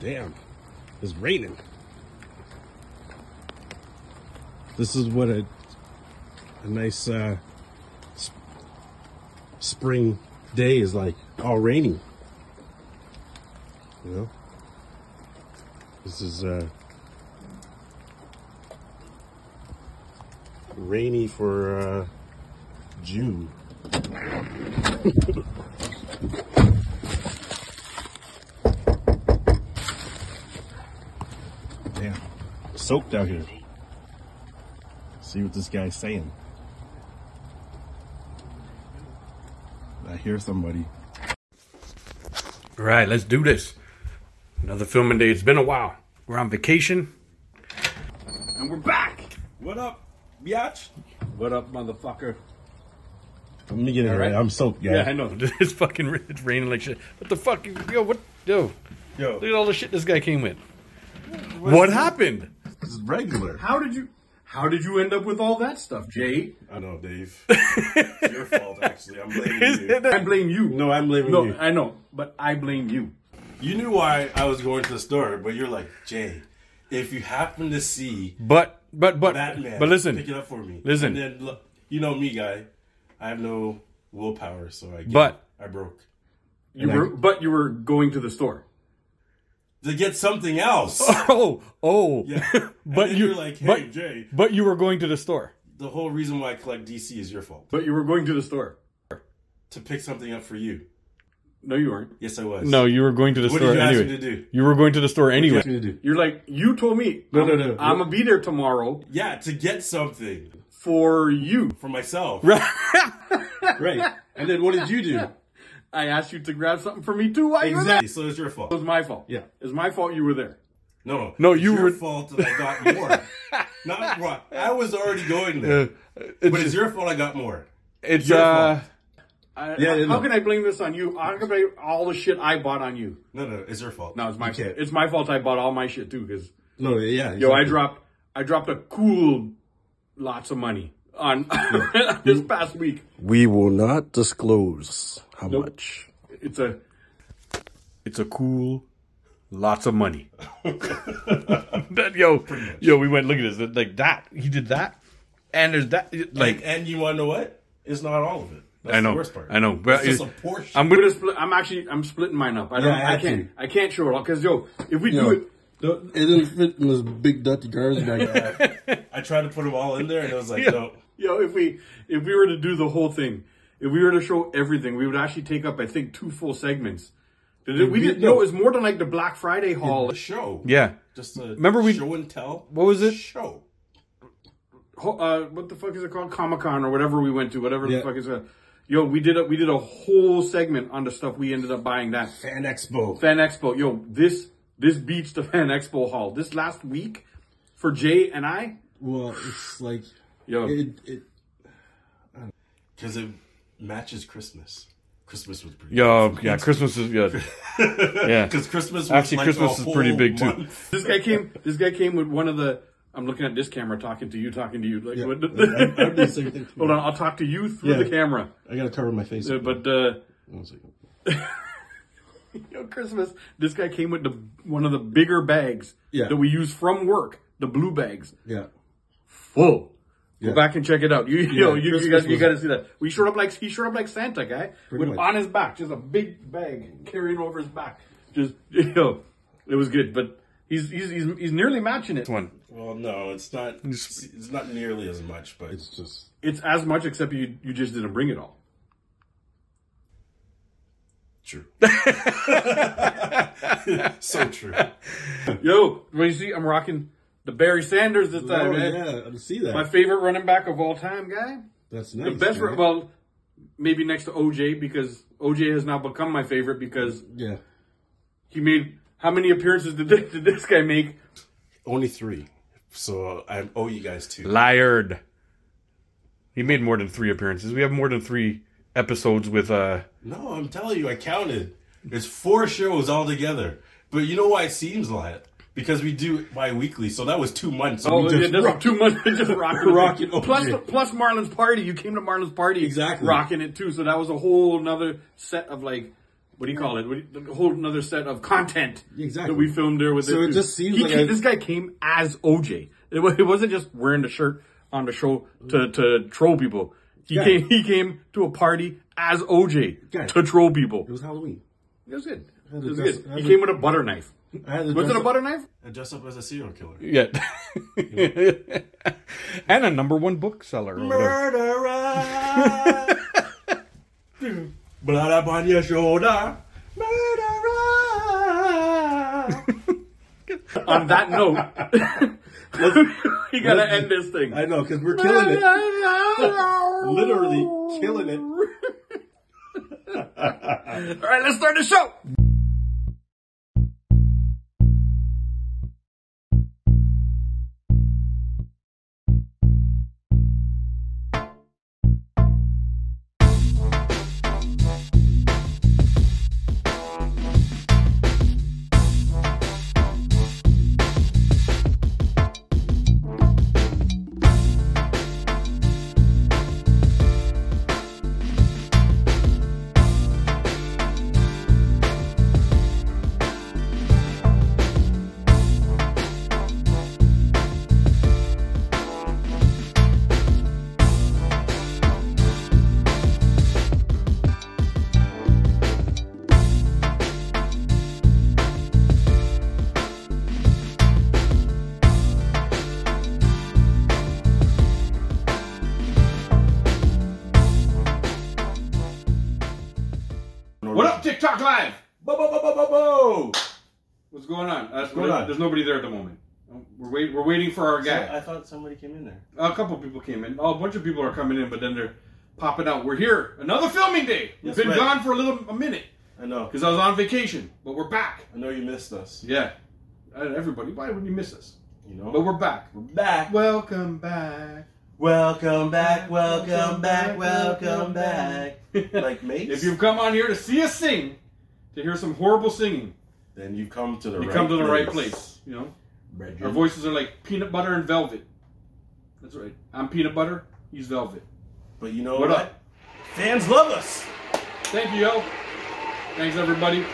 Damn, it's raining. This is what a a nice uh, sp- spring day is like. All rainy. You know. This is uh, rainy for uh, June. Damn, soaked out here. See what this guy's saying. I hear somebody. All right, let's do this. Another filming day. It's been a while. We're on vacation. And we're back. What up, biatch? What up, motherfucker? I'm gonna get it right. right. I'm soaked, guy. Yeah, I know. It's fucking ra- it's raining like shit. What the fuck? you- Yo, what? Yo, look Yo, at all the shit this guy came with. What happened? it's regular. How did you? How did you end up with all that stuff, Jay? I know, Dave. it's your fault, actually. I'm blaming you. I blame you. No, I'm blaming no, you. I know, but I blame you. You knew why I was going to the store, but you're like, Jay, if you happen to see But but but that man, but pick listen. it up for me. And Listen. then, look, you know me, guy. I have no willpower, so I. But- I broke You were, but you were going to the store. to get something else. Oh oh. Yeah. and But then you- you're like, hey, but- Jay. But you were going to the store. The whole reason why I collect DC is your fault But you were going to the store. to pick something up for you. No, you weren't. Yes, I was. No, you were going to the What store did you ask anyway. me to do? You were going to the store anyway. You're like you told me. No, no, I'm- no. I'm gonna be there tomorrow Yeah, to get something for you. for myself. Right. And then what did you do? I asked you to grab something for me too while you were there. Exactly. So it's your fault. It was my fault. Yeah. it's my fault you were there. No, no, No, It's you your were- fault that I got more. Not right. I was already going there, It's, but it's your fault I got more. it's your uh. I, Yeah, how, yeah, no. can I blame this on you? I'm gonna blame all the shit I bought on you. No, no, it's your fault. No, it's my You can't. it's my fault. I bought all my shit too because No, yeah. Yo, I exactly. dropped I dropped a cool lots of money on this past week. We will not disclose how much. It's a It's a cool, lots of money. that, yo, yo, we went. Look at this. Like that. He did that. And there's that. Like and, and you want to know what? It's not all of it. That's I know. The worst part. I know. But it's just it- a portion. I'm we're with. gonna split, I'm actually I'm splitting mine up. I don't Yeah, I I, have can't to. I can't show it all because yo, if we do Yo, it it didn't fit in this big dirty garbage bag. I tried to put them all in there, and it was like, no. yo, if we if we were to do the whole thing, if we were to show everything, we would actually take up I think two full segments. Did it, we didn't know it was more than like the Black Friday haul. A show. Yeah. Just a Remember we- show and tell. What was it? Show. ho- uh, what the fuck is it called? Comic Con or whatever we went to, whatever Yeah. the fuck is it. Yo, we did a we did a whole segment on the stuff we ended up buying that Fan Expo. Fan Expo. Yo, this this beats the Fan Expo haul. This last week for Jay and I. Well, it's like Yo, it, it Because it matches Christmas. Christmas was pretty Yo, yeah. Christmas is good. yeah. Because Christmas was Actually, like Christmas a is whole pretty big, too. month. this guy came. This guy came with one of the. I'm looking at this camera, talking to you, talking to you. Like, what I- I- I did the same thing. Hold on, I'll talk to you through Yeah. the camera. I gotta cover my face. Uh, But uh, One second. Yo, Christmas. This guy came with the one of the bigger bags Yeah. that we use from work, the blue bags. Yeah. Full. Yeah. Go back and check it out. You you know, you, you Christmas got you was- got to see that. We showed up like he showed up like Santa guy with, much. on his back, just a big bag carrying over his back. Just you know, it was good, but he's he's he's, he's nearly matching it. one. Well, no, it's not. It's not nearly as much, but It's just It's as much, except you you just didn't bring it all. true. so true. Yo, well you see, I'm rocking the Barry Sanders this time, Oh, man. yeah, I see that. My favorite running back of all time, guy. That's The nice. best, man. well, maybe next to OJ because OJ has now become my favorite because yeah. he made how many appearances did this, did this guy make? Only three. So I owe you guys two. Liard. He made more than three appearances. We have more than three episodes with uh. No, I'm telling you, I counted. It's four shows altogether. But you know why it seems like it? Because we do it bi-weekly, so that was two months. Oh, We yeah, just- that's too much. Just rocking, it. Rocking OJ. Plus, the, plus Marlon's party. You came to Marlon's party, Exactly. rocking it too. So that was a whole another set of like what do you call it? What do you, a whole another set of content Exactly. that we filmed there with. So it, it too. just seems He like came- I- this guy came as OJ. It, wa- it wasn't just wearing the shirt on the show to to troll people. He Yeah. came he came to a party as OJ Yeah. to troll people. It was Halloween. It was good. It had to was dress- good. I had He to- came with a butter knife. I had to Was dress it a up- butter knife? And dress up as a serial killer. Yeah. and a number one bookseller. over there. Murderer! Blood upon your shoulder! Murderer! on that note, we gotta end this thing. I know, because we're killing it. Literally killing it. All right, let's start the show. What up, TikTok Live? Bo bo bo bo bo bo! What's going on? That's going on? There's nobody there at the moment. Oh, We're wait, We're waiting for our guy. I thought somebody came in there. A couple people came in. Oh, a bunch of people are coming in, but then they're popping out. We're here. Another filming day. We've That's been right. gone for a little a minute I know. because I was on vacation, but we're back. I know you missed us. Yeah. Uh, Everybody, why would you miss us? You But know? we're back. We're back. Welcome back. Welcome back, welcome back, welcome back. Like Mace? If you've come on here to see us sing, to hear some horrible singing, then you come to the you right come to the right place. You know, Brethren. our voices are like peanut butter and velvet. That's right. I'm peanut butter. He's velvet. But you know What what? up? Fans love us! Thank you, yo. Thanks, everybody.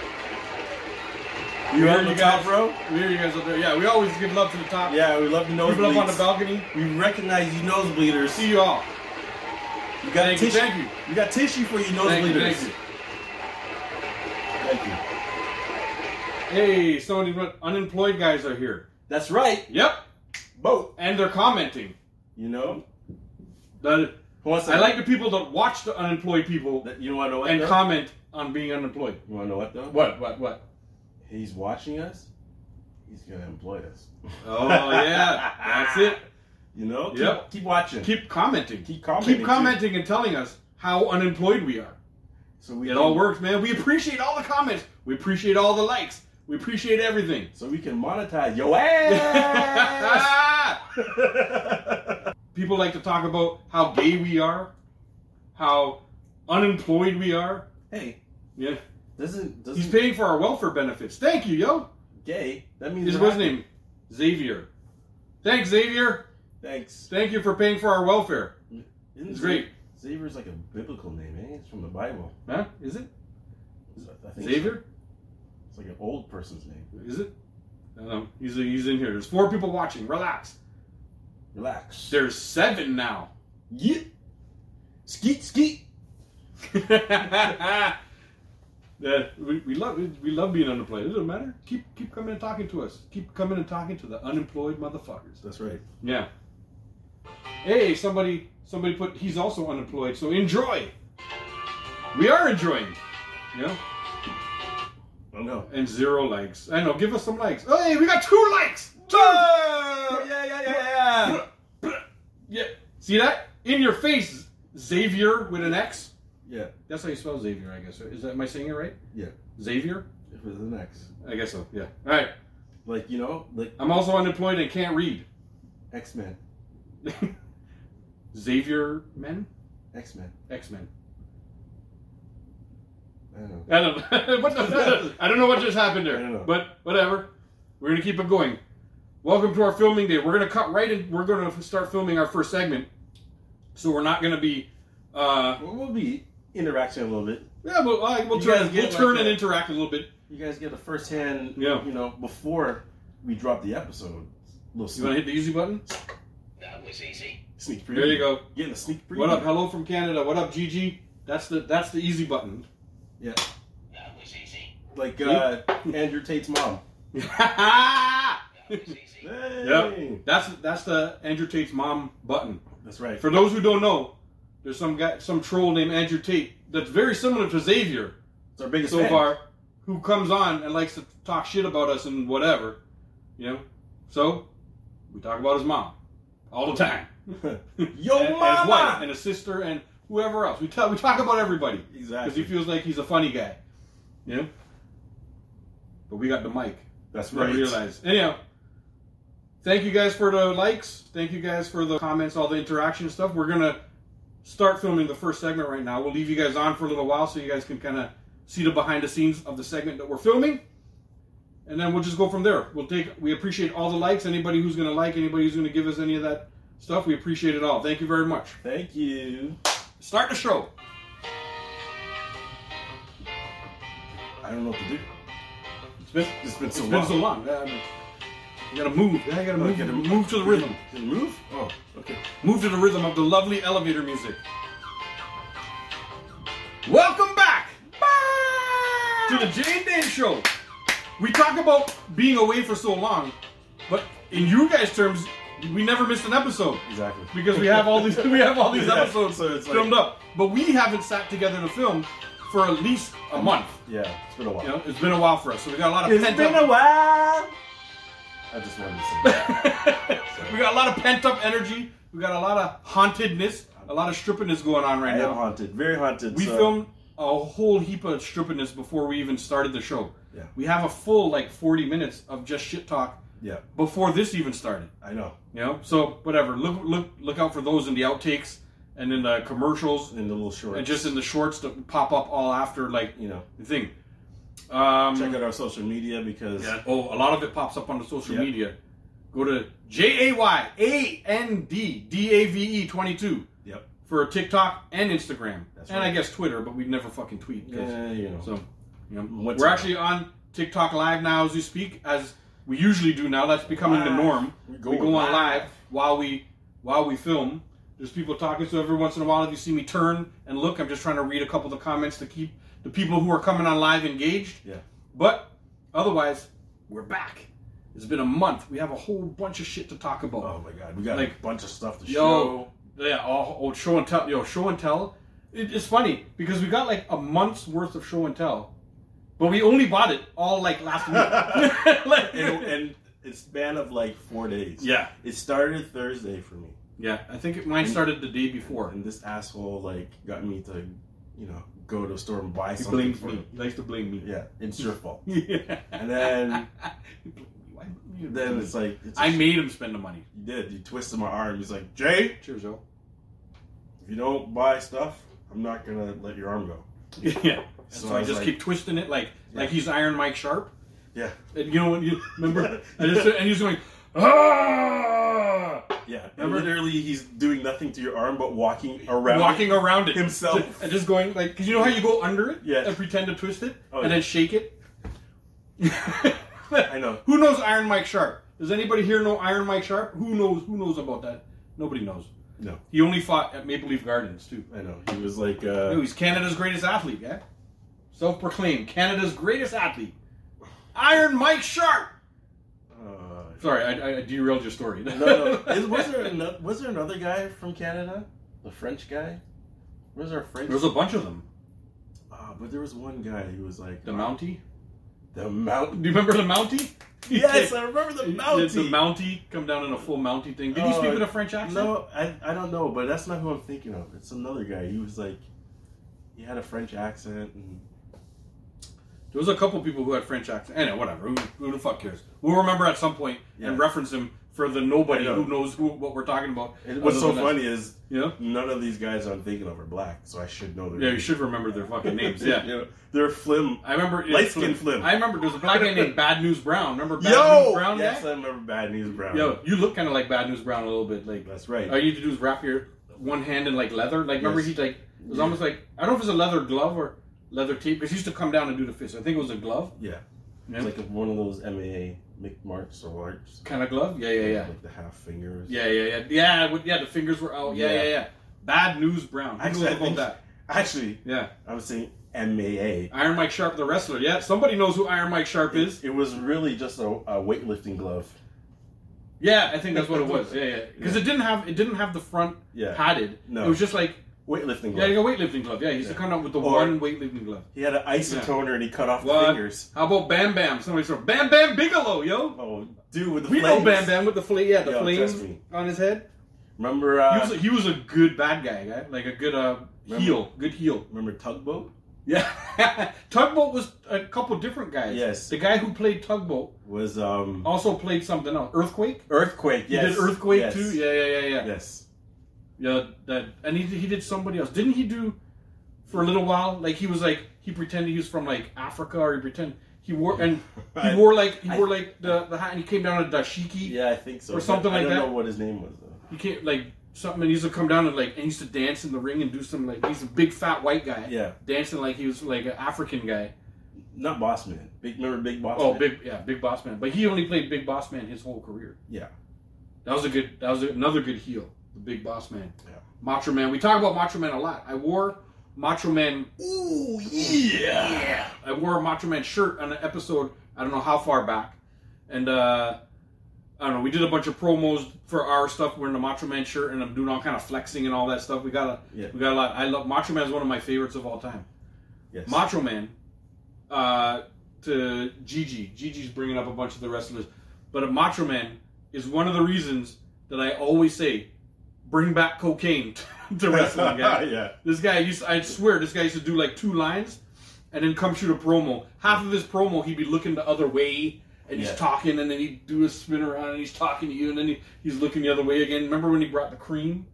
You hear up you on top, guys. bro? We hear you guys up there. Yeah, we always give love to the top. Yeah, we love the People up on the nosebleeds. balcony. We recognize you nosebleeders. See you all. You got Thank you, tissue. thank you. got tissue for your nose Thank you, bleeders. thank you. Thank you. Hey, some of the unemployed guys are here. That's right. Yep. Boat. And they're commenting. You know. The- Who wants to- I like the people that watch the unemployed people That- You want to know what? and though? comment on being unemployed. you want to know what though? What? What? What? He's watching us. He's gonna employ us. Oh yeah, that's it. You know. Keep- Yep. Keep, watching. Keep commenting. Keep commenting, Keep commenting and telling us how unemployed we are. So we It can, all works, man. We appreciate all the comments. We appreciate all the likes. We appreciate everything. So we can monetize your ass. People like to talk about how gay we are, how unemployed we are. hey, Yeah, doesn't doesn't he's paying for our welfare benefits. Thank you, yo. gay? That means His you're was happy. name Xavier. Thanks, Xavier. Thanks. Thank you for paying for our welfare. Isn't It's Xav- great. Xavier's like a biblical name, eh? It's from the Bible. Huh? Is it I think so. Xavier? It's like an old person's name. Is it? I don't know. He's, he's in here. There's four people watching. Relax. Relax. There's seven now. Yeah. Skeet skeet. Yeah, Uh, we, we love we, we love being unemployed. It doesn't matter. Keep keep coming and talking to us. Keep coming and talking to the unemployed motherfuckers. That's right. Yeah. Hey, somebody somebody put he's also unemployed. So enjoy. We are enjoying. Yeah. Oh no. And zero likes. I know. Give us some likes. Hey, we got two likes. Two. Oh, yeah, yeah, yeah, yeah. Yeah. See that? In your face, Xavier with an X. Yeah, That's how you spell Xavier, I guess. right? Is that am I saying it right? yeah. Xavier? If it was an X. I guess so. Yeah. All right. Like, you know, like I'm also unemployed and can't read. X Men. Xavier men? X Men. X Men. I don't know. I don't know. what the, I don't know what just happened there. I don't know. But whatever. We're gonna keep it going. Welcome to our filming day. We're gonna cut right in. We're gonna start filming our first segment. So we're not gonna be. Uh, Well, we'll be interaction a little bit. Yeah, but like, we'll You turn, guys get we'll turn like and a- interact a little bit. You guys get a first hand, Yeah. you know, before we drop the episode. Little You want to sneak, hit the easy button? sneak preview. There you go. Getting a sneak preview. What up? Hello from Canada. What up, Gigi? That's the that's the easy button. Yeah. That was easy. Like uh, Andrew Tate's mom. Hey. That's that's the Andrew Tate's mom button. That's right. For those who don't know, there's some guy, some troll named Andrew Tate that's very similar to Xavier it's our biggest so fan. far, who comes on and likes to talk shit about us and whatever, you know. So we talk about his mom all the time, Yo, and, and his wife, Oh, mama. and his sister, and whoever else. We talk we talk about everybody because he Exactly. feels like he's a funny guy, you know. But we got the mic. That's Never right. realized. Anyhow, thank you guys for the likes. Thank you guys for the comments, all the interaction stuff. We're gonna start filming the first segment right now. We'll leave you guys on for a little while so you guys can kind of see the behind the scenes of the segment that we're filming, and then we'll just go from there. We'll take. We appreciate all the likes. Anybody who's gonna like, anybody who's gonna give us any of that stuff, we appreciate it all. Thank you very much. Thank you. Start the show. I don't know what to do. It's been, it's been so It's long. been so long. Yeah, I mean, you gotta move. Yeah, you gotta move. gotta move. move to the rhythm. Did it move? Oh, okay. Move to the rhythm of the lovely elevator music. Welcome back to the Jane Dan Show. We talk about being away for so long, but in you guys' terms, we never missed an episode Exactly. because we have all these we have all these Yeah, episodes so it's like- filmed up. But we haven't sat together to film for at least a month. Yeah, it's been a while. You know, it's been a while for us, so we got a lot of It's pent been up. a while. I just wanted to say that. we got a lot of pent up energy. We got a lot of hauntedness, a lot of strippingness going on right I now. am haunted, very haunted. We so- filmed a whole heap of strippingness before we even started the show. Yeah. We have a full like 40 minutes of just shit talk Yeah, before this even started. I know. You know, so whatever. Look, look, look out for those in the outtakes and in the commercials In the little short. and just in the shorts that pop up all after like you know, the thing. Um, check out our social media because yeah. Oh, a lot of it pops up on the social Yeah. media. Go to J A Y A N D D A V E 22 Yep. for TikTok and Instagram. That's and right. I guess Twitter, but we never fucking tweet. 'cause- Yeah, you know. So, you know, What's we're up? actually on TikTok live now as we speak, as we usually do now. That's becoming the Live. norm. We We go, go on live. live while we while we film. There's people talking, so every once in a while, if you see me turn and look, I'm just trying to read a couple of the comments to keep the people who are coming on live engaged. Yeah. But otherwise, we're back. It's been a month. We have a whole bunch of shit to talk about. Oh my god, we got Like- a bunch of stuff to Yo, yeah, oh, oh, show and tell. Yo, show and tell. It, it's funny because we got like a month's worth of show and tell, but we only bought it all like last week. Like- show, and, and it's span of like four days. yeah, it started Thursday for me, yeah. I think it, mine started the day before. and this asshole like got me to, you know, go to a store and buy He something blames for me. He likes to blame me. Yeah, it's your fault. Yeah. And then, Why would you- then it's like it's I made him spend the money. you did. You twisted my arm. He's like, Jay, Cheers, yo. if you don't buy stuff, I'm not gonna let your arm go. yeah. So, So I I was just like- keep twisting it like Yeah. like he's Iron Mike Sharp. Yeah, And you know what you remember? I just, and he's going, ah! yeah. Remember- Literally, he's doing nothing to your arm but walking around. walking it. around it Himself. and just going like, cause you know how you go under it Yes. and pretend to twist it Oh, and yeah. then shake it. I know. Who knows Iron Mike Sharp? Does anybody here know Iron Mike Sharp? Who knows? Who knows about that? Nobody knows. No, He only fought at Maple Leaf Gardens too. I know. He was like, Yo, uh, he's Canada's greatest athlete, yeah. Self-proclaimed Canada's greatest athlete, Iron Mike Sharp. uh Sorry, I, I derailed your story. no, no. Is, was there another, was there another guy from Canada? The French guy? Where's our French? There's a bunch of them. Ah, but there was one guy who was like The Mountie. The Do mountain. you remember the Mountie? Yes, I remember the Did the mountain. Mountie come down in a full Mountie thing? Did he Oh, speak with a French accent? No, I, I don't know, but that's not who I'm thinking of. It's another guy. He was like, he had a French accent. And, There was a couple people who had French accent. Anyway, whatever. Who, who the fuck cares? We'll remember at some point and Yeah. reference him for the nobody I know. who knows who what we're talking about. and what's so Other than us. funny is Yeah. none of these guys I'm thinking of are black, so I should know their Yeah, you should remember their fucking names. Yeah. You know, they're Flim. I remember it's Light-skinned Flim. I remember there's a black guy named Bad News Brown. Remember Bad News Brown? Yes, guy? I remember Bad News Brown. Yo, you look kind of like Bad News Brown a little bit. Like That's right. all you need to do is wrap your one hand in like leather. Like remember Yes. he like It was almost like I don't know if it was a leather glove or leather tape because he used to come down and do the fist. I think it was a glove Yeah. Yeah. It's like one of those MA McMarks or large. kind of glove. Yeah, yeah, yeah, Like the half fingers. yeah, yeah, yeah, yeah. with- Yeah, the fingers were out. Yeah, yeah, Yeah. yeah. Bad news, Brown. Who knows Actually, I about think- that? Actually, Yeah, I was saying MAA. Iron Mike Sharp, the wrestler. Yeah, somebody knows who Iron Mike Sharp is. It, it was really just a, a weightlifting glove. Yeah, I think that's what it was. Yeah, yeah, because it didn't have it didn't have the front Yeah. padded. No. it was just like Weightlifting yeah, glove. like a weightlifting glove. Yeah, he used to Yeah. come out with the Or- one weightlifting glove. he had an isotoner and he cut off What? the fingers. How about Bam Bam? Somebody said Bam Bam Bigelow, yo. Oh, dude with the We know flames. Bam Bam with the flame, yeah, the Yo, flames trust me. on his head. Remember, He uh, was, a, he was a good bad guy, guy, like a good uh, Remember- heel, good heel. remember Tugboat? Yeah, Tugboat was a couple different guys. Yes. the guy who played Tugboat Was um also played something else, Earthquake. Earthquake? Yes. Oh. He did Earthquake Yes. too. Yeah, yeah, yeah, yeah. Yes. Yeah, that and he he did somebody else. Didn't he do for a little while? Like he was like he pretended he was from like Africa, or he pretended he wore and he I- wore like he I- wore like the the hat, and he came down to dashiki. Yeah, I think so. Or but something like I don't that? know what his name was though. He can't like something. And he used to come down and like and he used to dance in the ring and do some like he's a big fat white guy. Yeah. dancing like he was like an African guy. Not Bossman. Big remember Big Bossman? Oh, big yeah, big boss man. But he only played big boss man his whole career. Yeah. That was a good. That was another good heel. The big boss man. Yeah. Macho Man. We talk about Macho Man a lot. I wore Macho Man. Ooh yeah. I wore a Macho Man shirt on an episode. I don't know how far back, and uh, I don't know. We did a bunch of promos for our stuff. We're in the Macho Man shirt, and I'm doing all kind of flexing and all that stuff. We got a Yeah. we got a lot. I love Macho Man is one of my favorites of all time. Yes. Macho Man uh, to Gigi. Gigi's bringing up a bunch of the wrestlers, but a Macho Man is one of the reasons that I always say, bring back cocaine to wrestling. Guy. yeah. This guy used, I swear, this guy used to do like two lines, and then come shoot a promo. Half of his promo, he'd be looking the other way. And he's Yeah. talking, and then he'd do a spin around, and he's talking to you, and then he, he's looking the other way again. Remember when he brought the cream?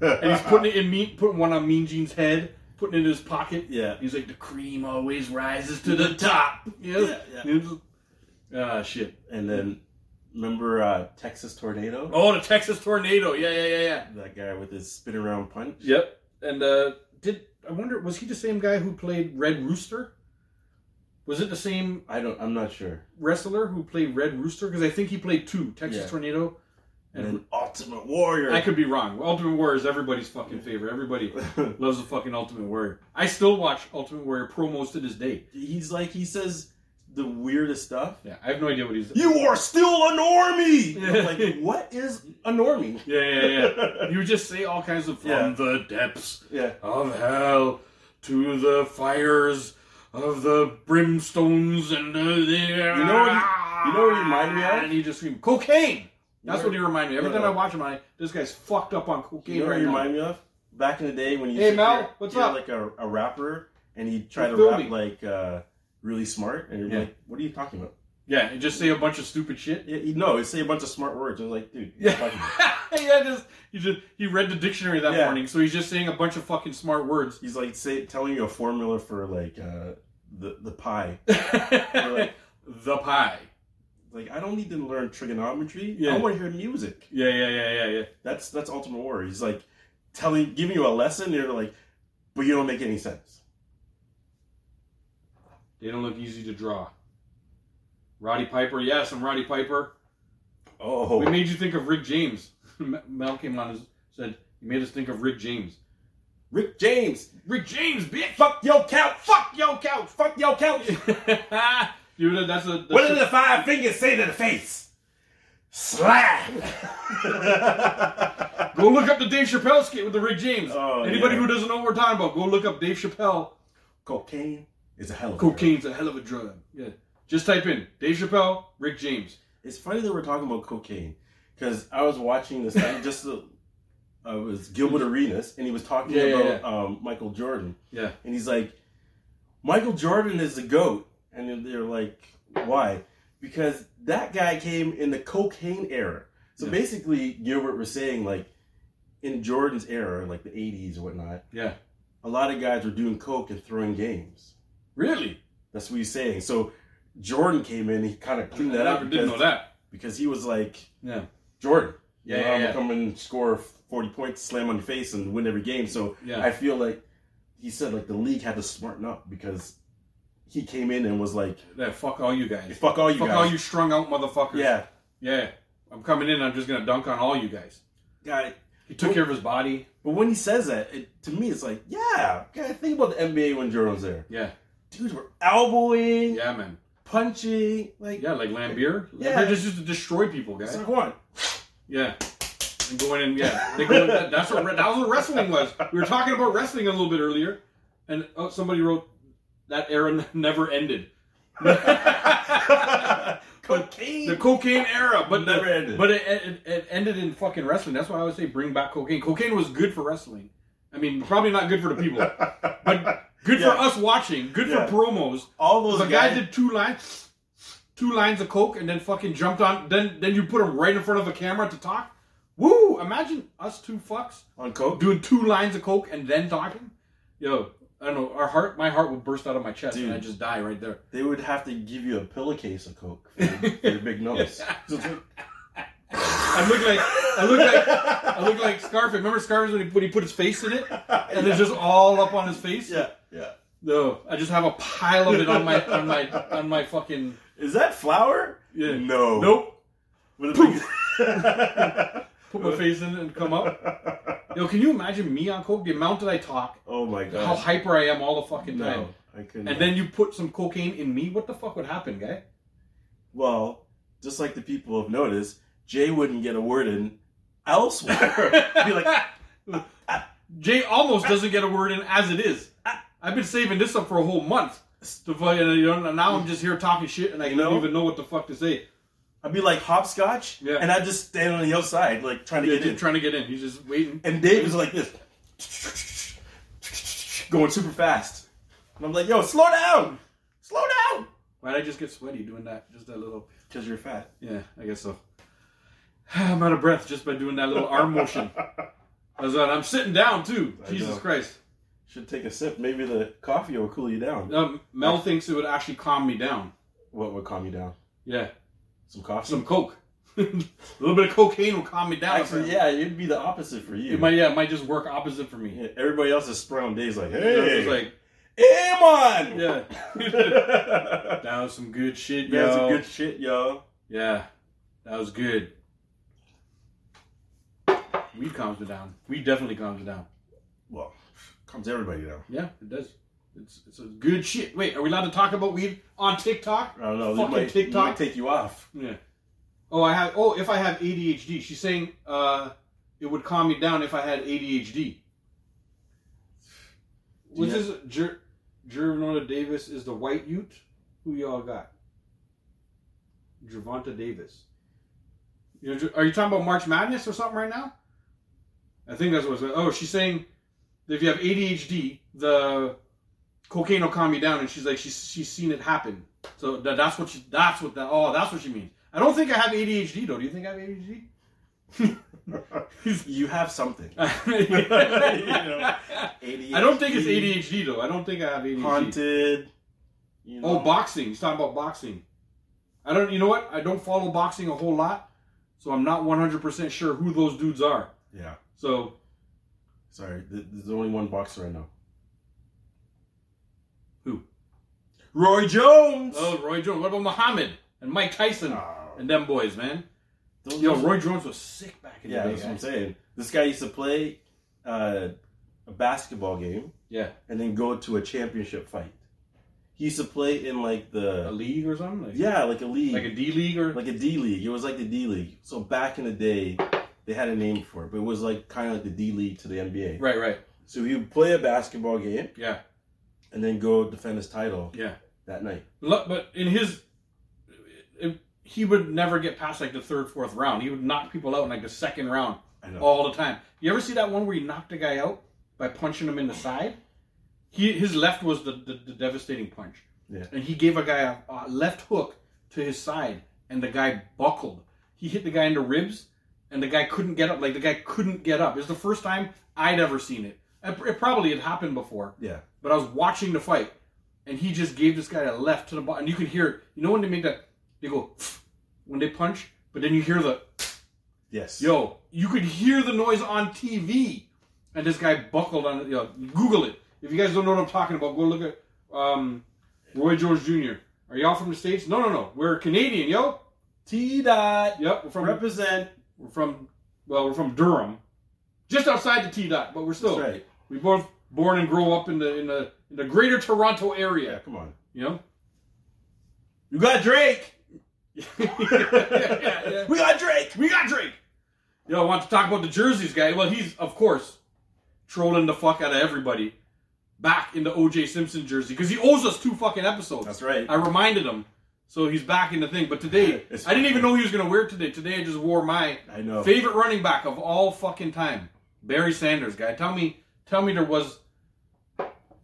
And he's putting it in meat, putting one on Mean Gene's head, putting it in his pocket. Yeah. He's like, the cream always rises to the top. Yeah. Yeah, Ah, shit. And then remember uh, Texas Tornado? Oh, the Texas tornado. Yeah, yeah, yeah, yeah. That guy with his spin around punch. Yep. And uh, did I wonder was he the same guy who played Red Rooster? Was it the same I don't. I'm not sure. wrestler who played Red Rooster? Because I think he played two Texas Yeah. Tornado. And And then Ultimate Warrior. I could be wrong. Ultimate Warrior is everybody's fucking favorite. Everybody loves the fucking Ultimate Warrior. I still watch Ultimate Warrior promos to this day. he's like he says the weirdest stuff. Yeah, I have no idea what he's. You are still a normie. Yeah. I'm like what is a normie? Yeah, yeah, yeah. you just say all kinds of from Yeah. the depths Yeah. of hell to the fires of the brimstones and the, the you know what he- you know what he reminded me of? And he just screamed cocaine. That's know- what he reminded me. Every No, time no. I watch him, I this guy's fucked up on cocaine You know what right you now. remind me of? Back in the day when you Hey, used to Mel, hear- what's hear, up? like a, a rapper and he'd try You to feel rap me? like uh, really smart and you're Yeah. like, what are you talking about? yeah, and just say a bunch of stupid shit. Yeah, he- no, he'd say a bunch of smart words. I was like, dude, what are you Yeah, talking about? yeah. Just he just he read the dictionary that Yeah. morning, so he's just saying a bunch of fucking smart words. He's like say, telling you a formula for like uh, the the pie. the pie. Like I don't need to learn trigonometry. Yeah. I want to hear music. Yeah, yeah, yeah, yeah, yeah. That's that's Ultimate Warrior. He's like telling, giving you a lesson. And you're like, but you don't make any sense. They don't look easy to draw. Roddy Piper, yes, I'm Roddy Piper. Oh, We made you think of Rick James. M- Mel came on and said, You made us think of Rick James. Rick James, Rick James, bitch! fuck your couch, fuck your couch, fuck your couch. Dude, that's a. That's What a- did the five fingers say to the face? Slap. go look up the Dave Chappelle skit with the Rick James. Oh, Anybody yeah. who doesn't know what we're talking about, go look up Dave Chappelle. Cocaine is a hell of a drug. Cocaine's a hell of a drug. Yeah. Just type in Dave Chappelle, Rick James. It's funny that we're talking about cocaine because I was watching this thing just the, uh, it was Gilbert Arenas and he was talking Yeah, yeah, about Um, Michael Jordan Yeah. and he's like, Michael Jordan is the goat, and then they're like, why? Because that guy came in the cocaine era. So Yeah. basically, Gilbert was saying like, in Jordan's era, like the '80s or whatnot, Yeah. a lot of guys were doing coke and throwing games. Really? That's what he's saying. So Jordan came in, he kind of cleaned that I up never did know that. because he was like Yeah. Jordan. Yeah, Yeah, yeah, I'm yeah. gonna come and score 40 points, slam on your face, and win every game. So Yeah. I feel like he said like the league had to smarten up because he came in and was like, Yeah, fuck all you guys. "Fuck all you Fuck guys." all you strung out motherfuckers. yeah, Yeah. I'm coming in. I'm just gonna dunk on all you guys. guy. He took care of his body. But when he says that, it, to me, it's like, yeah, gotta think about the NBA when Jordan's there. Yeah. Dudes were elbowing, Yeah, man. punching, like, Yeah, like Lambeer. Yeah. Lambeer just used to destroy people, guys. it's like what? Yeah. And going in, yeah. They go in, that, that's what, re- that was what wrestling was. We were talking about wrestling a little bit earlier, and oh, somebody wrote, that era n- never ended. the Cocaine. cocaine era, but Never the- ended. But it, it, it ended in fucking wrestling. That's why I always say bring back cocaine. Cocaine was good for wrestling. I mean, probably not good for the people, but good Yeah. for us watching. Good Yeah. for promos. all those The guy guys. did two lines, two lines of coke, and then fucking jumped on. Then then you put him right in front of a camera to talk. Woo! Imagine us two fucks on coke, doing two lines of coke and then talking. Yo, I don't know. Our heart, my heart would burst out of my chest, Dude. and I just die right there. they would have to give you a pillowcase of coke for your, for your big nose. So it's like, I look like I look like I look like Scarface. Remember Scarface when he put he put his face in it, and it's just all up on his face. yeah, yeah. No, I just have a pile of it on my on my on my fucking. Is that flour? Yeah. No. Nope. Would it Poof. be- Put my face in it and come up. Yo, can you imagine me on coke? The amount that I talk, oh my how god. hyper I am all the fucking time. No, I couldn't. And then you put some cocaine in me. What the fuck would happen, guy? well, just like the people have noticed, Jay wouldn't get a word in elsewhere. be like, Jay almost doesn't get a word in as it is. I've been saving this up for a whole month. To fucking, you know, and now I'm just here talking shit, and I You don't know? even know what the fuck to say. I'd be like hopscotch, Yeah. and I'd just stand on the outside, like trying to Yeah, get in. dude, trying to get in. He's just waiting. and Dave is like this, going super fast. And I'm like, yo, slow down, slow down, Why'd I just get sweaty doing that? Just that little. because you're fat. Yeah, I guess so. I'm out of breath just by doing that little arm motion. That's what- I'm sitting down too. Jesus know. Christ. Should take a sip. Maybe the coffee will cool you down. Um, Mel thinks it would actually calm me down. What would calm you down? Yeah, Some coffee. some coke. a little bit of cocaine will calm me down. Actually, yeah, it'd be the opposite for you. It might, yeah, it might just work opposite for me. Yeah, everybody else is sprung days like, You know, hey, it's like, hey, man. yeah, yeah, that was some good shit, yo. that's some good shit, yo. Yeah, that was good. Weed calms me down. Weed definitely calms me down. Well, comes everybody down. Yeah, it does. It's it's a good shit. Wait, are we allowed to talk about weed on TikTok? I don't know. Fucking Fucking might, TikTok. might take you off. Yeah. Oh, I have. Oh, if I have ADHD, she's saying uh, it would calm me down if I had ADHD. What's Yeah. this? Jer- Gervonta Davis is the white Ute. Who y'all got? Gervonta Davis. You know, Jer- are you talking about March Madness or something right now? I think that's what it's. Oh, she's saying that if you have ADHD, the cocaine will calm you down, and she's like, she's she's seen it happen. So tha- that's what she, that's what that oh that's what she means. I don't think I have ADHD though. Do you think I have ADHD? You have something. know. ADHD, I don't think it's ADHD though. I don't think I have ADHD. Haunted. You know. Oh, boxing. He's talking about boxing. I don't. You know what? I don't follow boxing a whole lot, so I'm not 100 percent sure who those dudes are. Yeah. So Sorry, th- there's only one boxer I know. Who? Roy Jones. oh, Roy Jones. What about Muhammad and Mike Tyson Ah. and them boys, man? Those- Oh. Yo, those- Roy Jones was sick back in the Yeah, day. that's what I'm guys. saying. This guy used to play uh, a basketball game Yeah, and then go to a championship fight. He used to play in like a the league or something. Like, yeah, like a league, like a D league or like a D league. It was like the D league. So back in the day, they had a name for it, but it was like kind of like the D league to the NBA. right, right. So he would play a basketball game Yeah, and then go defend his title yeah. that night. Lo- But in his, if- he would never get past like the third, fourth round. He would knock people out in like the second round I know. all the time. You ever see that one where he knocked a guy out by punching him in the side? He his left was the the, the devastating punch. Yeah. And he gave a guy a, a left hook to his side, and the guy buckled. He hit the guy in the ribs, and the guy couldn't get up. Like the guy couldn't get up. It was the first time I'd ever seen it. It it probably had happened before, Yeah. but I was watching the fight, and he just gave this guy a left to the bottom. And you could hear, it. you know, when they make that, they go when they punch, but then you hear the Yes. Yo, you could hear the noise on TV, and this guy buckled on it. Yo, Google it. If you guys don't know what I'm talking about, go look at um, Roy George Jr. Are y'all from the states? No, no, no. We're Canadian, yo. T dot Yep, we're from represent. we're from well, we're from Durham, just outside the T dot, but we're still That's right. we both born and grow up in the in the in the Greater Toronto Yeah, area. come on. You know. You got Drake. Yeah, yeah, yeah. We got Drake. We got Drake. Yo, I want to talk about the jerseys guy. Well, he's of course trolling the fuck out of everybody back in the OJ Simpson jersey because he owes us two fucking episodes. That's right. I reminded him, so he's back in the thing. But today, It's Oh. I didn't even fine. know he was gonna wear it today. Today, I just wore my I know. favorite running back of all fucking time, Barry Sanders. Guy, tell me, tell me there was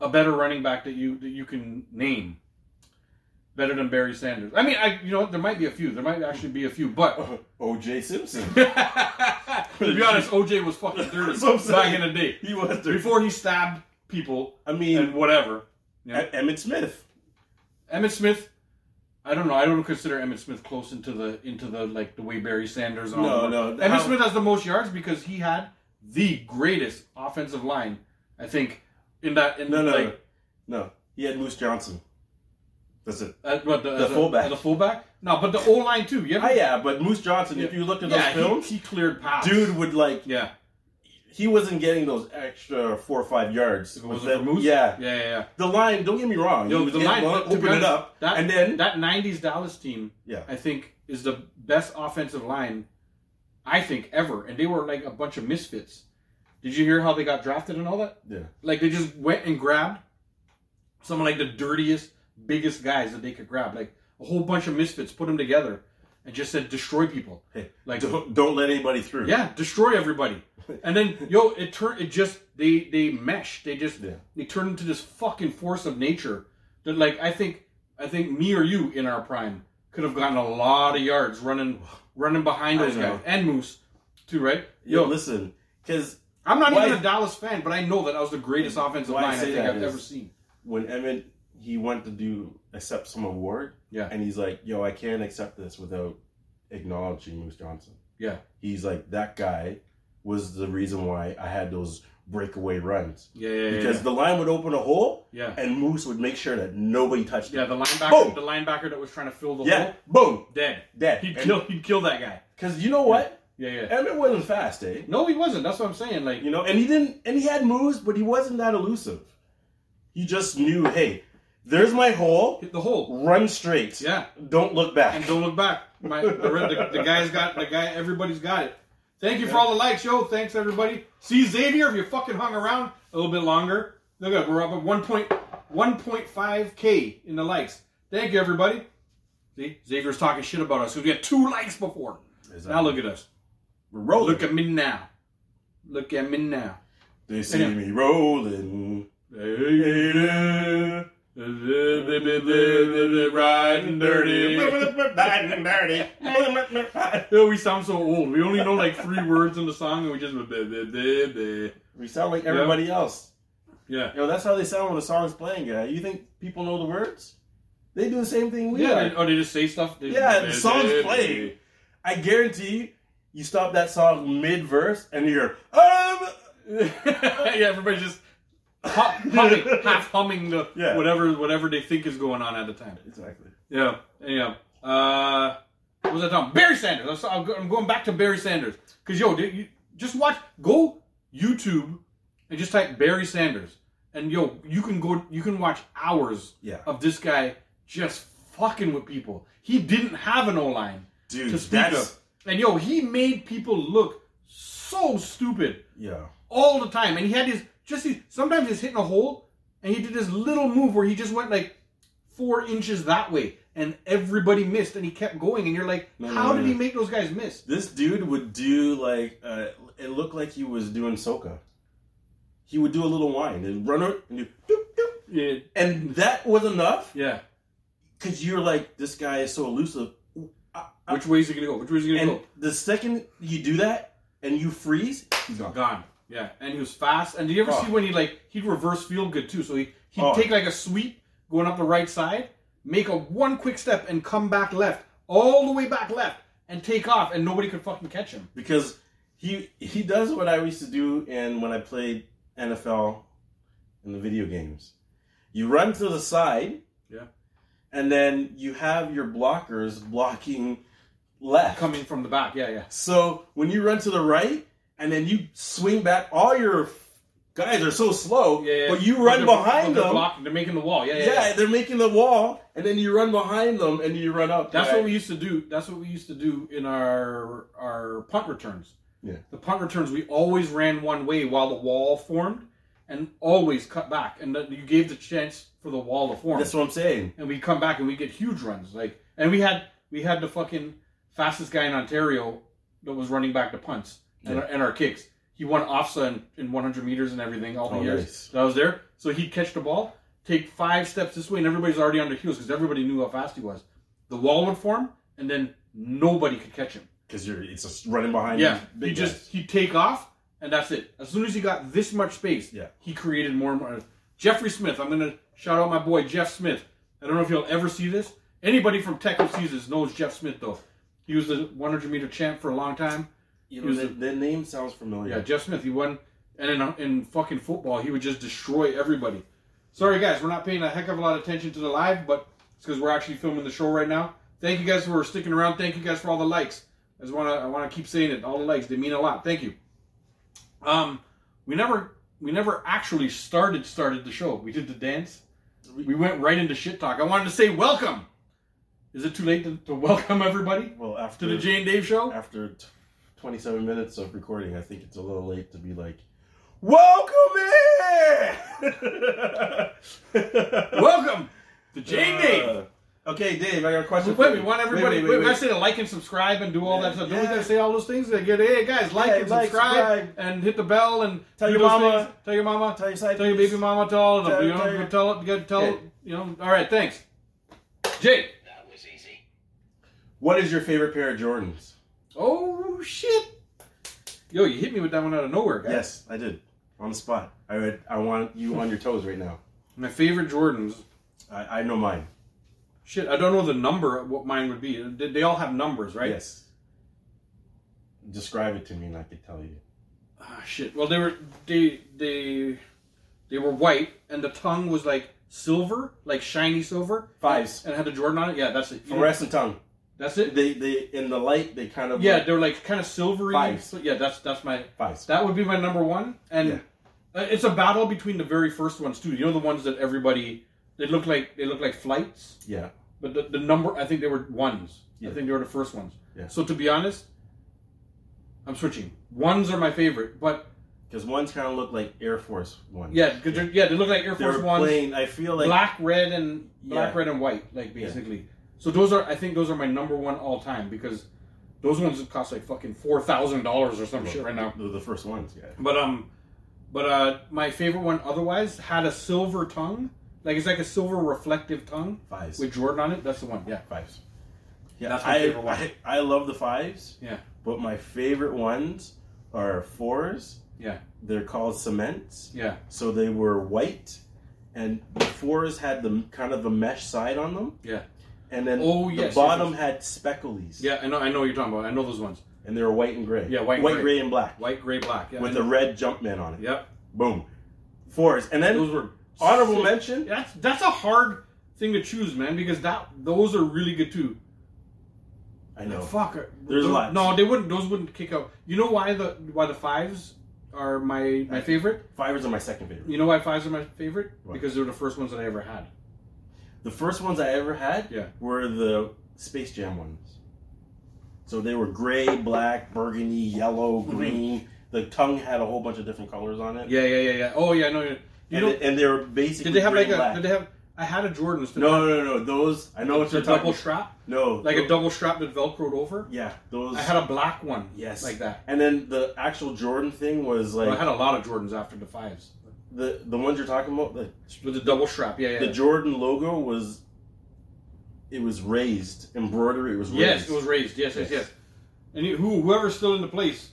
a better running back that you that you can name better than Barry Sanders. I mean, I you know what, there might be a few. There might actually be a few, but OJ Simpson. to be honest, OJ was fucking dirty That's what I'm back in saying. the day. he was there. Before he stabbed people I and mean, whatever. E- Emmett Smith. Emmett Smith, I don't know. I don't consider Emmett Smith close into the into the like the way Barry Sanders. and all No, that. no. Emmett How- Smith has the most yards because he had the greatest offensive line. I think in that in No, no, like no. No. He had Moose Johnson. That's it. as- uh, what, the, The as a- fullback. as a fullback. No, but the O line too. You ever- Ah, yeah, but Moose Johnson, if you look at those yeah, he- films, he, cleared pass. dude would like yeah, he wasn't getting those extra four or five yards. If it wasn't But for then- Moose. Yeah. yeah, yeah. yeah. The line, don't get me wrong. Yo, He would the get line, one, to be open it honest, up, that- and then that '90s Dallas team, yeah, I think, is the best offensive line I think ever, and they were like a bunch of misfits. Did you hear how they got drafted and all that? yeah. Like they just went and grabbed some of like the dirtiest, biggest guys that they could grab, like a whole bunch of misfits, put them together, and just said destroy people. Hey, Like Don't, don't let anybody through. yeah, destroy everybody. And then yo, it turned. It just they they mesh. They just Yeah. they turn into this fucking force of nature that like I think I think me or you in our prime could have gotten a lot of yards running running behind I those know. guys and Moose too, right? Yo, Yo, listen, because I'm not why- even a Dallas fan, but I know that I was the greatest offensive Why I line I say think that I've is- ever seen. when Emmett he went to do accept some award, Yeah. and he's like, "Yo, I can't accept this without acknowledging Moose Johnson." Yeah. he's like that guy was the reason why I had those breakaway runs Yeah, yeah, yeah. because the line would open a hole yeah. and Moose would make sure that nobody touched Yeah, it. the linebacker, Boom. the linebacker that was trying to fill the Yeah, hole, boom, dead. dead. He killed, he killed that guy. Because you know what, Yeah, yeah. Emmett wasn't fast, eh? No, he wasn't. That's what I'm saying. Like, You know, and he didn't, and he had moves, but he wasn't that elusive. He just knew, hey, there's my hole, hit the hole. run straight. Yeah. Don't look back. and don't look back. My the, the, the guy's got the guy. Everybody's got it. Thank you for all the likes, yo. Thanks everybody. See Xavier if you fucking hung around a little bit longer. Look at we're up at one point one point five k in the likes. Thank you everybody. See Xavier's talking shit about us because we had two likes before. Now look at us. We're rolling. Oh, Look at me now. Look at me now. they see me rolling. Riding Dirty. Yo, we sound so old. We only know like three words in the song, and we just we sound like everybody else. yeah. Yo, that's how they sound when the song's playing, guy. You think people know the words? They do the same thing we Yeah. are. They, oh, they just say stuff. They, Yeah, the song's playing. I guarantee you, you stop that song mid verse and you hear, um, yeah, everybody's just hu- humming, half humming the Yeah. whatever whatever they think is going on at the time. exactly. Yeah, yeah. Uh, what was I talking? Barry Sanders. I'm, so- I'm go- I'm going back to Barry Sanders because yo, dude, you, just watch. Go YouTube and just type Barry Sanders, and yo, you can go. You can watch hours Yeah. of this guy just fucking with people. He didn't have an O line Dude, to speak of, and yo, he made people look so stupid yeah. all the time. And he had his just these sometimes he's hitting a hole and he did this little move where he just went like four inches that way and everybody missed and he kept going and you're like, No, no, how no, did no. he make those guys miss? This dude would do like uh, it looked like he was doing soca. He would do a little whine and run out and do doop, doop. Yeah. and that was enough Yeah. because you're like this guy is so elusive. I- I- Which way is he gonna go? Which way is he gonna and the second you do that and you freeze, he's go? gone. Gone. Yeah. And he was fast. And did you ever Oh. see when he like he'd reverse field good too? So he he'd Oh. take like a sweep going up the right side, make a one quick step and come back left, all the way back left, and take off, and nobody could fucking catch him. because he he does what I used to do in when I played NFL in the video games. You run to the side, Yeah. and then you have your blockers blocking left. Coming from the back, yeah, yeah. So when you run to the right, and then you swing back, all your guys are so slow, yeah, yeah. but you run they're- behind they're them. blocking- they're making the wall, yeah, yeah. yeah, yeah. they're making the wall, and then you run behind them, and you run up. That's right? what we used to do. That's what we used to do in our our punt returns. Yeah. The punt returns, we always ran one way while the wall formed, and always cut back, and that- you gave the chance for the wall to form. That's what I'm saying. and we come back and we get huge runs. Like, and we had we had the fucking fastest guy in Ontario that was running back to punts and, our, and our kicks. He won OFSA in, in 100 meters and everything all the Oh, years nice. that I was there. So he'd catch the ball, take five steps this way, and everybody's already on their heels because everybody knew how fast he was. The wall would form, and then nobody could catch him. Because you're it's just running behind. yeah, these he big just guys. he'd take off, and that's it. As soon as he got this much space, Yeah. he created more and more. Jeffrey Smith, I'm gonna shout out my boy Jeff Smith. I don't know if you'll ever see this. Anybody from Tech who sees this knows Jeff Smith though. He was the 100 meter champ for a long time. You He know, was the, a- the name sounds familiar. Yeah, Jeff Smith. He won, and in, in fucking football, he would just destroy everybody. Sorry guys, we're not paying a heck of a lot of attention to the live, but it's because we're actually filming the show right now. Thank you guys for sticking around. Thank you guys for all the likes. I just wanna I wanna keep saying it. All the likes, they mean a lot. Thank you. Um, we never we never actually started started the show. We did the dance. We went right into shit talk. I wanted to say welcome. Is it too late to, to welcome everybody Well, after to the Jane Dave show? after t- 27 minutes of recording, I think it's a little late to be like, welcome in. welcome to Jane Dave. Uh, okay, Dave, I got a question. Wait, for we you. want everybody. Wait, Wait, wait, wait, I say to like and subscribe and do all that Yeah, stuff. Don't we yeah. gotta say all those things? They get, hey guys, like Yeah, and like, subscribe, subscribe. and hit the bell and Tell do your those mama. things. tell your mama, Tell your side tell your piece. baby mama, tell all of them. Tell- you know, tell your- tell it, get- tell Yeah. you know. All right, thanks, Jake. What is your favorite pair of Jordans? Oh shit, yo, you hit me with that one out of nowhere, guys. Yes, I did. On the spot. I would, I want you on your toes right now. My favorite Jordans. I, I know mine. Shit, I don't know the number. of What mine would be? They they all have numbers, right? Yes. Describe it to me and I could tell you. Ah, shit. Well, they were they they they were white, and the tongue was like silver, like shiny silver. Fives. and had the Jordan on it. Yeah, that's it. You- Fluorescent tongue. That's it. They, they, in the light, they kind of. Yeah, look- they're like kind of silvery. Fives. So, yeah, that's that's my Fives. that would be my number one, and Yeah. uh, it's a battle between the very first ones too. You know the ones that everybody they look like they look like flights, Yeah. but the, the number I think they were ones. Yeah. I think they were the first ones. Yeah. So to be honest, I'm switching. Ones are my favorite, but Because ones kind of look like Air Force ones. yeah, cause they're- yeah, they look like Air They were Force Ones. plain- I feel like black, red, and black, Yeah. red, and white, like basically. So those are, I think, those are my number one all time because those ones would cost like fucking four thousand dollars or some shit right now. the, the first ones. Yeah. But um, but uh, my favorite one otherwise had a silver tongue, like it's like a silver reflective tongue Fives. with Jordan on it. That's the one. Yeah, Fives. Yeah, That's my I, favorite one. I I love the fives, yeah, but my favorite ones are fours. Yeah. They're called cements, yeah. so they were white, and the fours had the kind of a mesh side on them. Yeah. And then Oh, the yes, yes, bottom yes. had speckles. Yeah, I know, I know what you're talking about. I know those ones. And they were white and gray. Yeah, white and white, gray. gray, and black White, gray, black. Yeah, with I the know. red Jumpman on it. Yep, Boom. Fours, and then those were honorable sick. mention. That's that's a hard thing to choose, man, because that those are really good too. I know. Fuck. There's no, lots. No, they wouldn't. Those wouldn't kick out. You know why the why the fives are my my favorite? Fivers are my second favorite. You know why fives are my favorite? Why? Because they're the first ones that I ever had. The first ones I ever had Yeah. were the Space Jam ones. So they were gray, black, burgundy, yellow, green. The tongue had a whole bunch of different colors on it. Mm-hmm. Yeah, yeah, yeah, yeah. Oh yeah, no, yeah. You and, know, they, and they were basically did they have gray like a? black. Did they have? I had a Jordan. no, no, no, no. Those I know what it's a you're double talking. strap, no, like those, a double strap that velcroed over. Yeah, those. I had a black one. yes, like that. And then the actual Jordan thing was But like I had a lot of Jordans after the fives the the ones you're talking about. The, with the double strap. Yeah, yeah. the Jordan logo was. It was raised embroidery. It was raised. Yes, it was raised. Yes, yes, yes. Yes. And you- who, whoever's still in the place,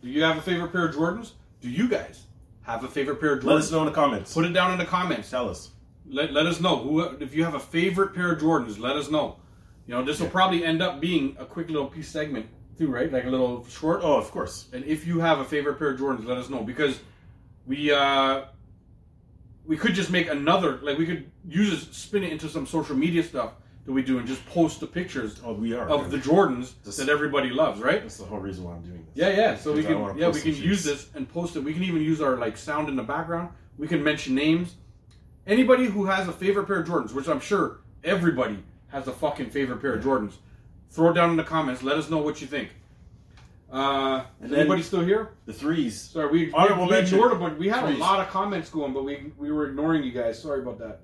do you have a favorite pair of Jordans? Do you guys have a favorite pair of Jordans? Let us know in the comments. Put it down in the comments. Tell us. Let, let us know who if you have a favorite pair of Jordans. Let us know. You know, this will probably end up being a quick little piece segment too, right? Like a little short. Oh, of course. And if you have a favorite pair of Jordans, let us know because we uh we could just make another like we could use it, spin it into some social media stuff that we do and just post the pictures Oh, we are. of the Jordans This- that everybody loves, right? That's the whole reason why I'm doing this. Yeah, yeah. So we Because I wanna can yeah post we can some use shoots. this and post it. We can even use our like sound in the background. We can mention names. Anybody who has a favorite pair of Jordans, which I'm sure everybody has a fucking favorite pair of Jordans, throw it down in the comments. Let us know what you think. Uh, is And then- anybody still here? The threes. Sorry, we, Honorable we, we mention. ignored a bunch. We had a Please. lot of comments going, but we we were ignoring you guys. Sorry about that.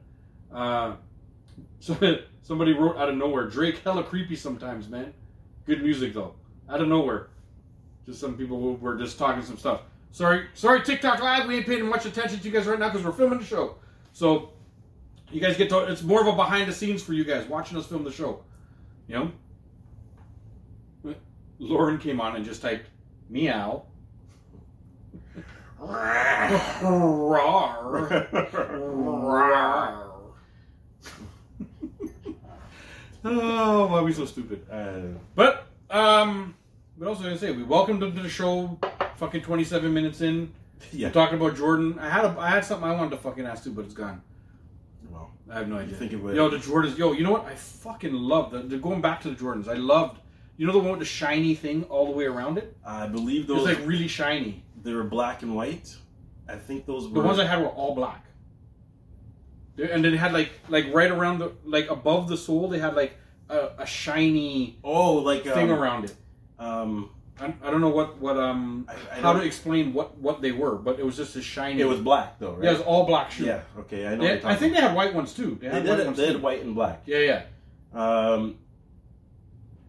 Uh, so somebody wrote out of nowhere, Drake hella creepy sometimes, man. Good music though, out of nowhere. Just some people who were just talking some stuff. Sorry, sorry, TikTok live. We ain't paying much attention to you guys right now because we're filming the show. So you guys get to it's more of a behind the scenes for you guys watching us film the show. You know, Lauren came on and just typed meow. Uh, Rawr. Rawr. oh, why are we so stupid? Uh, But um, what else was I gonna say? We welcomed them to the show. Fucking twenty-seven minutes in, yeah. talking about Jordan. I had a, I had something I wanted to fucking ask too, but it's gone. Well, I have no idea. think it would. Yo, the Jordans. Yo, you know what? I fucking love the, the going back to the Jordans. I loved. You know the one with the shiny thing Oh, all the way around it? I believe It was those like really shiny. they were black and white. I think those The were ones I had were all black. They- And then it had like like right around the like above the sole they had like a, a shiny oh like um, thing around it. Um, I, I don't know what what um I- I how don't- to explain what what they were, but it was just a shiny. it was black though, right? yeah, it was all black shoe. Yeah, Okay, I know. They- what you're I think talking they had white ones too. They about. had they white did. it- ones They too. had white and black. Yeah, yeah. Um,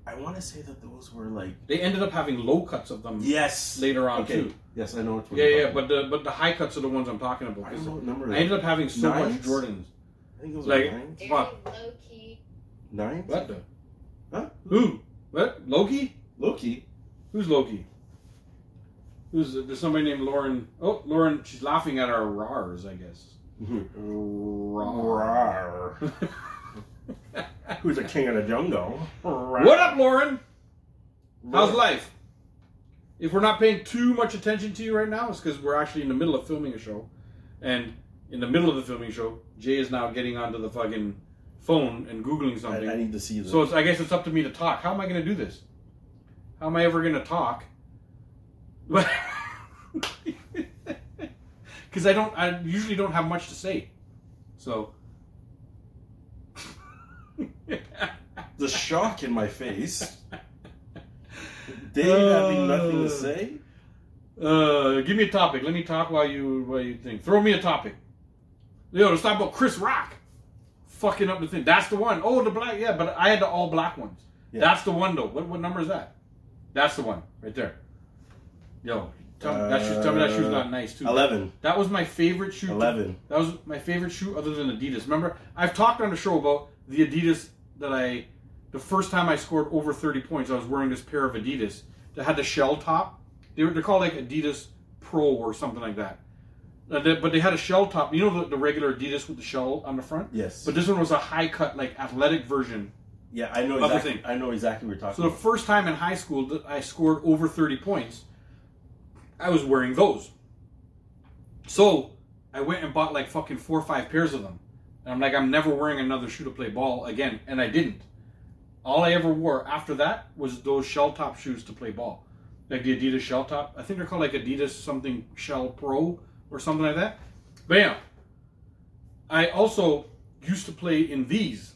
I want to say that those were like They ended up having low cuts of them yes later on Okay. too. Yes, I know which one. Yeah, you're yeah, but talking the but the high cuts are the ones I'm talking about. about. I don't know what 'cause number. I they- ended up having so much Nines? Jordans. I think those like- were nines. Very Fuck. low key. Nines. What the? Huh? Who? What? Loki? Loki. Who's Loki? Who's there's somebody named Lauren? Oh, Lauren, she's laughing at our rars, I guess. Mm-hmm. Rar. Rawr. Who's the king of the jungle? what up, Lauren? How's life? If we're not paying too much attention to you right now, it's because we're actually in the middle of filming a show, and in the middle of the filming show, Jay is now getting onto the fucking phone and googling I, something. I need to see this. So it's, I guess it's up to me to talk. How am I going to do this? How am I ever going to talk? Because I don't. I usually don't have much to say. So. the shock in my face. Dave having nothing to say. Uh, give me a topic. Let me talk while you while you think. Throw me a topic. Yo, let's talk about Chris Rock fucking up the thing. That's the one. Oh, the black. Yeah, but I had the all black ones. Yeah. That's the one though. What what number is that? That's the one right there. Yo, tell, me that shoe, tell me that shoe's not nice too. Eleven. That was my favorite shoe. Eleven. That was my favorite shoe other than Adidas. Remember, I've talked on the show about the Adidas that I, the first time I scored over 30 points, I was wearing this pair of Adidas that had the shell top. They were, they're called like Adidas Pro or something like that. Uh, they- But they had a shell top. You know the, the regular Adidas with the shell on the front? Yes. But this one was a high cut, like athletic version. yeah, I know Other exactly. thing. I know exactly what you're talking So the about. first time in high school that I scored over 30 points, I was wearing those. So I went and bought like fucking four or five pairs of them. And I'm like, I'm never wearing another shoe to play ball again. And I didn't. All I ever wore after that was those shell top shoes to play ball. Like the Adidas shell top. I think they're called like Adidas something shell pro or something like that. But yeah, I also used to play in these.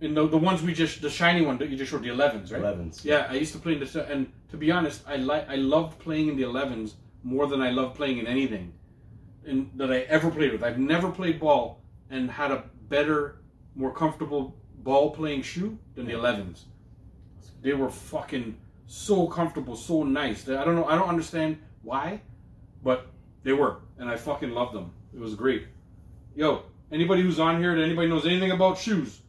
In the, the ones we just, the shiny one that you just showed, the 11s, right? Elevens. Yeah, I used to play in the and to be honest, I like I loved playing in the 11s more than I loved playing in anything in, that I ever played with. I've never played ball and had a better, more comfortable ball playing shoe than the 11s. They were fucking so comfortable, so nice. I don't know, I don't understand why, but they were, and I fucking loved them. It was great. Yo, anybody who's on here, that anybody knows anything about shoes?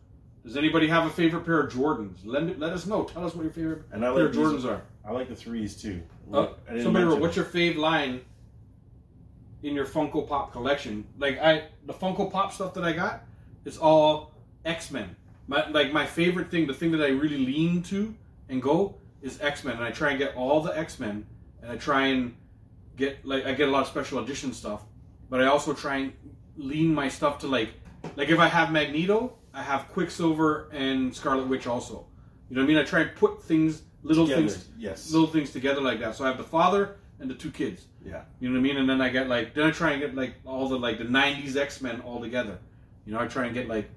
Does anybody have a favorite pair of Jordans? Let, let us know. Tell us what your favorite And I pair like of these- Jordans are. I like the threes too. Uh, I didn't somebody wrote, mention "What's them. your fave line in your Funko Pop collection?" Like I, the Funko Pop stuff that I got, it's all X Men. My like my favorite thing, the thing that I really lean to and go is X Men, and I try and get all the X Men, and I try and get like I get a lot of special edition stuff, but I also try and lean my stuff to like like if I have Magneto, I have Quicksilver and Scarlet Witch also. You know what I mean? I try and put things, little Together, things, yes. little things together like that. So I have the father and the two kids. Yeah. You know what I mean? And then I get like then I try and get like all the like the '90s X Men all together. You know, I try and get like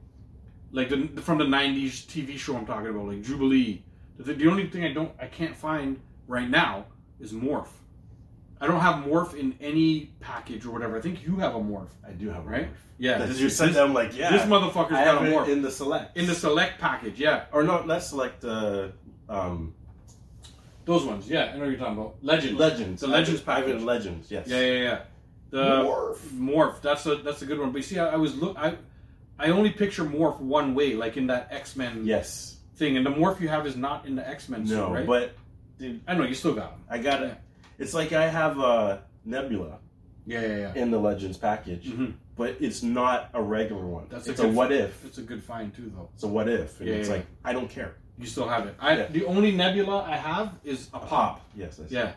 like the, from the '90s TV show I'm talking about, like Jubilee. The, the only thing I don't I can't find right now is Morph. I don't have Morph in any package or whatever. I think you have a Morph, I do have a right? morph. Yeah. As This, you said this, that, I'm like, yeah. this motherfucker's I got have a it Morph in the select. in the select package. Yeah, or no, not select. Uh, um, those ones. Yeah, I know what you're talking about. Legends. legends. The Legends I have it- I have it package. in Legends. Yes. Yeah, yeah, yeah. The Morph. Morph. That's a that's a good one. But you see, I, I was look. I I only picture Morph one way, like in that X Men Yes. thing. And the Morph you have is not in the X Men No, suit, right? but dude, I know you still got him. I got it. It's like I have uh, Nebula Yeah, yeah, yeah. in the Legends package, Mhm. but it's not a regular one. That's a it's Mm-hmm. a, good- what if. It's a good find too, though. It's a what if, and Yeah, it's yeah, like I don't care. You still have it. I Yeah. the only Nebula I have is a pop. Yes. I see. Yeah.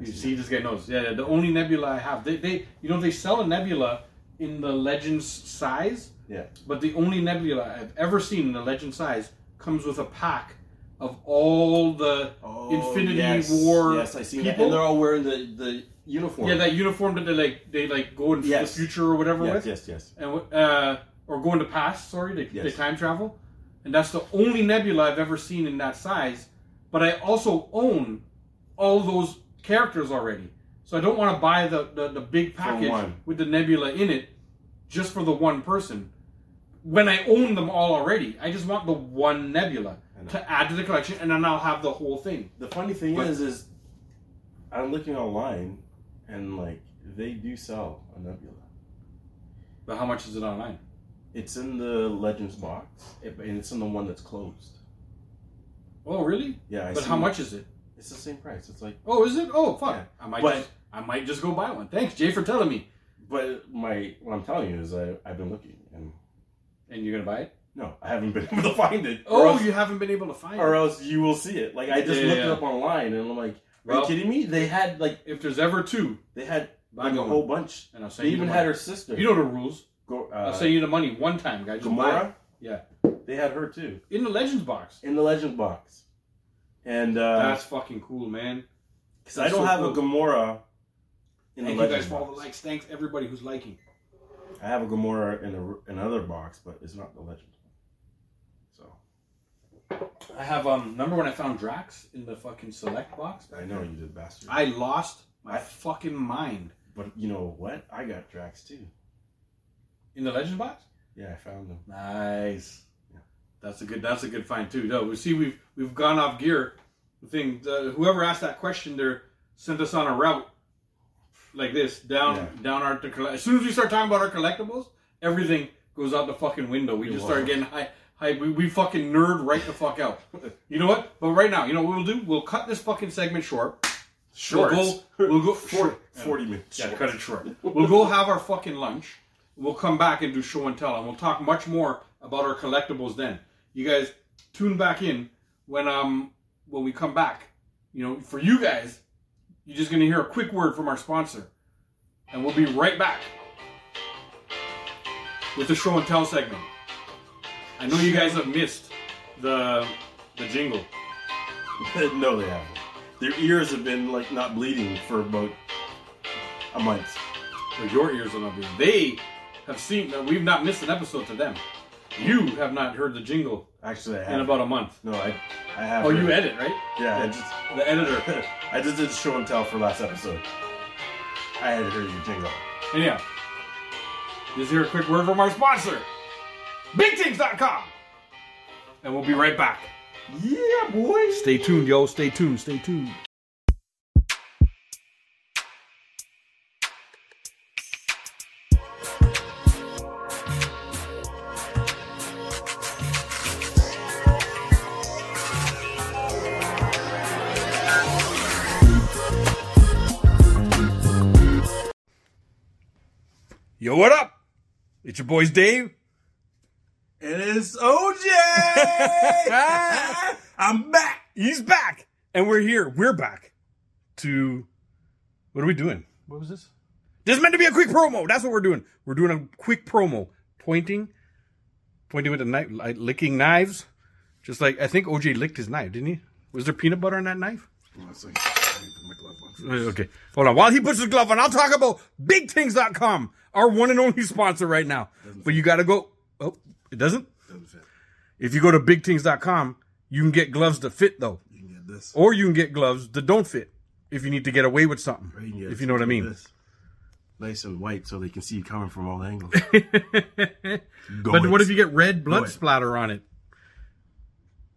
You see, this guy knows. Yeah, yeah, the only Nebula I have. They, they, you know, they sell a Nebula in the Legends size. Yeah. But the only Nebula I've ever seen in the Legend size comes with a pack of all the Oh, Infinity yes, War. Yes, I see that. people. And they're all wearing the the uniform. yeah, that uniform that they like they like go into Yes. the future or whatever Yes, with, yes, yes. and uh, or go into past. Sorry, they, Yes. they time travel, and that's the only Nebula I've ever seen in that size. But I also own all those characters already, so I don't want to buy the the, the big package one. with the Nebula in it just for the one person. When I own them all already, I just want the one Nebula I know. to add to the collection, and then I'll have the whole thing. The funny thing But- is, is I'm looking online, and like they do sell a Nebula. But how much is it online? It's in the Legends box, it- and it's in the one that's closed. Oh, really? Yeah, I but see how it. much is it? It's the same price. It's like, Oh, is it? Oh, fuck. Yeah. I might But- just, I might just go buy one. Thanks, Jay, for telling me. but my what I'm telling you is I I've been looking, and And you're gonna buy it? no, I haven't been able to find it. or Oh, else, you haven't been able to find or it. else you will see it. Like I just Yeah, looked yeah. it up online, and I'm like, are Well- you kidding me? They had like If there's ever two, they had buy like me a one. whole bunch. and I'll They send you even the had money. her sister. You know the rules. Go, I'll uh, send you the money one time, guys. Just buy it. Gamora. Yeah. They had her too In the Legends box. in the Legend box, and uh, That's fucking cool, man. Because I don't so have cool. a Gamora in the Thank you legend guys for all the box. likes. Thanks everybody who's liking. I have a Gamora in a, another box, but it's not the legend. So I have um. Remember when I found Drax in the fucking select box? I know you did bastard. I lost my I- fucking mind but you know what? I got Drax too. in the Legends box. Yeah, I found him. Nice. That's a good. That's a good find too. No, we see we've we've gone off gear. The thing, uh, whoever asked that question, there sent us on a route like this down Yeah. down our. To, as soon as we start talking about our collectibles, everything goes out the fucking window. We just start getting high. high we, we fucking nerd right the fuck out. You know what? But right now, you know what we'll do? We'll cut this fucking segment short. Short. We'll go. We'll go Forty, 40 minutes. yeah, cut it short. We'll go have our fucking lunch. We'll come back and do show and tell, and we'll talk much more about our collectibles then. You guys tune back in when um when we come back. You know, for you guys, you're just gonna hear a quick word from our sponsor, and we'll be right back with the show and tell segment. I know you guys have missed the the jingle. no, they haven't. Their ears have been like not bleeding for about a month. or your ears will not be. They have seen that we've not missed an episode to them. You have not heard the jingle Actually, I in have. about a month. no, I, I have. Oh, heard you it. edit, right? Yeah, I just. The editor. I just did show and tell for last episode. I had to hear your jingle. Anyhow, just hear a quick word from our sponsor, BigThings.com. And we'll be right back. Yeah, boys. Stay tuned, yo. Stay tuned. Stay tuned. Yo, what up? It's your boys Dave And it's OJ! I'm back! He's back, and we're here. We're back. To what are we doing? What was this? This is meant to be a quick promo. That's what we're doing. We're doing a quick promo, pointing, pointing with a knife, like licking knives, just like I think OJ licked his knife, didn't he? Was there peanut butter on that knife? Uh, Okay, hold on. While he puts his glove on, I'll talk about BigThings.com, our one and only sponsor right now. but you got to go. Oh, it doesn't. If you go to BigThings.com, you can get gloves that fit though, You can get this. or you can get gloves that don't fit if you need to get away with something. You can get if you know what I mean. this. Nice and white so they can see you coming from all angles. But what if you get red blood splatter on it?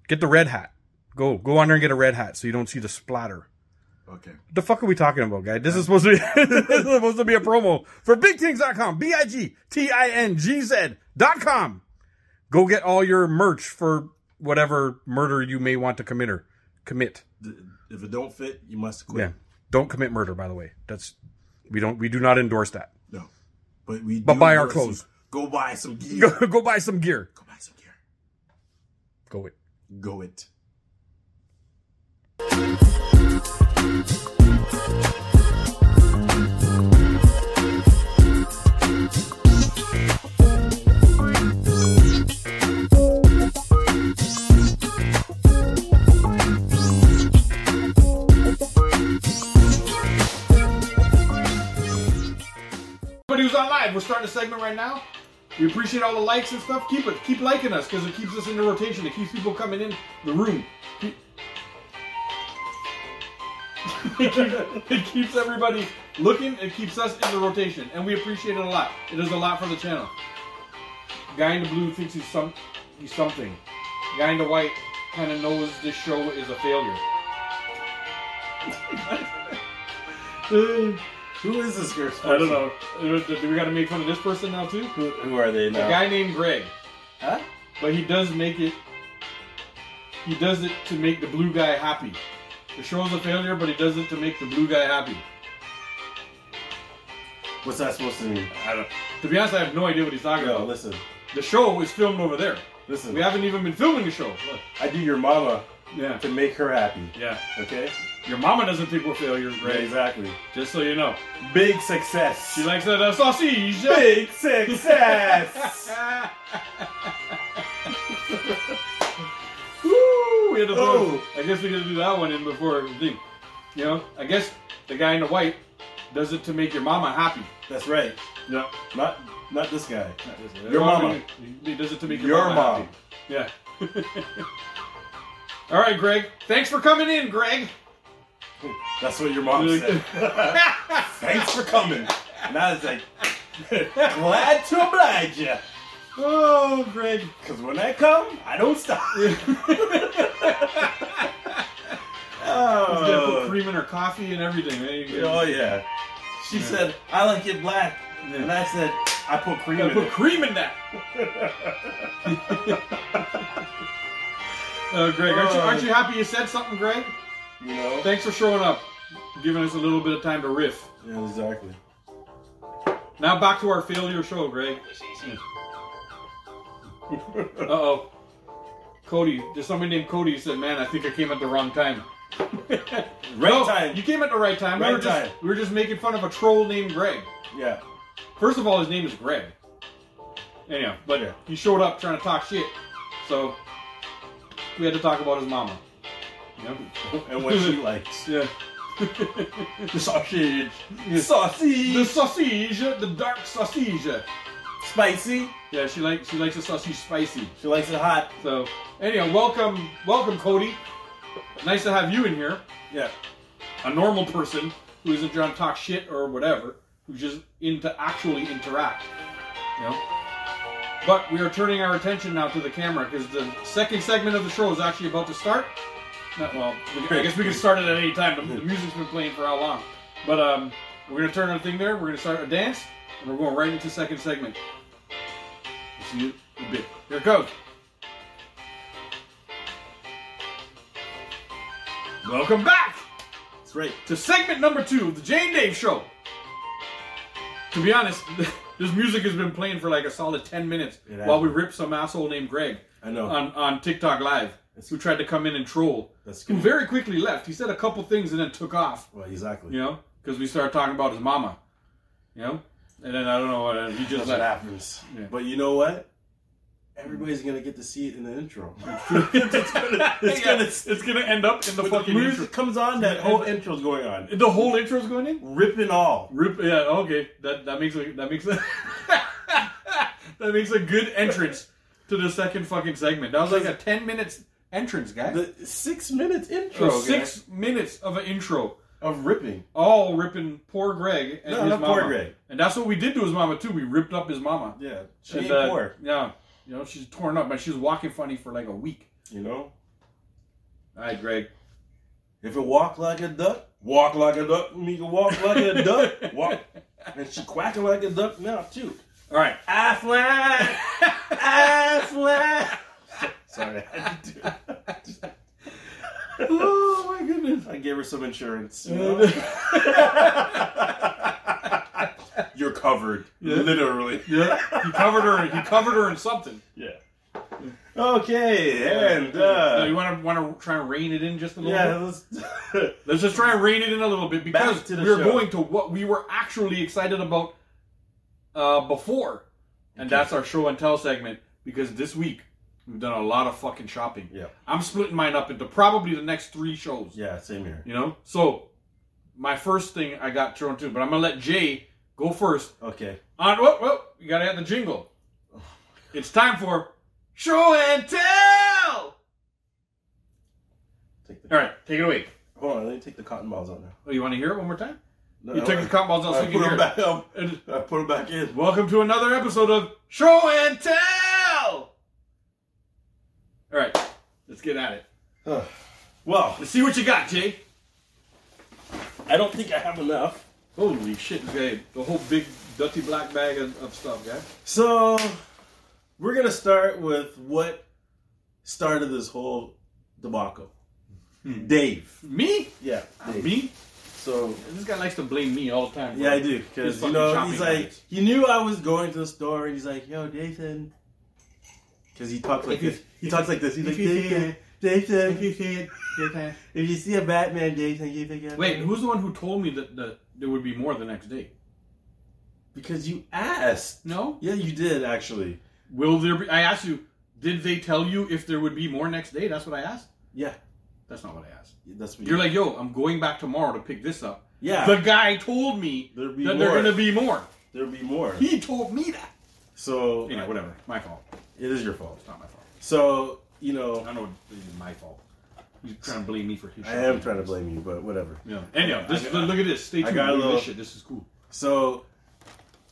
Get the red hat. Go go on there and get a red hat so you don't see the splatter. Okay. What the fuck are we talking about, guy? This is supposed to be this is supposed to be a promo for bigtings.com, B I G T I N G Z dot com. Go get all your merch for whatever murder you may want to commit or commit. Th- If it don't fit, you must quit. Yeah. Don't commit murder, by the way. That's we don't we do not endorse that. No. But we But do buy our endorse you. clothes. Go buy some gear. Go, go buy some gear. Go buy some gear. Go it. Go it. But he was on live. We're starting a segment right now. We appreciate all the likes and stuff. Keep it. Keep liking us because it keeps us in the rotation. It keeps people coming in the room. Keep- it, keeps, it keeps everybody looking. It keeps us in the rotation, and we appreciate it a lot. It is a lot for the channel. Guy in the blue thinks he's some he's something. Guy in the white kind of knows this show is a failure. Who is this girl? I don't know. Do we got to make fun of this person now too? Who, who are they now? A guy named Greg. Huh? But he does make it. He does it to make the blue guy happy. The show's a failure, but he does it to make the blue guy happy. What's that supposed to mean? I don't. To be honest, I have no idea what he's talking No, about. listen, The show is filmed over there. listen. We haven't even been filming the show. Look. I do your mama Yeah. to make her happy. Yeah. Okay? Your mama doesn't think we're failures, Yeah, Greg. exactly. Just so you know. Big success. She likes that uh, sausage. Big success. Woo! We had to throw, Oh. I guess we gotta do that one in before everything. You know, I guess the guy in the white does it to make your mama happy. That's right. No, Not not this guy. Your mama. He does it to make your, Your mama mom. happy. Yeah. All right, Greg. Thanks for coming in, Greg. That's what your mom said. Thanks for coming. And I was like, glad to oblige you. Oh, Greg. Cause when I come, I don't stop. She's gonna put oh, cream in her coffee and everything. There you go. oh yeah. She said, I like it black. And I said, I put cream I in put it. cream in that. Oh, Greg, aren't you, aren't you happy you said something, Greg? You know? Thanks for showing up, giving us a little bit of time to riff. Yeah, exactly. Now back to our failure show, Greg. Uh oh. Cody, there's somebody named Cody who said, Man, I think I came at the wrong time. right time. You came at the right time. we, Right were time. Just, we were just making fun of a troll named Greg. Yeah. First of all, his name is Greg. Anyhow, but Yeah. he showed up trying to talk shit. So we had to talk about his mama. Yep. And what she likes. Yeah. The sausage. Sausage. The sausage, the dark sausage. spicy. Yeah, she likes she likes the sausage spicy. She likes it hot. So anyhow, welcome, welcome, Cody. Nice to have you in here. Yeah. A normal person who isn't trying to talk shit or whatever, who's just in to actually interact. You know. But we are turning our attention now to the camera because the second segment of the show is actually about to start. Not, well, we, I guess we can start it at any time. The, the music's been playing for how long? But um, we're gonna turn our thing there. We're gonna start a dance, and we're going right into second segment. We'll see you in a bit. Here it goes. Welcome back That's right. to segment number two of the Jane Dave Show. To be honest, This music has been playing for like a solid ten minutes It Oh. while we hasn't. rip some asshole named Greg I know. on on TikTok Live That's- who tried to come in and troll. That's Who good. very quickly left. He said a couple things and then took off. Well, exactly. You know, because we started talking about his mama. You know, and then I don't know. Uh, he just That's what left. happens. Yeah. But you know what? Everybody's gonna get to see it in the intro. it's gonna, it's gonna- it's gonna end up in the When the fucking music intro. comes on, that Yeah. whole intro's going on. The whole intro's going in. Ripping all. Rip. Yeah. Okay. That that makes a that makes a that makes a good entrance to the second fucking segment. That was like a ten minutes entrance, guys. The six minutes intro. So Oh, guys, six minutes of an intro, of ripping. all ripping poor Greg and No, his not mama. poor Greg. And that's what we did to his mama too. We ripped up his mama. Yeah. She And, ain't uh, poor. Yeah. You know she's torn up, but she's walking funny for like a week. You know? All right, Greg. If it walk like a duck, walk like a duck, me can walk like a duck, walk. And she quacking like a duck now too. All right. I fly, I fly. Sorry, I had to do it. oh my goodness. I gave her some insurance. You know? You're covered, literally. Yeah. He covered her. He covered her in something. Yeah. Okay, and So you uh, want to want to try and rein it in just a little yeah, bit? let's, Let's just try and rein it in a little bit because Back to the we're show. going to what we were actually excited about uh, before, and that's our show and tell segment. Because this week we've done a lot of fucking shopping. Yeah. I'm splitting mine up into probably the next three shows. yeah, same here. You know, so my first thing I got thrown to, but I'm gonna let Jay go first. Okay, On well, well, you gotta have the jingle. It's time for show and tell. take the All right, take it away. hold on. Let me take the cotton balls out now. Oh, you want to hear it one more time? No, You I took the want- cotton balls out so I you can put hear them it. back up. And I put them back in. welcome to another episode of Show and Tell. All right, let's get at it. Well, Let's see what you got, Jay. I don't think I have enough. Holy shit, Jay! The whole big dirty black bag of, of stuff, guy. So we're gonna start with what started this whole debacle. Hmm. Dave. Me? Yeah. Dave. Me? So This guy likes to blame me all the time. bro. yeah, I do His because you fucking know shopping he's like habits. he knew I was going to the store and he's like, "Yo, Dathan," because he talks like If you- this. He talks like this. He's if like, you see "Dathan, Dathan, if see it, Jay. you see a Batman, Dathan, you pick up." Wait, who's the one who told me that, that there would be more the next day? Because you asked. No. Yeah, you did actually. Will there be? I asked you. Did they tell you if there would be more next day? That's what I asked. Yeah, That's not what I asked. that's what You're like, yo, I'm going back tomorrow to pick this up. yeah. The guy told me There'd be that more. there gonna be more. There'll be more. He told me that. So Anyway, whatever. My fault. It is your fault. It's not my fault. So, you I know, know this is my fault. He's trying to blame me for his. I shit. am trying to blame you, but whatever. Yeah. Anyhow, this, I got- look at this. Stay I tuned. got a Look at little- this shit. This is cool. So,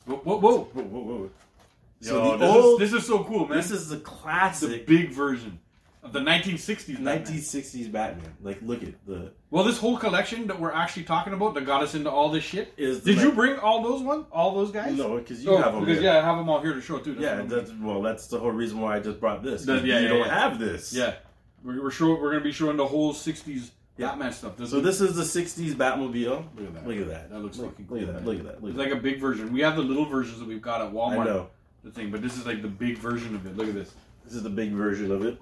Whoa, whoa, whoa. whoa, whoa, whoa. Yo, So the this, old, is, this is so cool, man. this is the classic big version of the 1960s. Batman. 1960s Batman. Like, look at the Well, this whole collection that we're actually talking about that got us into all this shit. is. The Did you bring all those ones? All those guys? No, because you Oh, have them. because here. yeah, I have them all here to show too. yeah. what I'm That's well, that's the whole reason why I just brought this. 'cause That- yeah, you yeah, don't yeah. have this. Yeah, we're we're, show, we're gonna be showing the whole '60s Yeah. Batman stuff. This So this is the 60s Batmobile. Look at that. Look at that. That looks look, fucking Look at cool, that. man. Look at that. Look is at that. like a big version. We have the little versions that we've got at I Walmart. know. The thing, but this is like the big version of it. Look at this. This is the big version of it.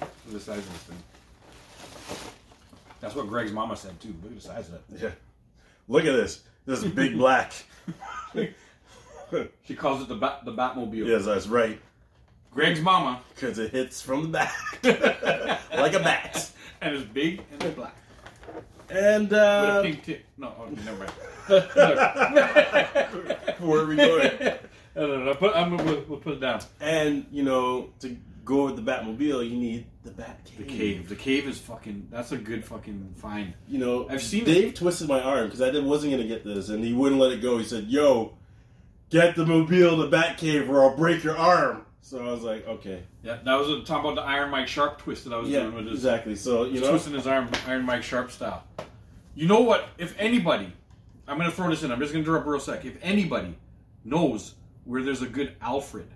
Look at the size of this thing. That's what Greg's mama said too. Look at the size of that. thing. Yeah. Look at this. This is big black. She calls it the bat, the Batmobile. yes, that's right. Greg's mama, Because it hits from the back. like a bat. and it's big and it's black. And, With a uh. pink tick. No, oh, never mind. Look. Where are we going? No, no, no, put, I'm, we'll, we'll put it down. and, you know, to go with the Batmobile, you need the Bat Cave. The cave. The cave is fucking. That's a good fucking find. You know, I've seen Dave twisted my arm because I did, wasn't going to get this, and he wouldn't let it go. He said, Yo, get the mobile to Bat Cave or I'll break your arm. So I was like, Okay. Yeah, that was a talk about the Iron Mike Sharp twist that I was Yeah, doing with his exactly. So, you he's know. twisting his arm, Iron Mike Sharp style. You know what? If anybody, I'm gonna throw this in. I'm just gonna interrupt real sec. If anybody knows where there's a good Alfred,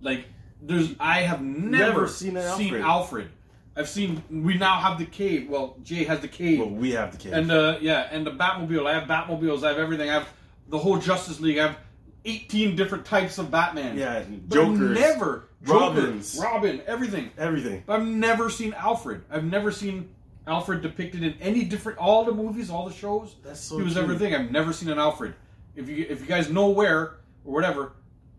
like there's, I have never, seen an Alfred. Alfred. I've seen. We now have the cave. Well, Jay has the cave. uh, Well, we have the cave. And uh, yeah, and the Batmobile. I have Batmobiles. I have everything. I have the whole Justice League. I have 18 different types of Batman. Yeah, But I've Jokers, never Robins. Joker, Robin, everything. everything. But I've never seen Alfred. I've never seen Alfred depicted in any different all the movies, all the shows. That's so he was true. everything. I've never seen an Alfred. If you if you guys know where or whatever,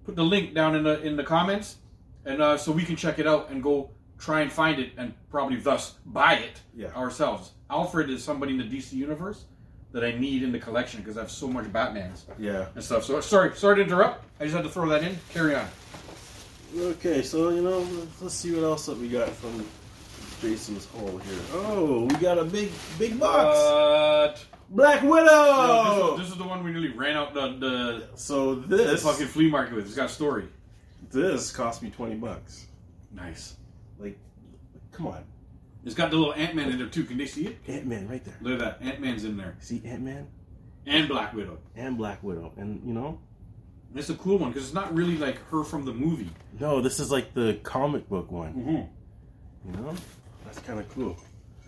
put the link down in the in the comments, and uh, so we can check it out and go try and find it and probably thus buy it Yeah. ourselves. Alfred is somebody in the DC universe that I need in the collection because I have so much Batman's Yeah. and stuff. So sorry, sorry to interrupt. I just had to throw that in. Carry on. Okay, so you know, let's- let's see what else that we got from Jason's hole here. Oh, we got a big, big box. But Black Widow. Oh. No, Uh, this, is, this is the one we nearly ran out the, the, so the this, fucking flea market with. It's got a story. this cost me twenty bucks. Nice. Like, come on, It's got the little Ant Man in there too. Can they see it? Ant Man right there. Look at that. Ant Man's in there. See Ant Man And Black Widow. and Black Widow, and you know, And it's a cool one because it's not really like her from the movie. no, this is like the comic book one. Mm-hmm. You know, that's kind of cool.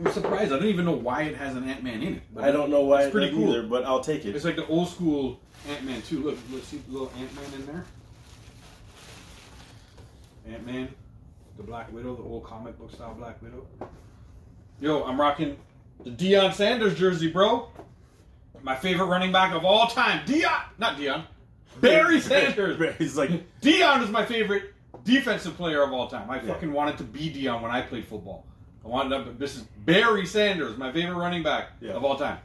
I'm surprised. I don't even know why it has an Ant Man in it. But I don't know why It's it pretty does cool. either, but I'll take it. It's like the old school Ant Man too. Look, look, see the little Ant Man in there. Ant Man, the Black Widow, the old comic book style Black Widow. Yo, I'm rocking the Deion Sanders jersey, bro. My favorite running back of all time, Deion, not Deion, Barry Sanders. He's like, Deion is my favorite defensive player of all time. I fucking wanted to be Deion when I played football. I wanted to, but this is Barry Sanders, my favorite running back Yeah. of all time.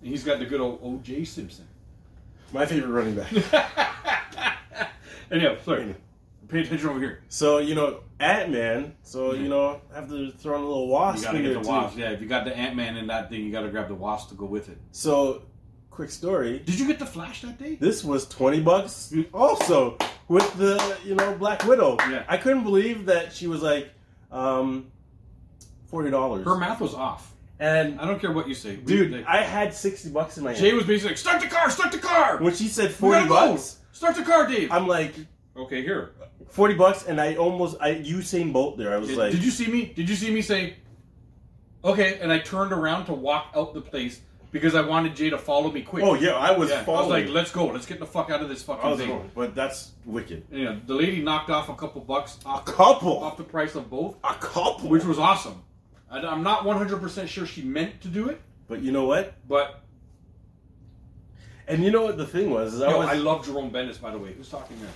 And he's got the good old O.J. Simpson. my favorite running back. Anyhow, sorry. Pay attention over here. So you know, Ant Man. So you know, I have to throw in a little wasp. You gotta in get there, the too. wasp. Yeah, if you got the Ant Man in that thing, you gotta grab the wasp to go with it. So, quick story. Did you get the Flash that day? This was twenty bucks. Also, with the you know Black Widow. Yeah. I couldn't believe that she was like, um, forty dollars. Her math was off. And I don't care what you say, We- dude, like, I had sixty bucks in my Jay hand. was basically like, "Start the car, start the car, When she said We gotta forty go! bucks, start the car, Dave." I'm like okay, here. forty bucks, and I almost I Usain Bolt there. I was Did, like, did you see me? Did you see me say, "Okay"? And I turned around to walk out the place because I wanted Jay to follow me quick. Oh yeah, I was yeah. I was following. like, "Let's go, let's get the fuck out of this fucking I was thing." like, but that's wicked. You know, the lady knocked off a couple bucks off the, Couple, off the price of both. a couple. which was awesome. And I'm not 100% sure she meant to do it, But you know what? but And you know what the thing was? Is I yo, was Oh, I love Jerome Bendis, by the way. Who's talking there?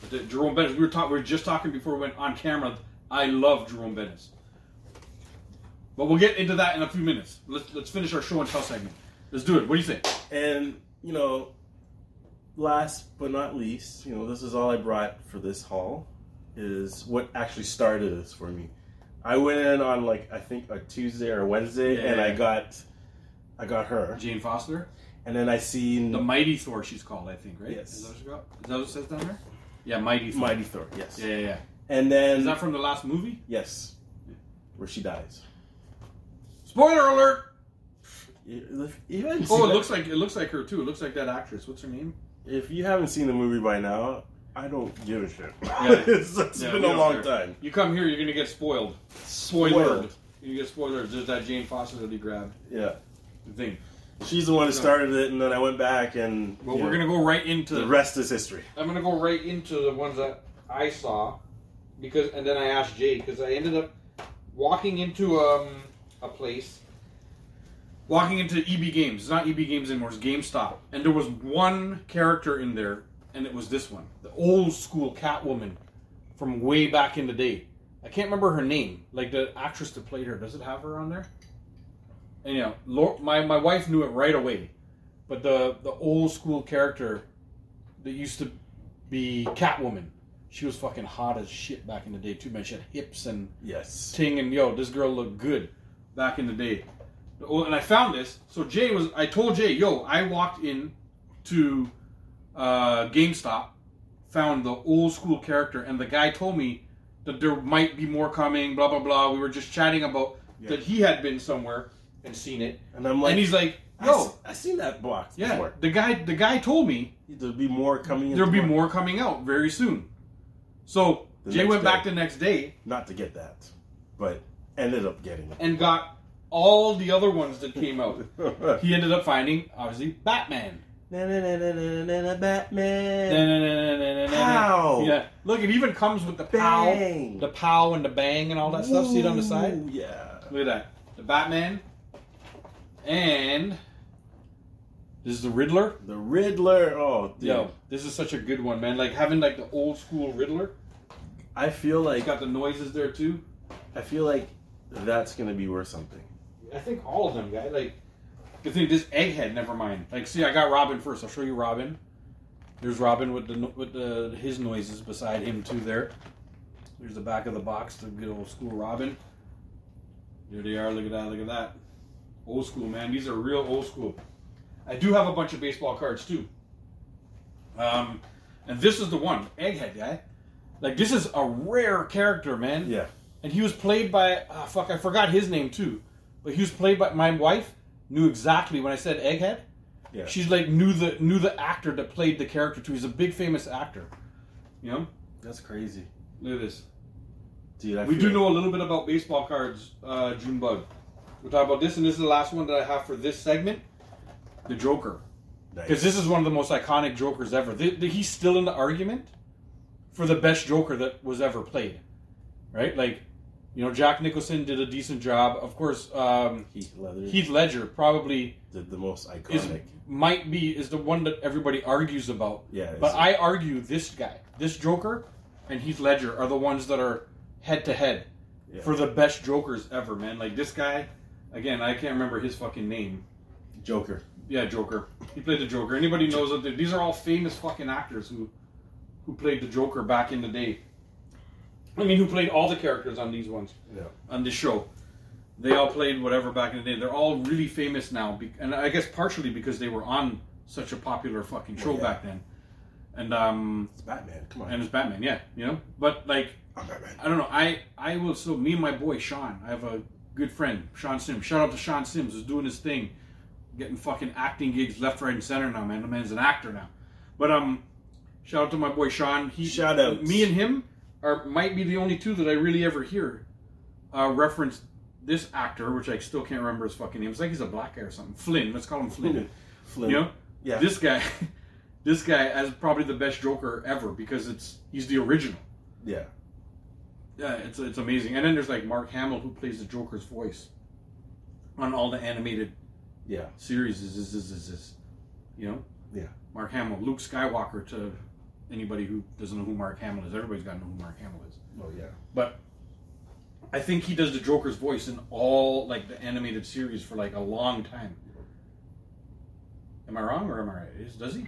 But the- Jerome Bendis. We were talking. We were just talking before we went on camera. I love Jerome Bendis. But we'll get into that in a few minutes. Let's let's finish our show and tell segment. Let's do it. What do you think? and you know, last but not least, you know, this is all I brought for this haul is what actually started this for me. I went in on like I think a Tuesday or Wednesday, Yeah. and I got, I got her, Jane Foster, and then I seen the Mighty Thor, she's called, I think, right? Yes. Is that what, she's called? Is that what it says down there? Yeah, Mighty Thor. Mighty Thor, yes, Yeah, yeah, yeah. and then Is that from the last movie? yes, where she dies. Spoiler alert! You- you haven't Oh, seen it that- looks like it looks like her too. It looks like that actress. What's her name? If you haven't seen the movie by now, I don't give a shit. Yeah. it's it's Yeah, been we a don't long care. time. You come here, you're gonna get spoiled. Spoiled. You get spoilers. There's that Jane Foster that he grabbed. Yeah. The thing. She's the one who started it, and then I went back, and Well, you we're know, gonna go right into. the rest is history. I'm gonna go right into the ones that I saw, because and then I asked Jay because I ended up walking into um a place. Walking into EB Games, it's not EB Games anymore. It's GameStop, and there was one character in there, and it was this one, the old school Catwoman from way back in the day. I can't remember her name, like the actress that played her. Does it have her on there? And you know, Lor- my my wife knew it right away, but the the old school character that used to be Catwoman, she was fucking hot as shit back in the day too, man. She had hips and Yes. ting and yo, this girl looked good back in the day. Oh, and I found this. So Jay was, I told Jay, yo, I walked in to uh, GameStop, found the old school character, and the guy told me that there might be more coming. Blah blah blah. We were just chatting about that he had been somewhere and seen it, And I'm like, and he's like, I yo, s- I, seen that box yeah, before. the guy, the guy told me There'll be more coming. in there'll be tomorrow. more coming out very soon. So The Jay next went day. back the next day Not to get that, but ended up getting and got all the other ones that came out. it. he ended up finding obviously Batman, Na na na na na na na Batman. Pow! Pow. Yeah. Look, it even comes with the pow, Bang. the pow, and the bang, and all that stuff. See it on the side. Ooh, Yeah. Look at that. The Batman. And this is the Riddler. The Riddler. Oh, dude. Yo, this is such a good one, man. Like having like the old school Riddler. I feel It's like got the noises there too. I feel like that's gonna be worth something. I think all of them, guy. Like the thing, this egghead. Never mind. Like, see, I got Robin first. I'll show you Robin. There's Robin with the no- with the, his noises beside him too. There. There's the back of the box. The good old school Robin. There they are. Look at that. Look at that. Old school, man. These are real old school. I do have a bunch of baseball cards too. Um, and this is the one egghead guy. Like this is a rare character, man Yeah. and he was played by ah, fuck I forgot his name too, but he was played by my wife knew exactly when I said egghead. Yeah. She's like knew the knew the actor that played the character too. He's a big famous actor. You know, That's crazy, look at this. dude. I We feel do know a little bit about baseball cards, uh, June Bug. We'll talk about this, and this is the last one that I have for this segment, the Joker. Because this is one of the most iconic Jokers ever. The, the, he's still in the argument for the best Joker that was ever played, right? Like, you know, Jack Nicholson did a decent job. Of course, um, Heath Leather Heath Ledger probably did the most is iconic. might be is the one that everybody argues about. Yeah, But it's- I argue this guy, this Joker, and Heath Ledger are the ones that are head to head Yeah. for the best Jokers ever, man. Like this guy, again, I can't remember his fucking name. Joker. Yeah, Joker. He played the Joker. Anybody knows that they- these are all famous fucking actors who who played the Joker back in the day. I mean, who played all the characters on these ones Yeah. on this show. They all played whatever back in the day. They're all really famous now, be- and I guess partially because they were on such a popular fucking show Well, yeah. back then. And um, It's Batman. Come on. and it's Batman, yeah, you know. But like, I'm Batman. I don't know. I I will still me and my boy Sean. I have a good friend Sean Sims. Shout out to Sean Sims who's doing his thing, getting fucking acting gigs left, right, and center now, man. The man's an actor now. But um, shout out to my boy Sean. He Shout outs. Me and him are might be the only two that I really ever hear uh, reference this actor, which I still can't remember his fucking name. It's like he's a black guy or something. Flynn. Let's call him Flynn. Flynn. You know? Yeah. This guy, this guy as probably the best Joker ever because it's he's the original. Yeah. Yeah, it's it's amazing. And then there's like Mark Hamill who plays the Joker's voice on all the animated Yeah. series. Is is is is, is you know? Yeah. Mark Hamill, Luke Skywalker to anybody who doesn't know who Mark Hamill is. Everybody's got to know who Mark Hamill is. Oh yeah. But I think he does the Joker's voice in all like the animated series for like a long time. Am I wrong or am I right? Is does he?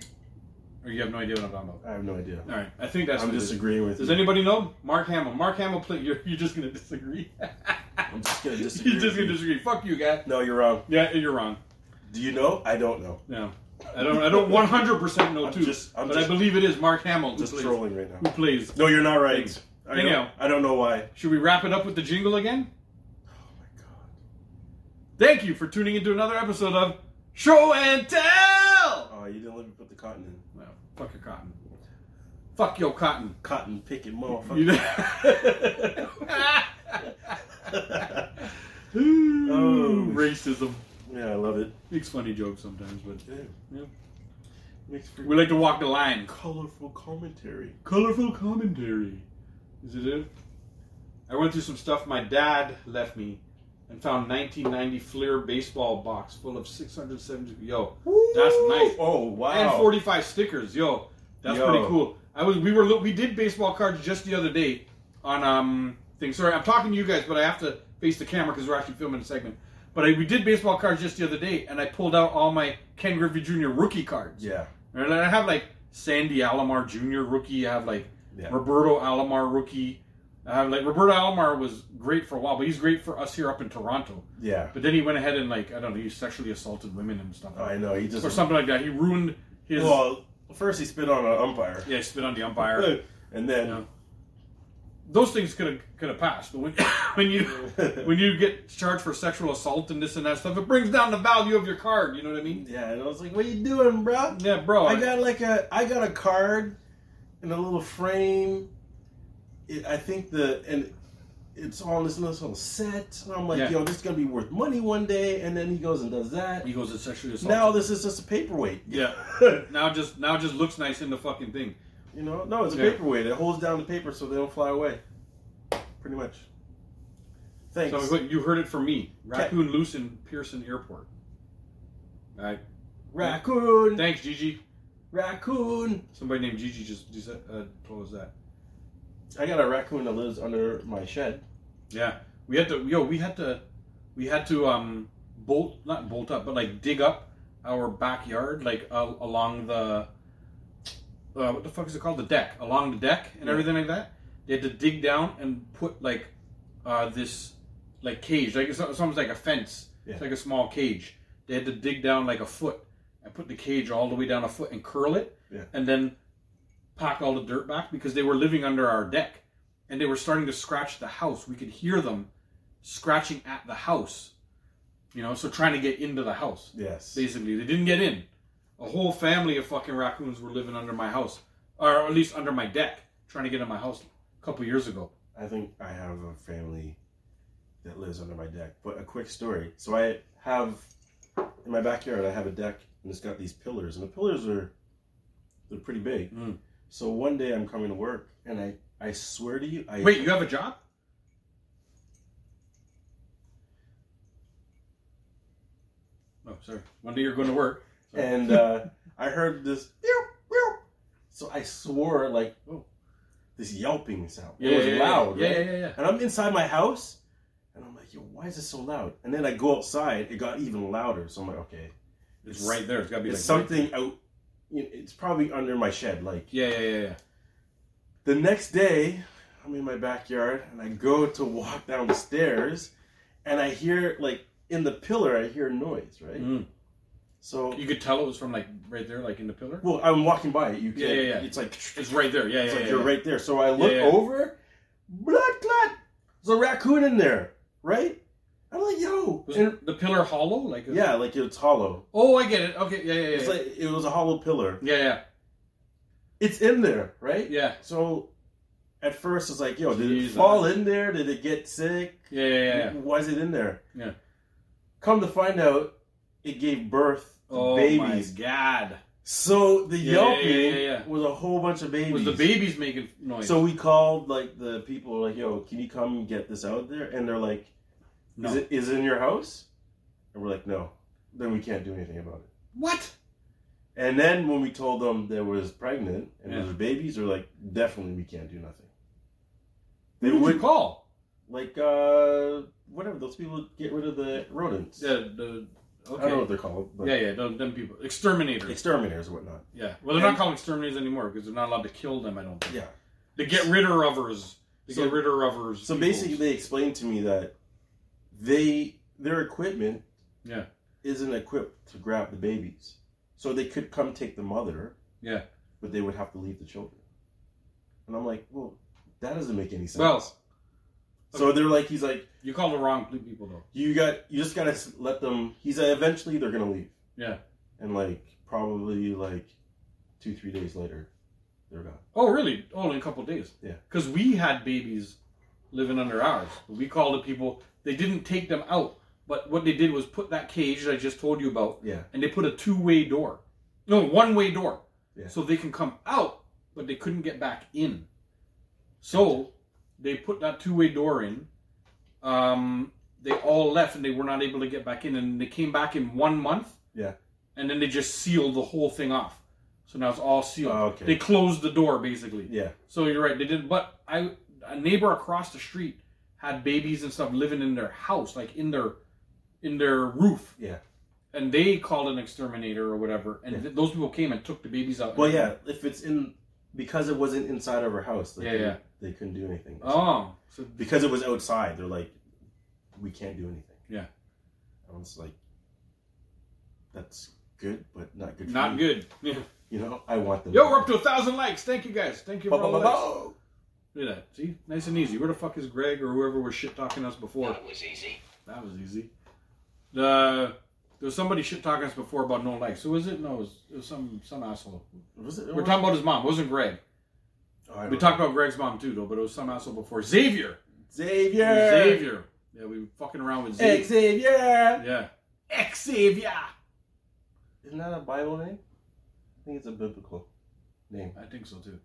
Or you have no idea what I'm talking about? I have no idea. All right, I think that's I'm what it is. disagreeing with Does you. anybody know Mark Hamill? Mark Hamill, play, you're, you're just gonna disagree. I'm just gonna disagree. you're just with gonna you. disagree. Fuck you, guy. No, you're wrong. Yeah, you're wrong. Do you know? I don't know. No, I don't. I don't 100 percent know I'm too. just- I'm but I just- believe it is Mark Hamill. Just who plays, trolling right Who now. plays? No, you're not right. Thanks. I Hang know. out. I don't know why. Should we wrap it up with the jingle again? Oh my god. Thank you for tuning into another episode of Show and Tell. Oh, you didn't let me put the cotton in. Well, fuck your cotton. Fuck your cotton. Cotton picking motherfucker. You know? Oh, racism. yeah, I love it. Makes funny jokes sometimes, but Yeah. Yeah. Makes for we like to walk the line. colorful commentary. Colorful commentary. Is it it? I went through some stuff my dad left me and found 1990 Fleer baseball box full of 670. Yo, that's nice. Oh wow. And 45 stickers. Yo, that's Yo. pretty cool. I was we were look we did baseball cards just the other day on um thing. Sorry, I'm talking to you guys, but I have to face the camera because we're actually filming a segment. But I, we did baseball cards just the other day, and I pulled out all my Ken Griffey Jr. rookie cards. Yeah. And I have like Sandy Alomar Jr. rookie. I have like Yeah. Roberto Alomar rookie. I have like Roberto Alomar was great for a while, but he's great for us here up in Toronto. Yeah. But then he went ahead and like I don't know, he sexually assaulted women and stuff, I know. He just or something like that. He ruined his Oh, Well, first he spit on an umpire. yeah, he spit on the umpire. And then Yeah. Those things could have could have passed, but when when you when you get charged for sexual assault and this and that stuff, it brings down the value of your card. You know what I mean? Yeah, and I was like, "What you doing, bro?" Yeah, bro. I got like a I got a card and a little frame. It, I think the and it's on this little set, and I'm like, Yeah. yo, this is gonna be worth money one day, and then he goes and does that. He goes and sexually assaults. Now this is just a paperweight. yeah. now just now just looks nice in the fucking thing. You know, no, it's a Yeah. paperweight. It holds down the paper so they don't fly away. Pretty much. Thanks. So but you heard it from me. Raccoon loose in Pearson Airport. All right. raccoon, Thanks, Gigi. raccoon. Somebody named Gigi just just, uh, told us that. I got a raccoon that lives under my shed. Yeah, we had to. Yo, we had to. We had to um bolt, not bolt up, but like dig up our backyard, like uh, along the. Uh, what the fuck is it called? The deck, along the deck, and everything like that. They had to dig down and put like uh, this like cage, like it's, it's almost like a fence. Yeah. It's like a small cage. They had to dig down like a foot and put the cage all the way down a foot and curl it, Yeah. and then pack all the dirt back because they were living under our deck and they were starting to scratch the house. We could hear them scratching at the house, you know, so trying to get into the house. Yes. Basically, they didn't get in. A whole family of fucking raccoons were living under my house, or at least under my deck, trying to get in my house a couple years ago. I think I have a family that lives under my deck. But a quick story. So I have in my backyard. I have a deck, and it's got these pillars, and the pillars are they're pretty big. Mm. So one day I'm coming to work, and I I swear to you, I Wait, you have a job? Oh, sorry. One day you're going to work. and uh, I heard this. "Meow, meow." So I swore like oh, this yelping sound. it was loud. Yeah, right? yeah, yeah, yeah. And I'm inside my house, and I'm like, yo, why is it so loud? And then I go outside, it got even louder. So I'm like, okay, It's right there. It's got to be it's like something out. You know, it's probably under my shed. Like Yeah, yeah, yeah, yeah. the next day, I'm in my backyard and I go to walk down the stairs, and I hear like in the pillar, I hear noise. Right. Mm. So You could tell it was from like right there, like in the pillar. well, I'm walking by it. You Yeah, can. yeah, yeah. It's like It's right there. Yeah, yeah, it's like yeah, you're yeah. right there. So I look yeah. over, blood clot. There's a raccoon in there, right? I'm like, yo, Was and- it the pillar hollow? Like a- yeah, like it's hollow. Oh, I get it. Okay. Yeah, yeah, yeah. It's like it was a hollow pillar. yeah, yeah, It's in there, right? yeah, So at first it's like, yo, did Jesus. it fall in there? Did it get sick? yeah, yeah, yeah. yeah. Was it in there? Yeah. Come to find out, it gave birth to Oh babies. my God! So the Yeah, yelping yeah, yeah, yeah, yeah. was a whole bunch of babies. Was the babies making noise? So we called like the people like, yo, can you come get this out there? And they're like, No. is it is it in your house? And we're like, no. Then we can't do anything about it. what? And then when we told them that was pregnant and Yeah. there was babies, they're like, definitely we can't do nothing. Who They did would you call? like uh whatever those people get rid of the rodents. Yeah, the okay. I don't know what they're called, but yeah, yeah, them, them people, exterminators. exterminators and whatnot. Yeah, well, they're not And- called exterminators anymore because they're not allowed to kill them. I don't think. Yeah. The get ridder overs. The So- get ridder overs. So basically, they explained to me that they their equipment Yeah. isn't equipped to grab the babies, so they could come take the mother. Yeah. But they would have to leave the children. And I'm like, well, that doesn't make any sense. Well, so they're like, he's like, you call the wrong people though. you got you just gotta s- let them he's like, eventually they're gonna leave Yeah. and like probably like two three days later they're gone Oh, really? Oh, in a couple days. Yeah. Because we had babies living under ours. We called the people. They didn't take them out, but what they did was put that cage that I just told you about, yeah and they put a two-way door. No, one-way door. Yeah. So they can come out, but they couldn't get back in. So they put that two-way door in. Um, they all left, and they were not able to get back in, and they came back in one month. Yeah. And then they just sealed the whole thing off. So now it's all sealed. Oh, okay. They closed the door basically. yeah So you're right. They did, but I a neighbor across the street had babies and stuff living in their house, like in their in their roof, yeah and they called an exterminator or whatever, and th- those people came and took the babies out. well yeah if it's in because it wasn't inside of her house they Yeah, couldn't, yeah. they couldn't do anything Oh, so because it was outside they're like we can't do anything Yeah. i was like that's good but not good for not me. good. Yeah. you know i want them Yo, we're up to a thousand likes. Thank you guys. Thank you for all the likes. Ba-ba-ba-ba. Look at that. See, nice and easy. Where the fuck is Greg or whoever was shit talking us before? That was easy. That was easy. The there was somebody shit talking us before about no likes. Who was it? No, it was, it was some some asshole. was it We're talking about his mom. It wasn't Greg. Oh, I don't We know. talked about Greg's mom too, though, but it was some asshole before. Xavier! Xavier. Xavier. Yeah, we were fucking around with Xavier. Xavier. Yeah. Xavier. Isn't that a Bible name? I think it's a biblical name. I think so too.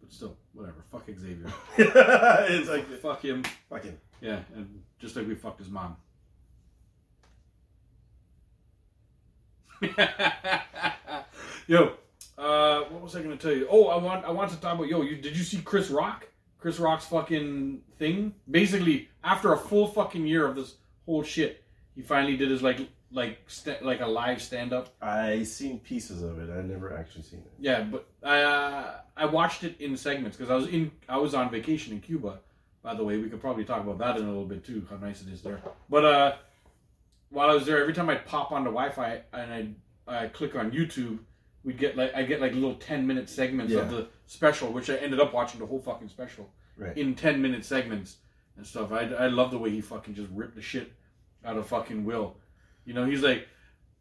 But still, whatever. Fuck Xavier. it's like Fuck him. fucking. Yeah, and just like we fucked his mom. yo, uh, what was I gonna tell you? Oh, I want I want to talk about yo. You did you see Chris Rock? Chris Rock's fucking thing. Basically, after a full fucking year of this whole shit, he finally did his like like st- like a live stand up. I seen pieces of it. I never actually seen it. Yeah, but I uh, I watched it in segments because I was in I was on vacation in Cuba. By the way, we could probably talk about that in a little bit too. How nice it is there. But uh, while I was there, every time I'd pop onto Wi-Fi and I I click on YouTube, we'd get like I get like little ten minute segments of Yeah. the special, which I ended up watching the whole fucking special Right. in ten minute segments and stuff. I I love the way he fucking just ripped the shit out of fucking Will. You know, he's like,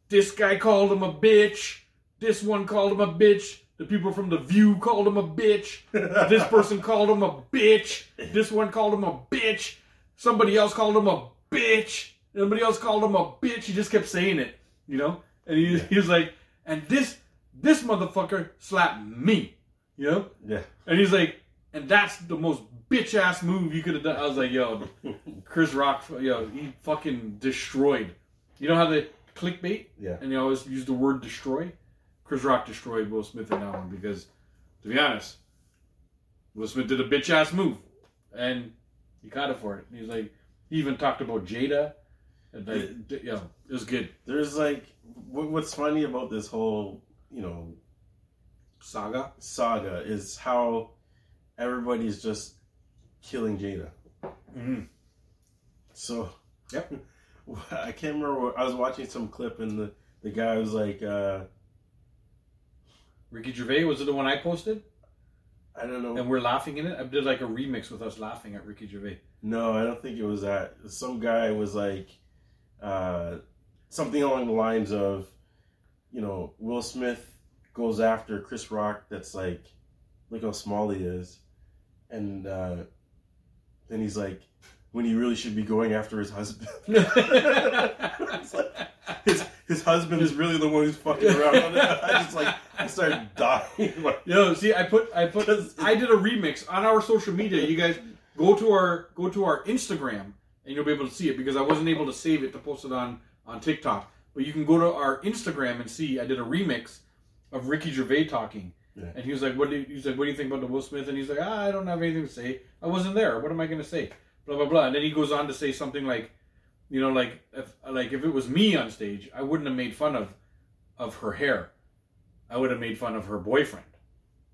this guy called him a bitch. This one called him a bitch. The people from The View called him a bitch. This person called him a bitch. This one called him a bitch. Somebody else called him a bitch. Somebody else called him a bitch. He just kept saying it, you know? And he, he was like, and this this motherfucker slapped me, you know? Yeah. And he's like, and that's the most bitch ass move you could have done. I was like, yo, Chris Rock, yo, he fucking destroyed. You know how they clickbait? Yeah. And they always use the word destroy? Chris Rock destroyed Will Smith in that one because, to be honest, Will Smith did a bitch ass move. And he caught it for it. And he's like, he even talked about Jada. And like, d- yo, it was good. There's like, what, what's funny about this whole, you know, Saga? saga is how everybody's just killing Jada. Mhm. So, Yep. I can't remember. What, I was watching some clip and the the guy was like, uh, Ricky Gervais, was it the one I posted? I don't know. And we're laughing in it? I did like a remix with us laughing at Ricky Gervais. No, I don't think it was that. Some guy was like uh, something along the lines of, you know, Will Smith goes after Chris Rock. That's like, look how small he is, and uh, then he's like, when he really should be going after his husband. It's like, his his husband is really the one who's fucking around. I just like I started dying. Like, Yo, see, I put, I put, 'Cause- I did a remix on our social media. You guys go to our, go to our Instagram, and you'll be able to see it because I wasn't able to save it to post it on on TikTok. But you can go to our Instagram and see I did a remix of Ricky Gervais talking, Yeah. and he was like, "What do you, he was like, What do you think about the Will Smith?" And he's like, ah, "I don't have anything to say. I wasn't there. What am I going to say?" Blah blah blah. And then he goes on to say something like, "You know, like if like if it was me on stage, I wouldn't have made fun of of her hair. I would have made fun of her boyfriend.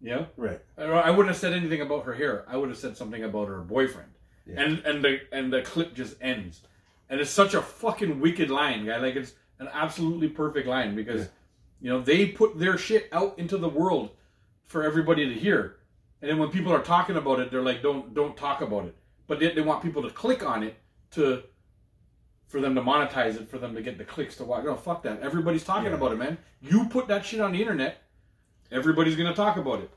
Yeah." right. I don't- I wouldn't have said anything about her hair. I would have said something about her boyfriend. Yeah. And and the and the clip just ends. And it's such a fucking wicked line, guy. Like it's an absolutely perfect line because you know they put their shit out into the world for everybody to hear. And then when people are talking about it, they're like, "Don't don't talk about it." But they, they want people to click on it to for them to monetize it, for them to get the clicks to watch. No, fuck that. Everybody's talking Yeah. about it, man. You put that shit on the internet, everybody's gonna talk about it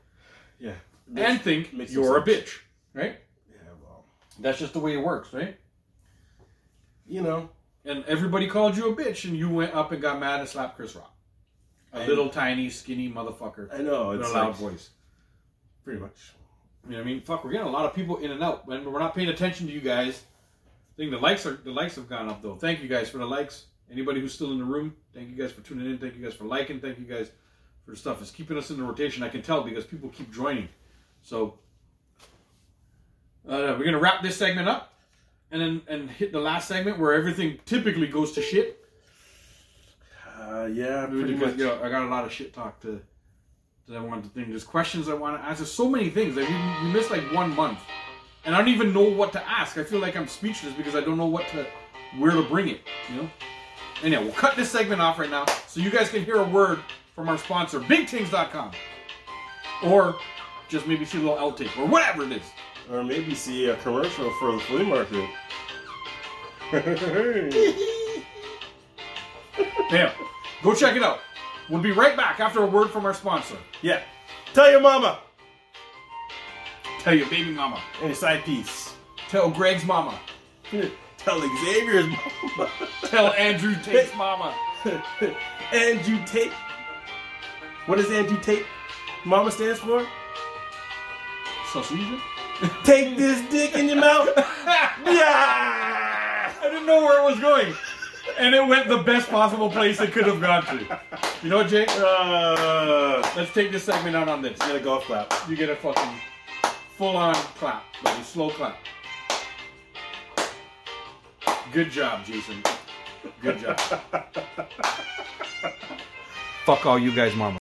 Yeah. and think makes you're a sense. bitch, right? Yeah. Well, That's just the way it works, right? you know. And everybody called you a bitch, and you went up and got mad and slapped Chris Rock, a I- little tiny skinny motherfucker I know. with It's a loud like, voice. pretty much. You know what I mean? Fuck, we're getting a lot of people in and out, and we're not paying attention to you guys. I think the likes are the likes have gone up though. Thank you guys for the likes. Anybody who's still in the room, thank you guys for tuning in. Thank you guys for liking. Thank you guys for the stuff. It's keeping us in the rotation. I can tell because people keep joining. So uh, we're gonna wrap this segment up, and then and hit the last segment where everything typically goes to shit. Uh, yeah, pretty Because, much. you know, I got a lot of shit talk to that I wanted to think. There's questions I want to ask. There's so many things. Like we, we missed like one month, and I don't even know what to ask. I feel like I'm speechless because I don't know what to where to bring it. You know. Anyhow, we'll cut this segment off right now so you guys can hear a word from our sponsor, BigTings.com, or just maybe see a little outtake or whatever it is. Or maybe see a commercial for the flea market. Bam. Go check it out. We'll be right back after a word from our sponsor. yeah. Tell your mama. Tell your baby mama. And a side piece. Tell Greg's mama. Tell Xavier's mama. Tell Andrew Tate's mama. Andrew Tate. What does Andrew Tate mama stands for? Sausage? Take this dick in your mouth. yeah! I didn't know where it was going. And it went the best possible place it could have gone to. You know what, Jake? Uh, Let's take this segment out on this. get a golf clap. You get a fucking full on clap, like a slow clap. Good job, Jason. Good job. Fuck all you guys, mama.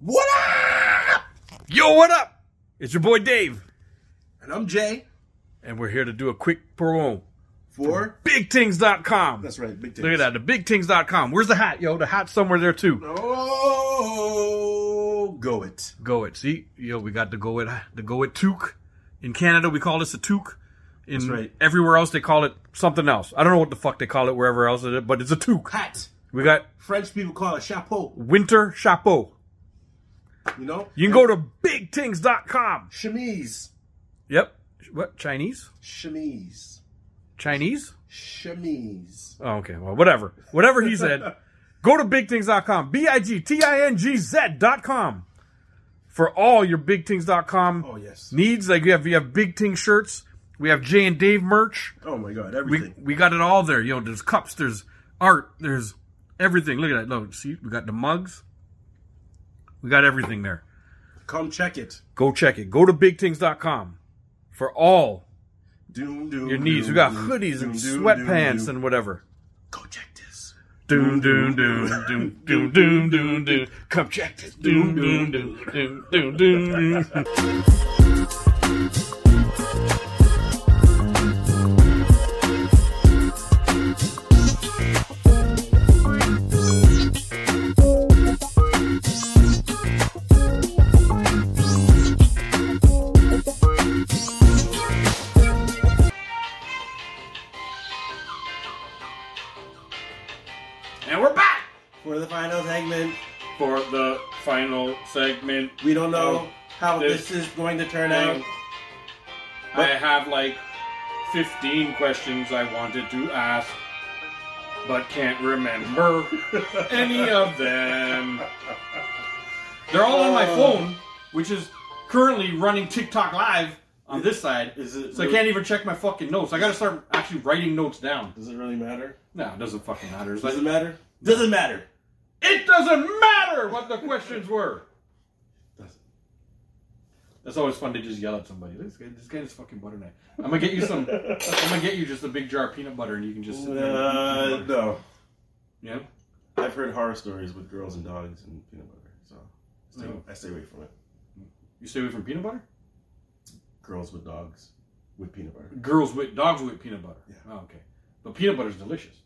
What up? Yo, what up? It's your boy Dave, And I'm Jay and we're here to do a quick promo. for. BigTings.com. That's right, big things. Look at that, the BigTings.com. Where's the hat, yo? The hat's somewhere there too. Oh, go it. Go it. See, yo, we got the go it, the go it toque. In Canada, we call this a toque. In right. everywhere else, they call it something else. I don't know what the fuck they call it wherever else it is, but it's a toque. Hat. We got French people call it chapeau. winter chapeau. You know, You can go to BigTings.com. chemise, Yep. What Chinese? chemise, Chinese? chemise. Oh, okay. Well, whatever. Whatever he said. Go to bigthings.com. B I G T I N G Z.com for all your bigthings.com Oh yes. needs. Like we have we have Big Ting shirts. We have Jay and Dave merch. Oh my God, We everything. we got it all there. You know, there's cups, there's art, there's everything. Look at that. Look, see, we got the mugs. We got everything there. Come check it. Go check it. Go to bigthings.com for all Doom, doom. your needs. doom, We got doom, hoodies and doom, doom, doom, sweatpants doom. and whatever. go check this. Doom doom doom doom doom doom doom doom. Come check this. Doom doom doom doom doom doom. doom. And we're back For the final segment, for the final segment. we don't know Oh, how this- this is going to turn out. Now, I have like 15 questions I wanted to ask, but can't remember any of them. They're all on my Oh. phone, which is currently running TikTok Live on this side. Is it? So I really- can't even check my fucking notes. I gotta start actually writing notes down. Does it really matter? No, it doesn't fucking matter. It's Does it like- matter? Doesn't matter. it doesn't matter what the questions were. That's always fun to just yell at somebody. This guy, this guy is fucking butter knife. I'm gonna get you some. I'm gonna get you just a big jar of peanut butter, and you can just sit there. and eat Uh, peanut butter. no. Yeah. I've heard horror stories with girls and dogs and peanut butter, so I stay, No. I stay away from it. You stay away from peanut butter. Girls with dogs with peanut butter. Girls with dogs with peanut butter. Yeah. Oh, okay. But peanut butter's delicious.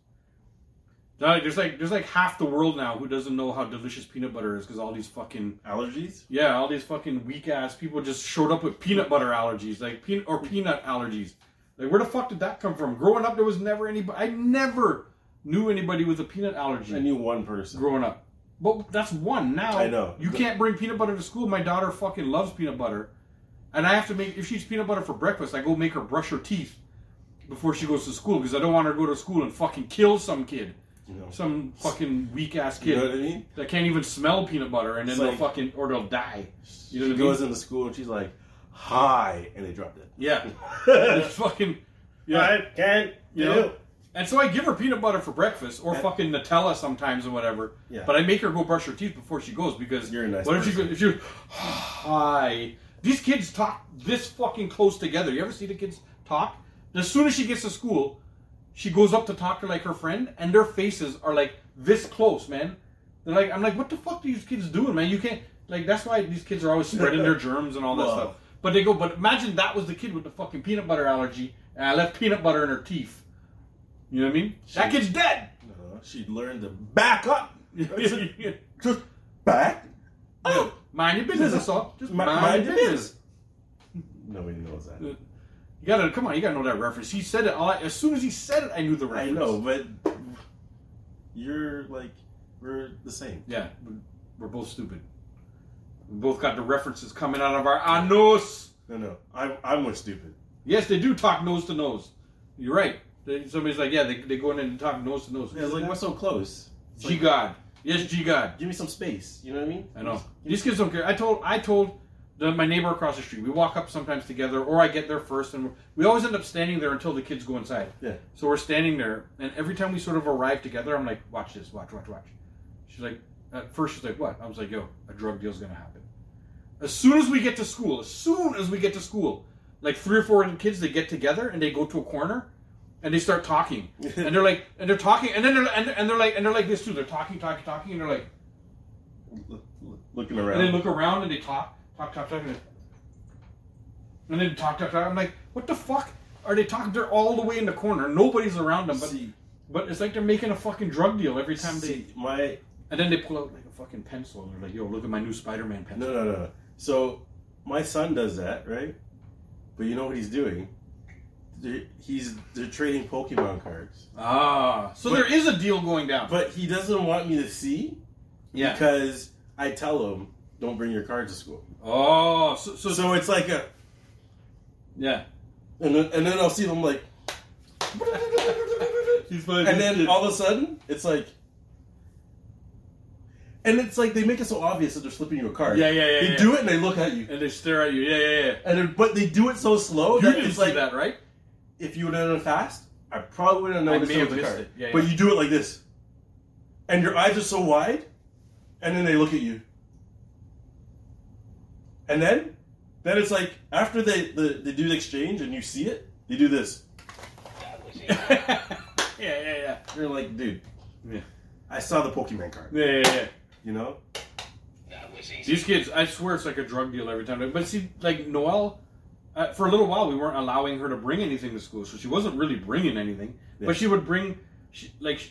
Now, like, there's like there's like half the world now who doesn't know how delicious peanut butter is because all these fucking Allergies? yeah all these fucking weak ass people just showed up with peanut butter allergies like peanut or peanut allergies. Like where the fuck did that come from? Growing up, there was never anybody. I never knew anybody with a peanut allergy. I knew one person. growing up. But that's one now. I know. You can't bring peanut butter to school. My daughter fucking loves peanut butter. And I have to make, if she eats peanut butter for breakfast, I go make her brush her teeth before she goes to school because I don't want her to go to school and fucking kill some kid. you know, Some fucking weak ass you kid know what I mean? that can't even smell peanut butter and then It's they'll like- fucking, or they'll die. You know she what I mean? goes into school and she's like, hi, and they dropped it. Yeah. It's fucking, yeah. can't You know? And so I give her peanut butter for breakfast, or And- fucking Nutella sometimes, or whatever. Yeah. But I make her go brush her teeth before she goes because You're a nice What if she person. goes? If she goes, hi, these kids talk this fucking close together. You ever see the kids talk? As soon as she gets to school, she goes up to talk to like her friend, and their faces are like this close, man. They're like, I'm like, what the fuck are these kids doing, man? You can't like. That's why these kids are always spreading their germs and all that Wow. stuff. But they go. But imagine that was the kid with the fucking peanut butter allergy, and I left peanut butter in her teeth. You know what I mean? That kid's dead. No, she learned to back up. yeah, Back Oh, Mind your business, that's all. Just Mi- mind, mind your your business. nobody knows that. You gotta come on. You gotta know that reference. He said it. All I, as soon as he said it, I knew the I reference. know, but you're like we're the same. Yeah, we- we're both stupid. We both got the references coming out of our our nose. No, no, I'm I'm more stupid. Yes, they do talk nose to nose. You're right. They, somebody's like, yeah, they, they go in and talk nose to nose. Yeah, it's like we're so close. It's G like, God. Yes, G God. give me some space. You know what I mean? I know. Give me These kids don't care. I told I told the, my neighbor across the street. We walk up sometimes together, or I get there first, and we always end up standing there until the kids go inside. Yeah. So we're standing there, and every time we sort of arrive together, I'm like, "Watch this, watch, watch, watch." She's like, at first she's like, "What?" I was like, "Yo, a drug deal's gonna happen." As soon as we get to school, as soon as we get to school, like three or four of the kids, they get together and they go to a corner, and they start talking, and they're like, and they're talking, and then they're and, they're- and they're like, and they're like this too. They're talking, talking, talking, and they're like. look- look- looking around. And they look around and they talk, talk, talk, talk, and, and then talk, talk, talk. I'm like, what the fuck are they talking? They're all the way in the corner. Nobody's around them, but See, but it's like they're making a fucking drug deal every time they. see, my And then they pull out like a fucking pencil and they're like, yo, look at my new Spider-Man pencil. no, no, no. So my son does that, right? But you know what he's doing? They're, he's they're trading Pokemon cards, Ah, so But- there is a deal going down. but he doesn't want me to see yeah. because I tell him don't bring your cards to school. Oh, so, so, So it's like a yeah. and then, and then I'll see them like He's like, and then all of a sudden it's like and it's like they make it so obvious that they're slipping you a card. Yeah, yeah, yeah, They yeah. do it and they look at you, and they stare at you. Yeah, yeah, yeah. and then- but they do it so slow You that didn't it's see like that, right? if you would have done it fast, I probably wouldn't have I noticed may it have was a missed card. it. Yeah, But yeah. you do it like this, and your eyes are so wide, and then they look at you, and then then it's like after they the, they do the exchange and you see it, they do this. yeah, yeah, yeah. You're like, dude, Yeah. I saw the Pokemon card. Yeah, yeah, yeah. You know, These kids, I swear, it's like a drug deal every time. But see, like Noelle, uh, for a little while, we weren't allowing her to bring anything to school, so she wasn't really bringing anything. Yeah. But she would bring, she, like, she,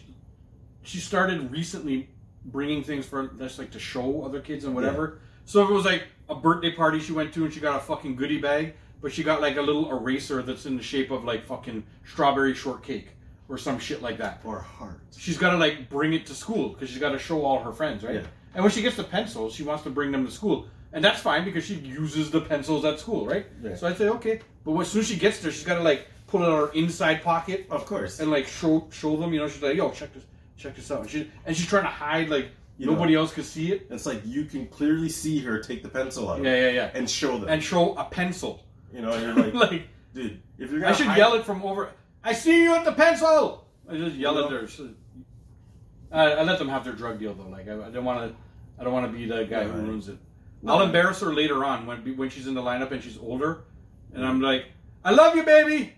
she started recently bringing things for that's like to show other kids and whatever. So if it was like a birthday party she went to and she got a fucking goodie bag, but she got like a little eraser that's in the shape of like fucking strawberry shortcake or some shit like that or heart. she's got to like bring it to school because she's got to show all her friends, right? Yeah. And when she gets the pencils, she wants to bring them to school, and that's fine because she uses the pencils at school, right? Yeah. So I say okay, but when, as soon as she gets there, she's got to like pull it out of her inside pocket Of course. and like show show them. You know, she's like, "Yo, check this, check this out." And she and she's trying to hide like You know. nobody else could see it. it's like you can clearly see her take the pencil out Yeah, yeah, yeah. and show them. And show a pencil. you know, and you're like, like dude, if you're gonna I should hide- yell it from over. I see you at the pencil. I just yell You at know? their. I, I let them have their drug deal though. Like I, I don't want to. I don't want to be the guy who Right. ruins it. I'll Right. embarrass her later on when when she's in the lineup and she's older, and I'm like, "I love you, baby.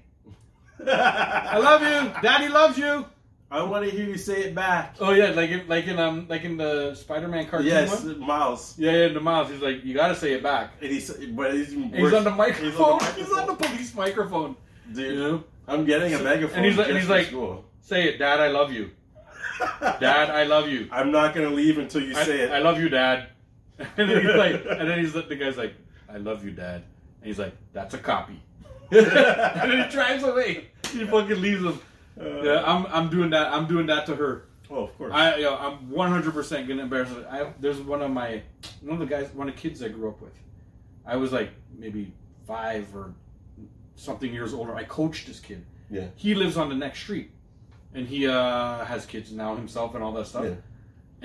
I love you. Daddy loves you." I want to hear you say it back. Oh yeah, like in, like in um like in the Spider-Man cartoon yes, one. Miles. Yeah, yeah. The Miles, he's like, "You gotta say it back." And he's but he's, And he's on He's the on microphone. the He's on the microphone. police microphone. Dude, You know? I'm getting a So- megaphone. and he's like- and just he's for like- school. Say it, Dad. I love you. Dad, I love you. I'm not gonna leave until you I, say it. I love you, Dad. And then he's like, and then he's the guy's like, I love you, Dad. And he's like, that's a copy. and then he drives away. He fucking leaves him. Uh. Yeah, I'm, I'm doing that. I'm doing that to her. oh, of course. I, you know, I'm 100% gonna embarrass her. I, there's one of my, one of the guys, one of the kids I grew up with. I was like maybe five or something years older. I coached this kid. Yeah. He lives on the next street, and he uh, has kids now himself and all that stuff Yeah.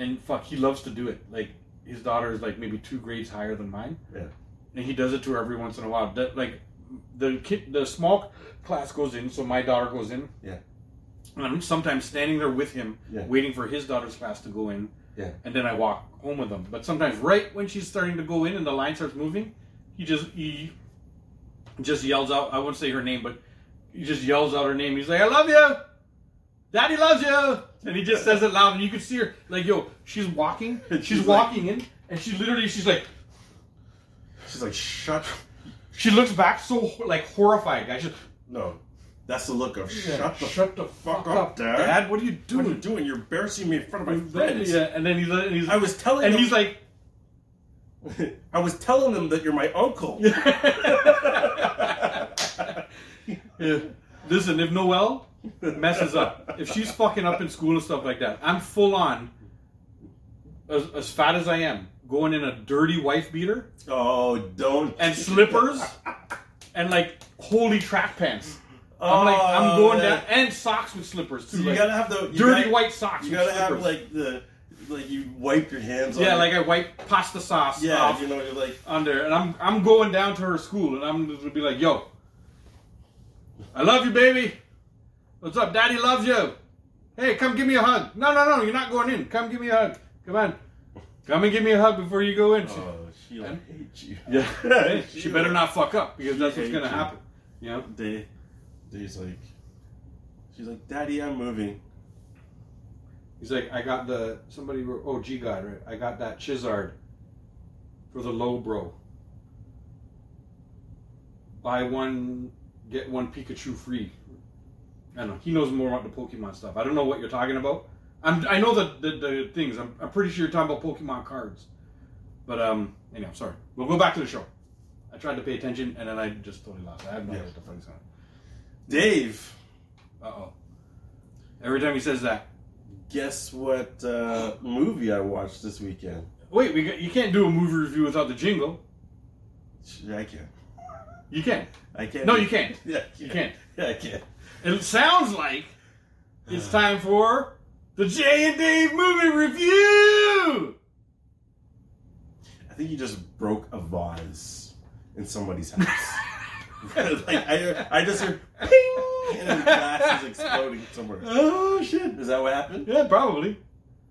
and fuck, he loves to do it. Like his daughter is like maybe two grades higher than mine. Yeah. And he does it to her every once in a while. That like the kid, the small class goes in, so my daughter goes in. Yeah. And I'm sometimes standing there with him, Yeah. waiting for his daughter's class to go in. Yeah. And then I walk home with him. But sometimes, right when she's starting to go in and the line starts moving, he just he just yells out. I won't say her name, but he just yells out her name. He's like, "I love you." Daddy loves you, and he just says it loud, and you can see her like, yo, she's walking, she's, She's like- walking in, and she literally, she's like, She's like, shut. she looks back so ho- like horrified, guys. She's No, that's the look of like, shut the shut the fuck up, Dad. What are you What are you doing? doing? You're embarrassing me in front of my friends. yeah, and then he's, and he's I was telling and them- he's like, I was telling them that you're my uncle. Yeah. Listen, if Noelle messes up, if she's fucking up in school and stuff like that, I'm full on, as, as fat as I am, going in a dirty wife beater oh, don't. and slippers and like holy track pants. I'm like, I'm going down, and socks with slippers too. Oh, You like, gotta have the you dirty gotta- white socks. You with gotta have slippers. like the like you wipe your hands. yeah, on like it. I wipe pasta sauce yeah, off you know, you're like on there, and I'm I'm going down to her school, and I'm just gonna be like, "Yo, I love you, baby. What's up? Daddy loves you. Hey, come give me a hug. No, no, no, you're not going in. Come give me a hug. Come on, come and give me a hug before you go in. She- oh, she'll hate you. yeah, she better not fuck up because She that's what's hates gonna you. happen. You know? They, they's like, she's like, Daddy, I'm moving. He's like, I got the somebody wrote, oh G God, right? I got that Chisard for the low bro. Buy one, get one Pikachu free. I don't know. He knows more about the Pokemon stuff. I don't know what you're talking about. I'm, I know the, the, the things. I'm, I'm pretty sure you're talking about Pokemon cards. But um, anyhow, sorry. We'll go back to the show. I tried to pay attention and then I just totally lost. it. I have no idea what the fuck's on. Dave, Uh oh. Every time he says that, guess what uh, movie I watched this weekend? wait, we got, you can't do a movie review without the jingle. Shit, I can't. You can. I can't. No, you can't. Yeah, You can't. Yeah, I can't. It sounds like it's time for the Jay and Dave movie review. I think you just broke a vase in somebody's house. like I, I just hear ping, and the glass is exploding somewhere. Oh shit! Is that what happened? Yeah, probably.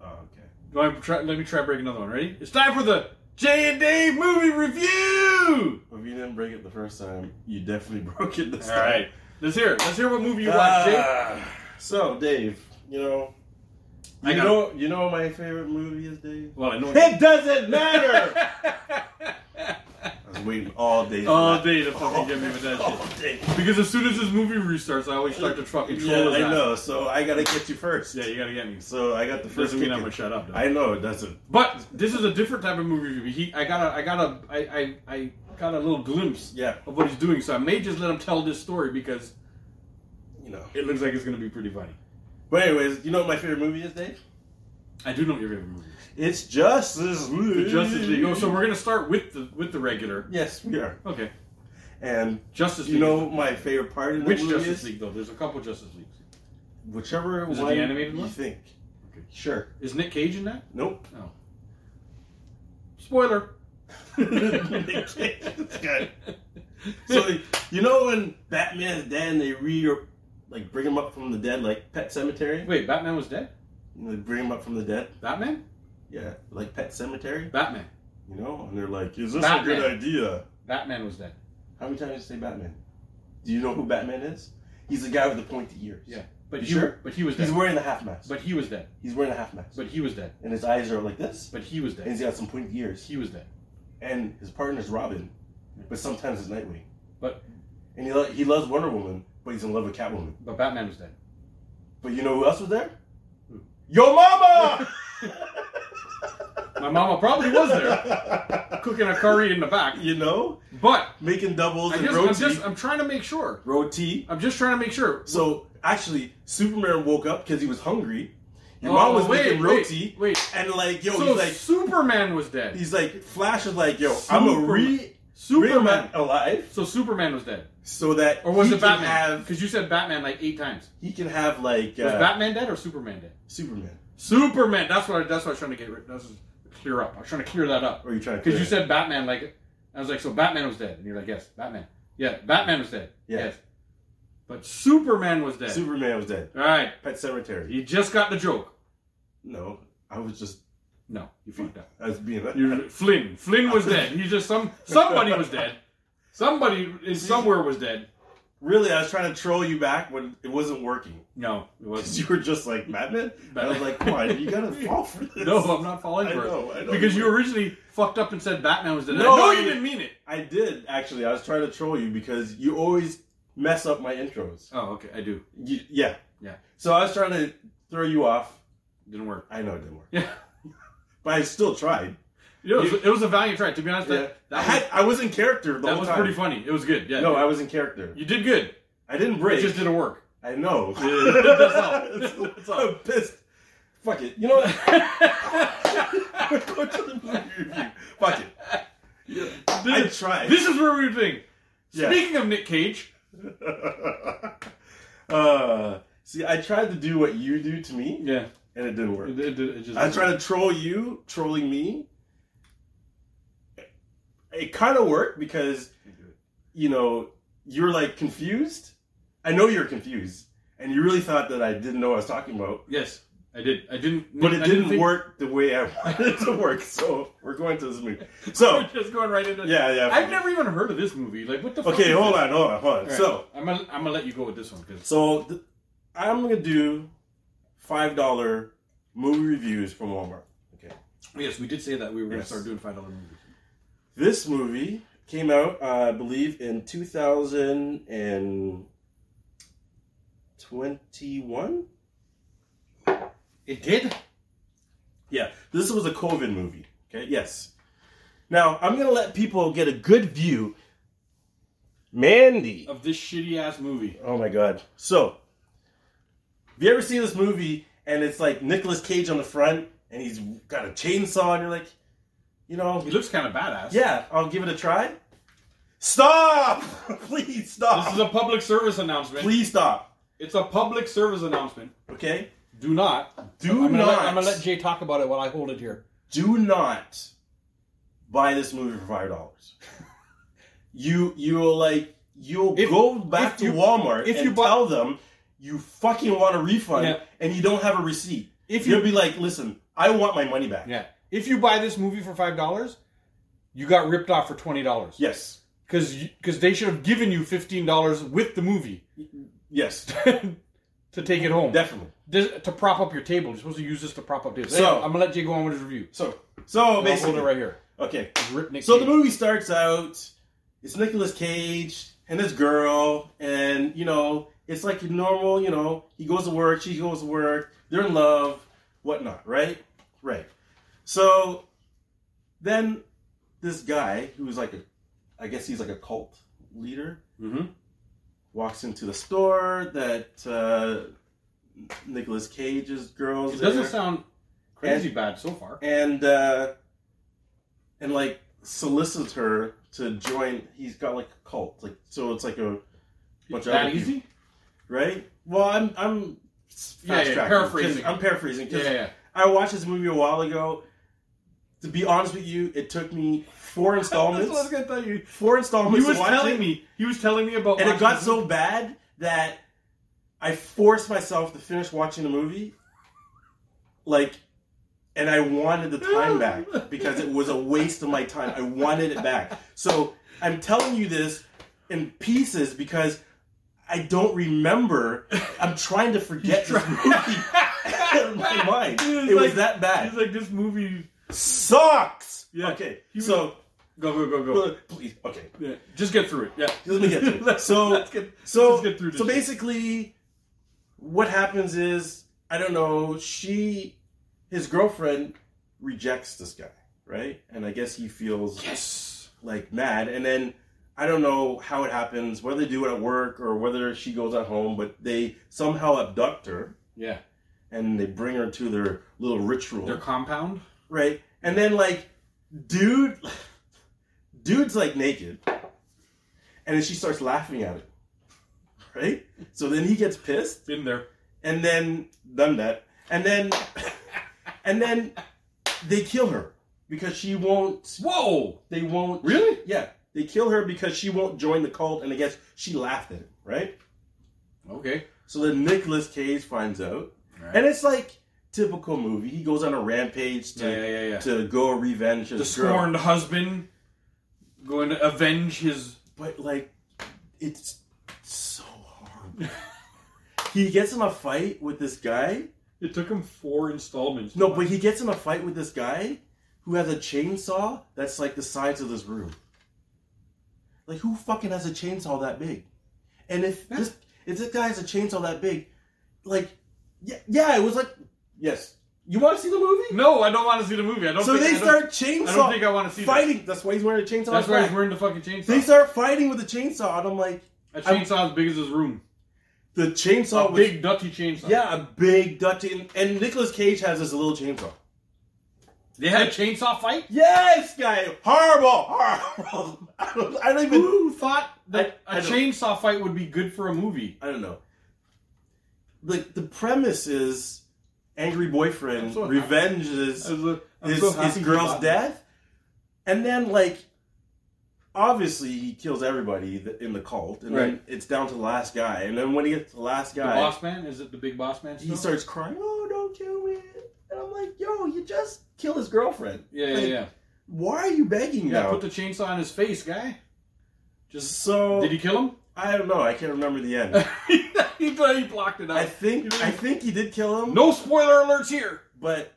Oh, okay. Do I try, let me try break another one. Ready? It's time for the Jay and Dave movie review. Well, if you didn't break it the first time, you definitely broke it this All time. right, let's hear it. Let's hear what movie you watched. Jay. Ah, so, Dave, you know, I you got- know, you know, what my favorite movie is Dave. Well, I know. It doesn't matter. I was waiting all day. for All that. day to fucking get me with that All shit. day. Because as soon as this movie restarts, I always start to fucking troll Yeah, his I ass. know. So I gotta get you first. Yeah, you gotta get me. So I got the first. Doesn't mean kick I'm in. gonna shut up. Though. I know it doesn't. But this is a different type of movie review. He, I got a, I got a, I, I, I got a little glimpse Yeah, of what he's doing. So I may just let him tell this story because you know. it looks like it's gonna be pretty funny. But anyways, you know what my favorite movie is, Dave? I do know what your favorite movie. is. It's Justice League. The Justice League. Oh, so we're gonna start with the with the regular. yes, we are. Okay. And Justice League. you know my favorite part in the which movie Justice is? League though? There's a couple Justice Leagues. Whichever Is it the one animated you one? think. Okay. Sure. Is Nick Cage in that? Nope. No. Spoiler. Nick Cage is good. So you know when Batman's dead and they re or like bring him up from the dead, like Pet Cemetery? wait, Batman was dead. You know, they bring him up from the dead. Batman. Yeah, like Pet Cemetery. Batman. You know, and they're like, "Is this Batman. a good idea?" Batman was dead. How many times do you say Batman? Do you know who Batman is? He's the guy with the pointy ears. Yeah. But You he, sure? But he was He's dead. wearing a half mask. But he was dead. he's wearing a half mask. But he was dead. and his eyes are like this. But he was And he's dead. got some pointy ears. He was dead. And his partner's Robin, but sometimes it's Nightwing. But- and he lo- he loves Wonder Woman, but he's in love with Catwoman. But Batman was dead. But you know who else was there? Who? Yo, mama. My mama probably was there cooking a curry in the back. you know, But making doubles I and just, roti. I'm just uh, I'm trying to make sure. roti. I'm just trying to make sure. So actually, Superman woke up because he was hungry. Your Oh, mom was wait, making wait, roti, wait. and like yo, so he's like Superman was dead. he's like Flash is like yo, I'm a re Superman. Superman alive So Superman was dead, so that or was he it can Batman? have Because you said Batman like eight times. he can have like Was uh, Batman dead or Superman dead? Superman. Superman. That's what. I, that's what I was trying to get. rid- That's what I was clear up. I was trying to clear that up Or are you trying to because clear you it? said Batman. Like I was like, so Batman was dead, and you're like, yes, Batman. Yeah, Batman was dead. Yeah. Yes, but Superman was dead. Superman was dead. All right, Pet Cemetery. you just got the joke. No, I was just No, you fucked up. I was being You're, Flynn. Flynn was dead. He just some somebody was dead. Somebody is somewhere was dead. really I was trying to troll you back when it wasn't working No, it 'Cause wasn't. you were just like Batman. I was like, come on, you gotta fall for this. No, I'm not falling I for know, I it know. because you originally fucked up and said Batman was dead. No, No, I know I- you didn't mean it. I did actually. I was trying to troll you because you always mess up my intros. Oh, okay, I do. You, yeah, Yeah. So I was trying to throw you off. Didn't work. I know it didn't work, Yeah. but I still tried. You know, it, was, it was a valiant try. To be honest, I that, that was, had I was in character the that whole was time. pretty funny. It was good. Yeah, No, I was in character. you did good. I didn't It break. just didn't work. I know. That's all. That's all. I'm pissed. Fuck it. You know what? Go to the movie review. Fuck it. I This, tried. this is where we think. Yeah. Speaking of Nick Cage, uh, see, I tried to do what you do to me, yeah, and it didn't work. it, it, it just I tried to troll you, trolling me. It kind of worked because, you know, you're like confused. I know you're confused, and you really thought that I didn't know what I was talking about, Yes, I did. I didn't. but I it didn't think- work the way I wanted it to work. So we're going to this movie. So We're just going right into. yeah, yeah. I've never even heard of this movie. Like, what the? fuck Okay, is hold this? on, hold on, hold on. All right, So, I'm gonna I'm gonna let you go with this one because so th- I'm gonna do five dollar movie reviews from Walmart. yes, we did say that we were gonna Yes. start doing five dollar movies. This movie came out, uh, I believe, in 2021. It did. Yeah, this was a COVID movie. Okay, yes. Now I'm gonna let people get a good view. Mandy. of this shitty ass movie. Oh my god. So, if you ever see this movie and it's like Nicolas Cage on the front and he's got a chainsaw and you're like, you know, He looks kind of badass. yeah, I'll give it a try. Stop! Please This is stop. a public service announcement. Please stop. It's a public service announcement. Okay? Do not. Do I'm gonna not. Let, I'm gonna let Jay talk about it while I hold it here. do not buy this movie for five dollars. you you'll like you'll If- go back if to you- Walmart if and you buy- tell them you fucking want a refund Yeah. and you don't have a receipt. If you'll you- be like, listen, I want my money back. Yeah. If you buy this movie for five dollars, you got ripped off for twenty dollars. Yes. Because because they should have given you fifteen dollars with the movie Yes. to take it home. Definitely. This- to prop up your table. You're supposed to use this to prop up tables. So- Anyway, I'm gonna let Jay go on with his review. So so I'll hold basically it right here. okay. Rip Nick So the Cage. movie starts out. It's Nicolas Cage and this girl, and you know, it's like your normal. You know, he goes to work, she goes to work. They're in love, whatnot, right? Right. So then this guy, who's like a, I guess he's like a cult leader, Mhm. walks into the store that uh, Nicolas Cage's girls. It doesn't there sound crazy bad so far. and uh, and like solicits her to join. He's got like a cult, like so it's like a bunch of other That people, easy? right? Well, I'm I'm Yeah, yeah, fast-tracking, 'cause- paraphrasing. I'm paraphrasing Yeah, because yeah, yeah. I watched this movie a while ago. To be honest with you, it took me four That's what I was installments. gonna tell you. four He installments. was to watch telling it, me. He was telling me about. and it watching got the so bad that I forced myself to finish watching the movie. Like, and I wanted the time back because it was a waste of my time. I wanted it back. So I'm telling you this in pieces because I don't remember. I'm trying to forget this movie in my mind. He was It was like- that He's bad. like this movie. Sucks. Yeah. Okay. He was- So Go go go go. please. Okay. Yeah. Just get through it. Yeah. Let me get through it. Let's- So- let's get, So, let's get through this. so shit. basically, what happens is I don't know. She, his girlfriend, rejects this guy, right? And I guess he feels yes. like mad. And then I don't know how it happens, whether they do it at work or whether she goes at home, but they somehow abduct her Yeah. and they bring her to their little ritual, Their compound. right? And then like, dude, dude's like naked, and then she starts laughing at it, right? So then he gets pissed Been there. and then done that, and then and then they kill her because she won't. Whoa. They won't. Really? Yeah, they kill her because she won't join the cult, and I guess she laughed at it, right? Okay. So then Nicolas Cage finds out, and it's like typical movie. He goes on a rampage to Yeah, yeah, yeah. yeah. to go revenge his The girl, scorned husband going to avenge his. but like it's so hard. he gets in a fight with this guy. It took him four installments. No, but he gets in a fight with this guy who has a chainsaw that's like the size of this room. Like who fucking has a chainsaw that big? And if this if this guy has a chainsaw that big, like yeah, yeah, it was like yes, You want to see the movie? No, I don't want to see the movie. I don't. So think, they I don't- start I chainsaw don't think I want to see that. fighting. That's why he's wearing a chainsaw. That's on his why he's back. wearing the fucking chainsaw. They start fighting with a chainsaw, and I'm like, a chainsaw as big as his room. the chainsaw A was big dirty chainsaw. Oh, yeah, a big Dutch and, and Nicolas Cage has this little chainsaw. They had a chainsaw fight. Yes, guy, horrible, horrible. I don't, I don't even. Who thought that I- I a don't- chainsaw fight would be good for a movie? I don't know. Like the premise is angry boyfriend I'm so happy. revenges I was, uh, I'm his, so happy his he girl's got death, and then like obviously he kills everybody th- in the cult, and then Right. it's down to the last guy, and then when he gets to the last The guy, boss man is it the big boss man? he Still? starts crying. Oh, don't kill me! And I'm like, yo, you just killed his girlfriend. yeah, yeah, Like, yeah. Why are you begging Yeah, now? put the chainsaw in his face, guy. Just so did he kill him? I don't know. I can't remember the end. he thought he blocked it out. I think I think he did kill him. no spoiler alerts here. But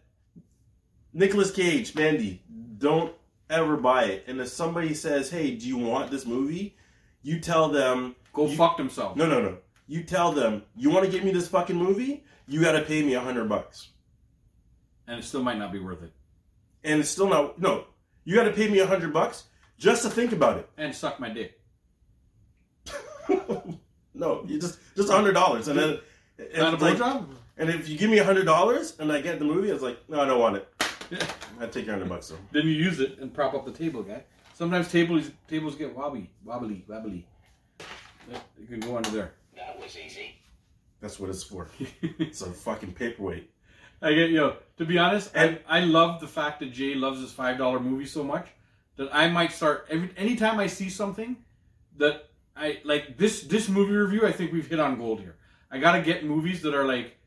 Nicolas Cage, Mandy, don't ever buy it. And if somebody says, "Hey, do you want this movie?" You tell them, Go You- fucked himself. "No, no, no." You tell them, "You want to give me this fucking movie? You got to pay me a hundred bucks." And it still might not be worth it. And it's still not. No, you got to pay me a hundred bucks just to think about it. And suck my dick. No, you just just a hundred dollars, and then it's Not a like- blowjob? and if you give me a hundred dollars and I get the movie, I was like, "No, I don't want it." Yeah. I take your hundred bucks though. Then you use it and prop up the table, guy. Sometimes tables tables get wobbly, wobbly, wobbly. You can go under there. That's what it's for. it's a fucking paperweight. I get yo. To be honest, I, And- I love the fact that Jay loves his five dollar movie so much that I might start every anytime I see something that I like this this movie review. I think we've hit on gold here. I gotta get movies that are like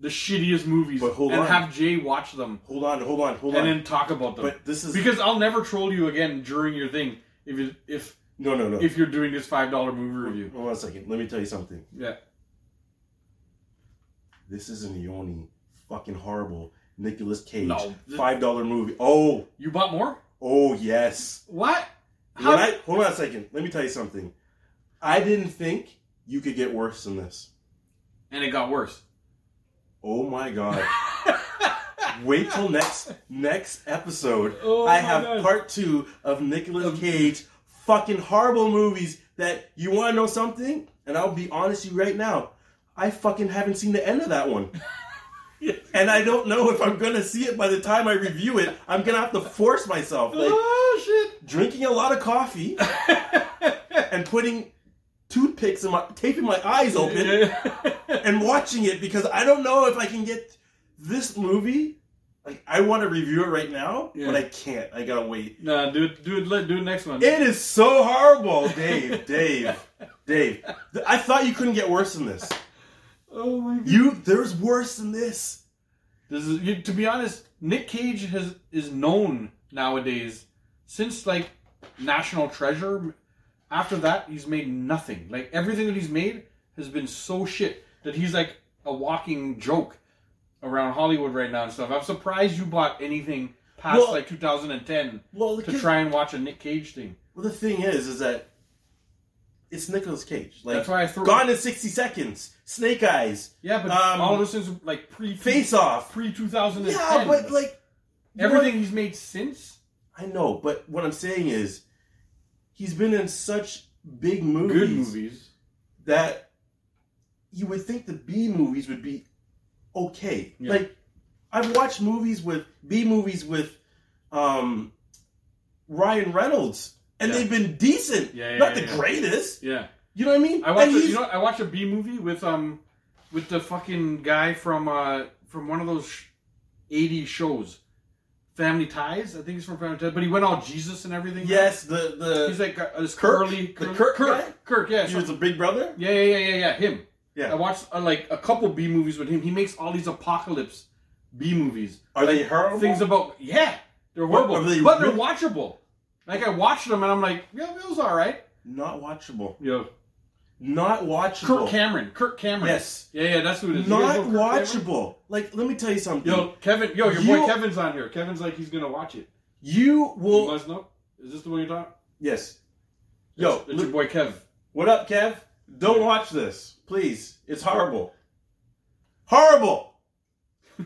the shittiest movies But hold and on. have Jay watch them Hold on, hold on, hold and on. then talk about them. but this is because I'll never troll you again during your thing if you, if no, no, no. if you're doing this five dollar movie review. Hold on a second. Let me tell you something. Yeah. This isn't the only fucking horrible Nicolas Cage No. five dollar movie. Oh, You bought more? oh yes. What? How? When I, hold on a second. Let me tell you something. I didn't think you could get worse than this. and it got worse. Oh my god. Wait till next next episode. Oh I my have God. part two of Nicolas Cage fucking horrible movies that you want to know something? And I'll be honest with you right now, I fucking haven't seen the end of that one. And I don't know if I'm gonna see it by the time I review it. I'm gonna have to force myself. Like oh drinking a lot of coffee and putting toothpicks in my taping my eyes open shit! and watching it because I don't know if I can get this movie. Like I want to review it right now, Yeah. but I can't. I gotta wait. nah, do it, do it, let- do it next one. It is so horrible, Dave. Dave, Dave. Th- I thought you couldn't get worse than this. oh my god! You there's worse than this. This is, you, to be honest, Nick Cage has is known nowadays since like National Treasure. After that, he's made nothing. Like everything that he's made has been so shit that he's like a walking joke around Hollywood right now and stuff. I'm surprised you bought anything past Well- like 2010 Well, the, to try and watch a Nick Cage thing. well, the thing is, is that it's Nicolas Cage. Like That's why I threw. Gone in sixty seconds. Snake Eyes. Yeah, but Um, all of this is like pre Face Off. pre 2010. Yeah, but like you everything he's made since I know, but what I'm saying is, he's been in such big movies, good movies. that you would think the B movies would be okay. Yeah. Like I've watched movies with B movies with um, Ryan Reynolds, and Yeah. they've been decent, Yeah, yeah, not yeah, the yeah. greatest. Yeah, You know what I mean? I watched. And A, he's- you know, I watched a B movie with um with the fucking guy from uh from one of those sh- 80 shows, Family Ties. I think he's from Family Ties, but he went all Jesus and everything. yes, the the he's like uh, this Kirk? curly, The curly Kirk Kirk, guy? Kirk, yeah, he was something- the big brother. yeah, yeah, yeah, yeah, yeah, him. I Yeah, watched uh, like a couple B movies with him. He makes all these apocalypse B movies. are they horrible? things about yeah they're horrible Are they but they're really- watchable like i watched them and i'm like yeah it was all right not watchable. yeah Not watchable. kirk cameron kirk cameron Yes. yeah yeah that's who it is You guys Not know Kirk Cameron? watchable. Like, let me tell you something. yo kevin yo your boy You- kevin's on here kevin's like he's gonna watch it you you will. guys know is this the one you're talking Yes. Yo, it's your li- boy kev what up, Kev? Don't watch this, please. It's horrible. Horrible.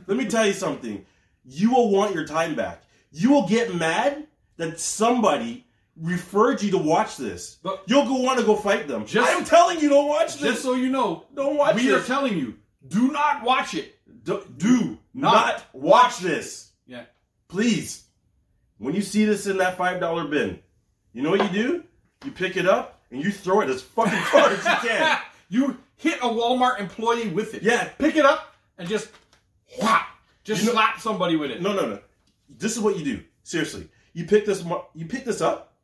Let me tell you something. You will want your time back. You will get mad that somebody referred you to watch this. But- You'll go want to go fight them. Just- I'm telling you, don't watch this. Just so you know, don't watch we are this. telling you, do not watch it. do, do not not, watch this. Yeah. Please. When you see this in that $5 bin, you know what you do? You pick it up and you throw it as fucking far as you can. you hit a Walmart employee with it. Yeah. Pick it up and just whap. Just You know- slap somebody with it. No, no, no. This is what you do. Seriously, you pick this. mo- You pick this up.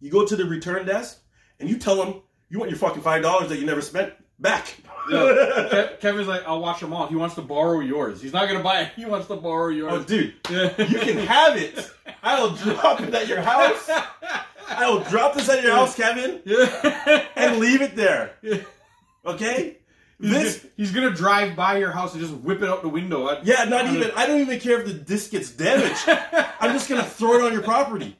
You go to the return desk and you tell them you want your fucking five dollars that you never spent back. Yeah. Ke- Kevin's like, I'll watch them all. He wants to borrow yours. He's not gonna buy it. He wants to borrow oh, yours. dude, Yeah. you can have it. I'll drop it at your house. I will drop this at your house, Kevin, and leave it there. Okay. This. he's gonna drive by your house and just whip it out the window. I- Yeah, not even. I don't even care if the disc gets damaged. I'm just gonna throw it on your property.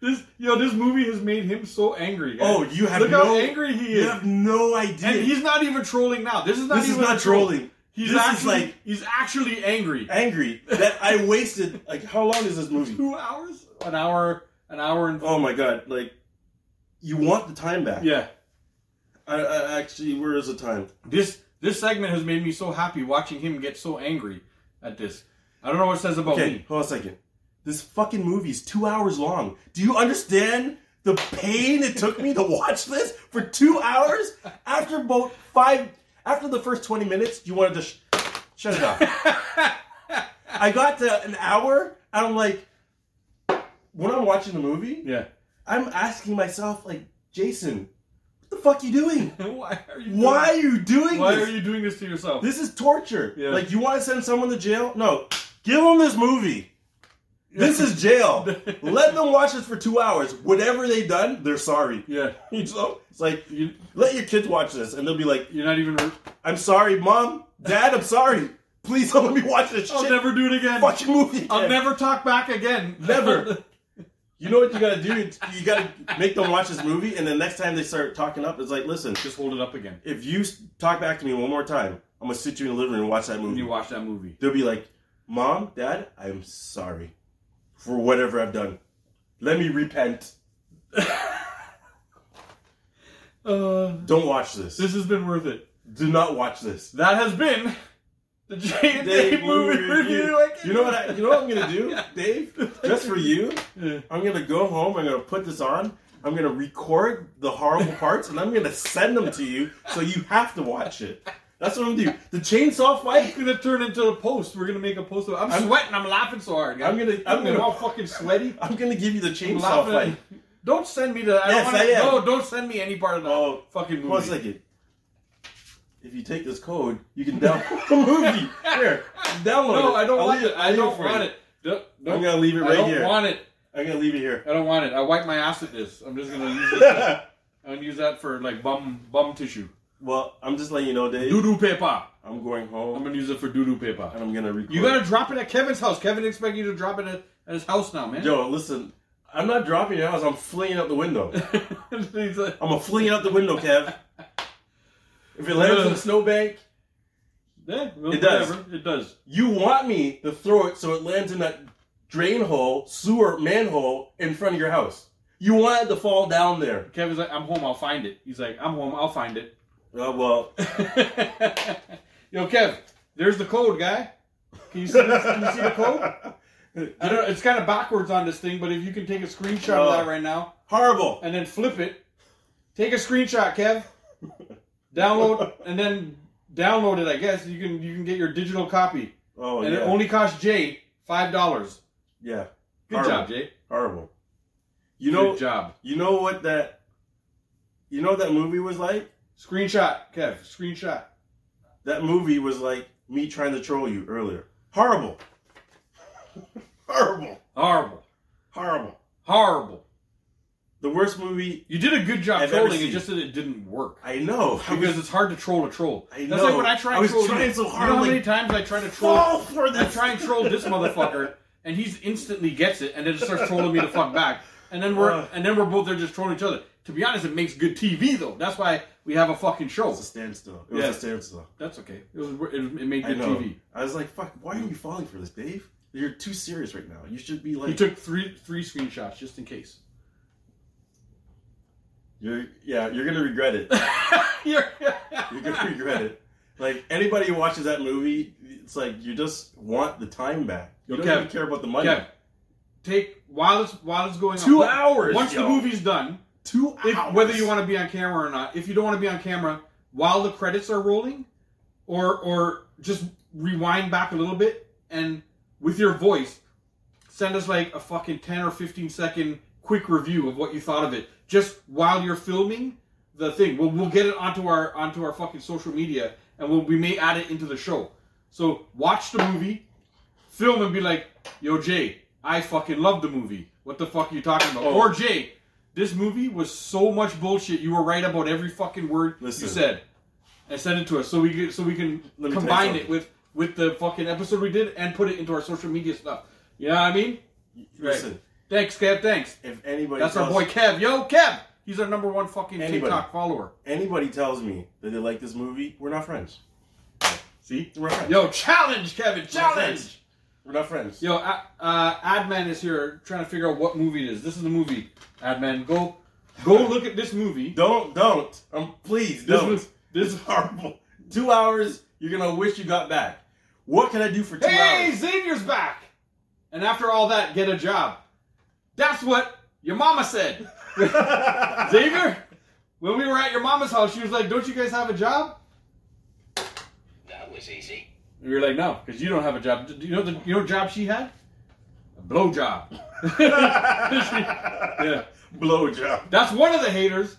This yo, this movie has made him so angry. guys. Oh, you have look no. how angry he You is, have no idea. and he's not even trolling now. This is not This is even not a troll. trolling. He's This is actually like- he's actually angry. angry that I wasted like how long is this movie? Two hours, an hour, an hour and Oh my god! Like you want the time back? yeah. I, I actually, where is the time? This this segment has made me so happy watching him get so angry at this. I don't know what it says about Okay, me. hold on a second. This fucking movie's two hours long. Do you understand the pain it took me to watch this for two hours? After about five, after the first twenty minutes, you wanted to sh- shut it off. I got to an hour, and I'm like, when I'm watching the movie, Yeah. I'm asking myself, like, Jason, what the fuck you doing? Why are you? Why are you doing Doing, why this? are you doing this to yourself? This is torture. Yeah. Like, you want to send someone to jail? No, give them this movie. This is jail. let them watch this for two hours. Whatever they done, they're sorry. yeah. You know? It's like, You, let your kids watch this, and they'll be like, you're not even. re- "I'm sorry, mom, dad, I'm sorry. Please don't let me watch this I'll shit never do it again. fucking movie." I'll again." never talk back again. Never. You know what you gotta do? You gotta make them watch this movie, and the next time they start talking up, it's like, listen, Just hold it up again. if you s- talk back to me one more time, I'm gonna sit you in the living room and watch that When movie. you watch that movie. They'll be like, Mom, Dad, I'm sorry for whatever I've done. Let me repent. Uh, Don't watch this. this has been worth it. Do not watch this. That has been the J and Dave movie review. I can't- You know what? I, you know what I'm gonna do, Dave? Just for you, Yeah. I'm gonna go home. I'm gonna put this on. I'm gonna record the horrible parts, and I'm gonna send them to you, so you have to watch it. That's what I'm gonna do. The chainsaw fight. It's gonna turn into a post. We're gonna make a post. About, I'm, I'm- sweating. I'm laughing so hard. guys. I'm gonna- I'm I'm gonna- all fucking sweaty. I'm gonna give you the chainsaw I'm laughing. fight. Don't send me the. I Yes, don't wanna, I am. No, don't send me any part of that Oh, fucking movie. One second. If you take this code, you can download the movie. Here, download it. No, I don't I'll want leave it. I I'll leave don't for want you. it. Don't- I'm don't- gonna leave it I right don't here. want it. I'm gonna leave it here. I don't want it. I wipe my ass at this. I'm just gonna use it. I'm gonna use that for like bum bum tissue. well, I'm just letting you know, Dave. Doo doo paper. I'm going I'm home gonna use it for doo doo paper. and I'm gonna record. You gotta drop it at Kevin's house. Kevin expect you to drop it at, at his house now, man. Yo, listen. I'm not dropping your house. I'm flinging out the window. He's like, I'm gonna fling it out the window, Kev. If it lands in a snowbank, yeah, well, It does. whatever. It does. you want me to throw it so it lands in that drain hole, sewer manhole in front of your house. You want it to fall down there. Kevin's like, I'm home. I'll find it. He's like, I'm home. I'll find it. Uh, well, Yo, Kev, there's the code, guy. Can you see, can you see the code? I don't, it's kind of backwards on this thing, but if you can take a screenshot of Oh. that right now horrible. and then flip it, take a screenshot, Kev. Download and then download it. I guess you can you can get your digital copy, Oh and yeah, it only costs Jay five dollars. yeah, Good Horrible. job, Jay. horrible. You Good know, job. you know what that, you know what that movie was like. Screenshot, Kev. Screenshot. That movie was like me trying to troll you earlier. Horrible, horrible, Horrible. horrible. Horrible. The worst movie You did a good job I've ever trolling. It seen. just that it didn't work. I know. I because was it's hard to troll a troll. I That's know. like when I try I and was troll trying you. so hard, You know how like, many times I try to troll? fall for I this. try and troll this motherfucker, and he's instantly gets it, and then starts trolling me the fuck back. And then we're Ugh. and then we're both there just trolling each other. to be honest, it makes good TV though. That's why we have a fucking show. was a standstill. It was Yeah. a standstill. That's okay. It was it, it made I good know. TV. I was like, fuck, why are you falling for this, Dave? You're too serious right now. You should be He like, took three three screenshots just in case. you're, yeah, you're gonna regret it. You're- You're gonna regret it. Like anybody who watches that movie, it's like you just want the time back. You Yo, don't Kev. even care about the money. Kev, take while it's while it's going Two on. hours, Once the yo. movie's done, Two if, hours. whether you want to be on camera or not. If you don't want to be on camera while the credits are rolling, or or just rewind back a little bit and with your voice, send us like a fucking ten or fifteen second quick review of what you thought of it, just while you're filming the thing. We'll we'll get it onto our onto our fucking social media, and we'll, we may add it into the show. So watch the movie, film, and be like, "Yo, Jay, I fucking love the movie. What the fuck are you talking Oh. about?" Or Jay, this movie was so much bullshit. You were right about every fucking word Listen. you said. And send it to us so we can, so we can Let me tell you combine it something. with with the fucking episode we did and put it into our social media stuff. You know what I mean? Listen, Thanks, Kev. Thanks. if anybody That's our tells- boy Kev. Yo, Kev. He's our number one fucking Anybody. TikTok follower. anybody tells me that they like this movie, we're not friends. See, we're not friends. Yo, challenge, Kevin. Challenge. friends. We're not friends. Yo, uh, uh, Adman is here trying to figure out what movie it is. This is the movie. Adman, go, go look at this movie. Don't, don't, um, please This don't. was- this is horrible. Two hours, you're gonna wish you got back. What can I do for two Hey, hours? Xavier's back. And after all that, get a job. That's what your mama said. Xavier, when we were at your mama's house, she was like, "Don't you guys have a job?" That was easy. And we were like, "No, because you don't have a job." Do you know the you know what job she had? A blow job. yeah. Blow job. That's one of the haters.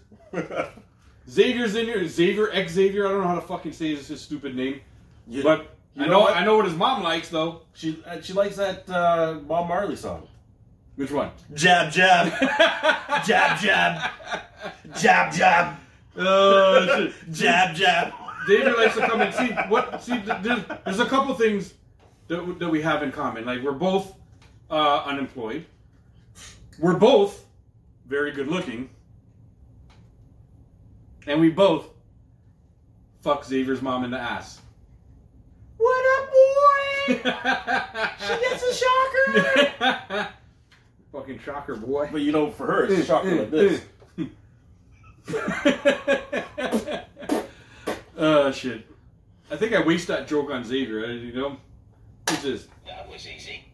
Xavier's in here. Xavier, ex Xavier. I don't know how to fucking say his, his stupid name, You- but you I know, what? I know what his mom likes though. she uh, she likes that uh, Bob Marley song. Which one? Jab jab, jab jab, jab jab, Oh, Uh, jab jab. Xavier likes to come and see what. See, th- there's, there's a couple things that w- that we have in common. Like we're both uh, unemployed. We're both very good looking, and we both fuck Xavier's mom in the ass. What a she gets a shocker. Fucking shocker, boy. But you know, for her, it's shocking like this. uh, shit. I think I waste that joke on Xavier. I- You know, who's this? That was easy.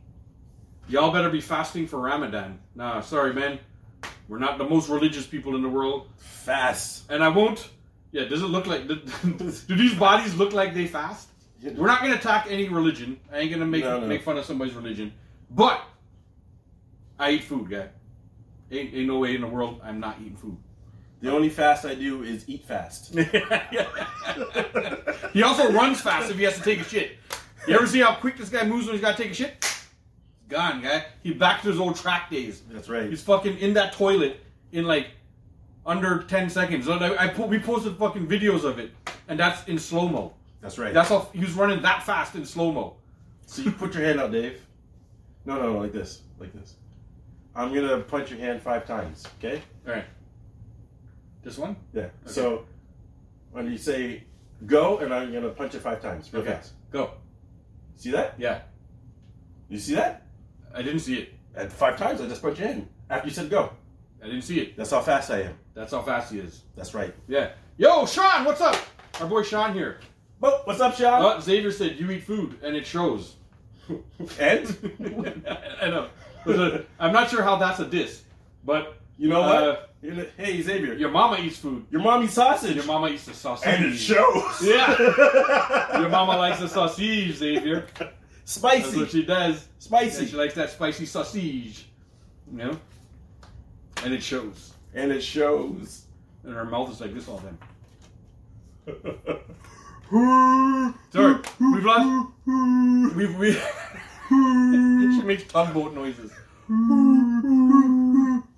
Y'all better be fasting for Ramadan. Nah, sorry, man. We're not the most religious people in the world, Fast. and I won't. Yeah, does it look like? Do, do these bodies look like they fast? We're not gonna attack any religion. I ain't gonna make No, no. make fun of somebody's religion. But I eat food, guy. Ain't, ain't no way in the world I'm not eating food. The only fast I do is eat fast. He also runs fast if he has to take a shit. You ever see how quick this guy moves when he's got to take a shit? Gone, guy. He back to his old track days. That's right. He's fucking in that toilet in like under ten seconds. And I, I po- we posted fucking videos of it, and that's in slow mo. That's right. That's how he was running that fast in slow mo. So you put your hand out, Dave. No, no, no, like this, like this. I'm gonna punch your hand five times. Okay. All right. This one. Yeah. So when you say go, and I'm gonna punch it five times. Real Okay. fast. Go. See that? Yeah. You see that? I didn't see it. At five times, I just punched you in. After you said go. I didn't see it. That's how fast I am. That's how fast he is. That's right. Yeah. Yo, Sean, what's up? Our boy Sean here. But what's up, Sean? Uh, Xavier said you eat food, and it shows. And I know. Listen, uh, I'm not sure how that's a diss, but you know what? Uh, You're gonna- hey, Xavier. Your, your mama eats food. your mommy sausage. Your mama eats the sausage. and it shows. Yeah. Your mama likes the sausage, Xavier. That's what Spicy. she does. Spicy. And she likes that spicy sausage. You know? And it shows. and it shows. And her mouth is like this all the time. Sorry. Sorry, we've lost. We've we. she makes tongue boat noises.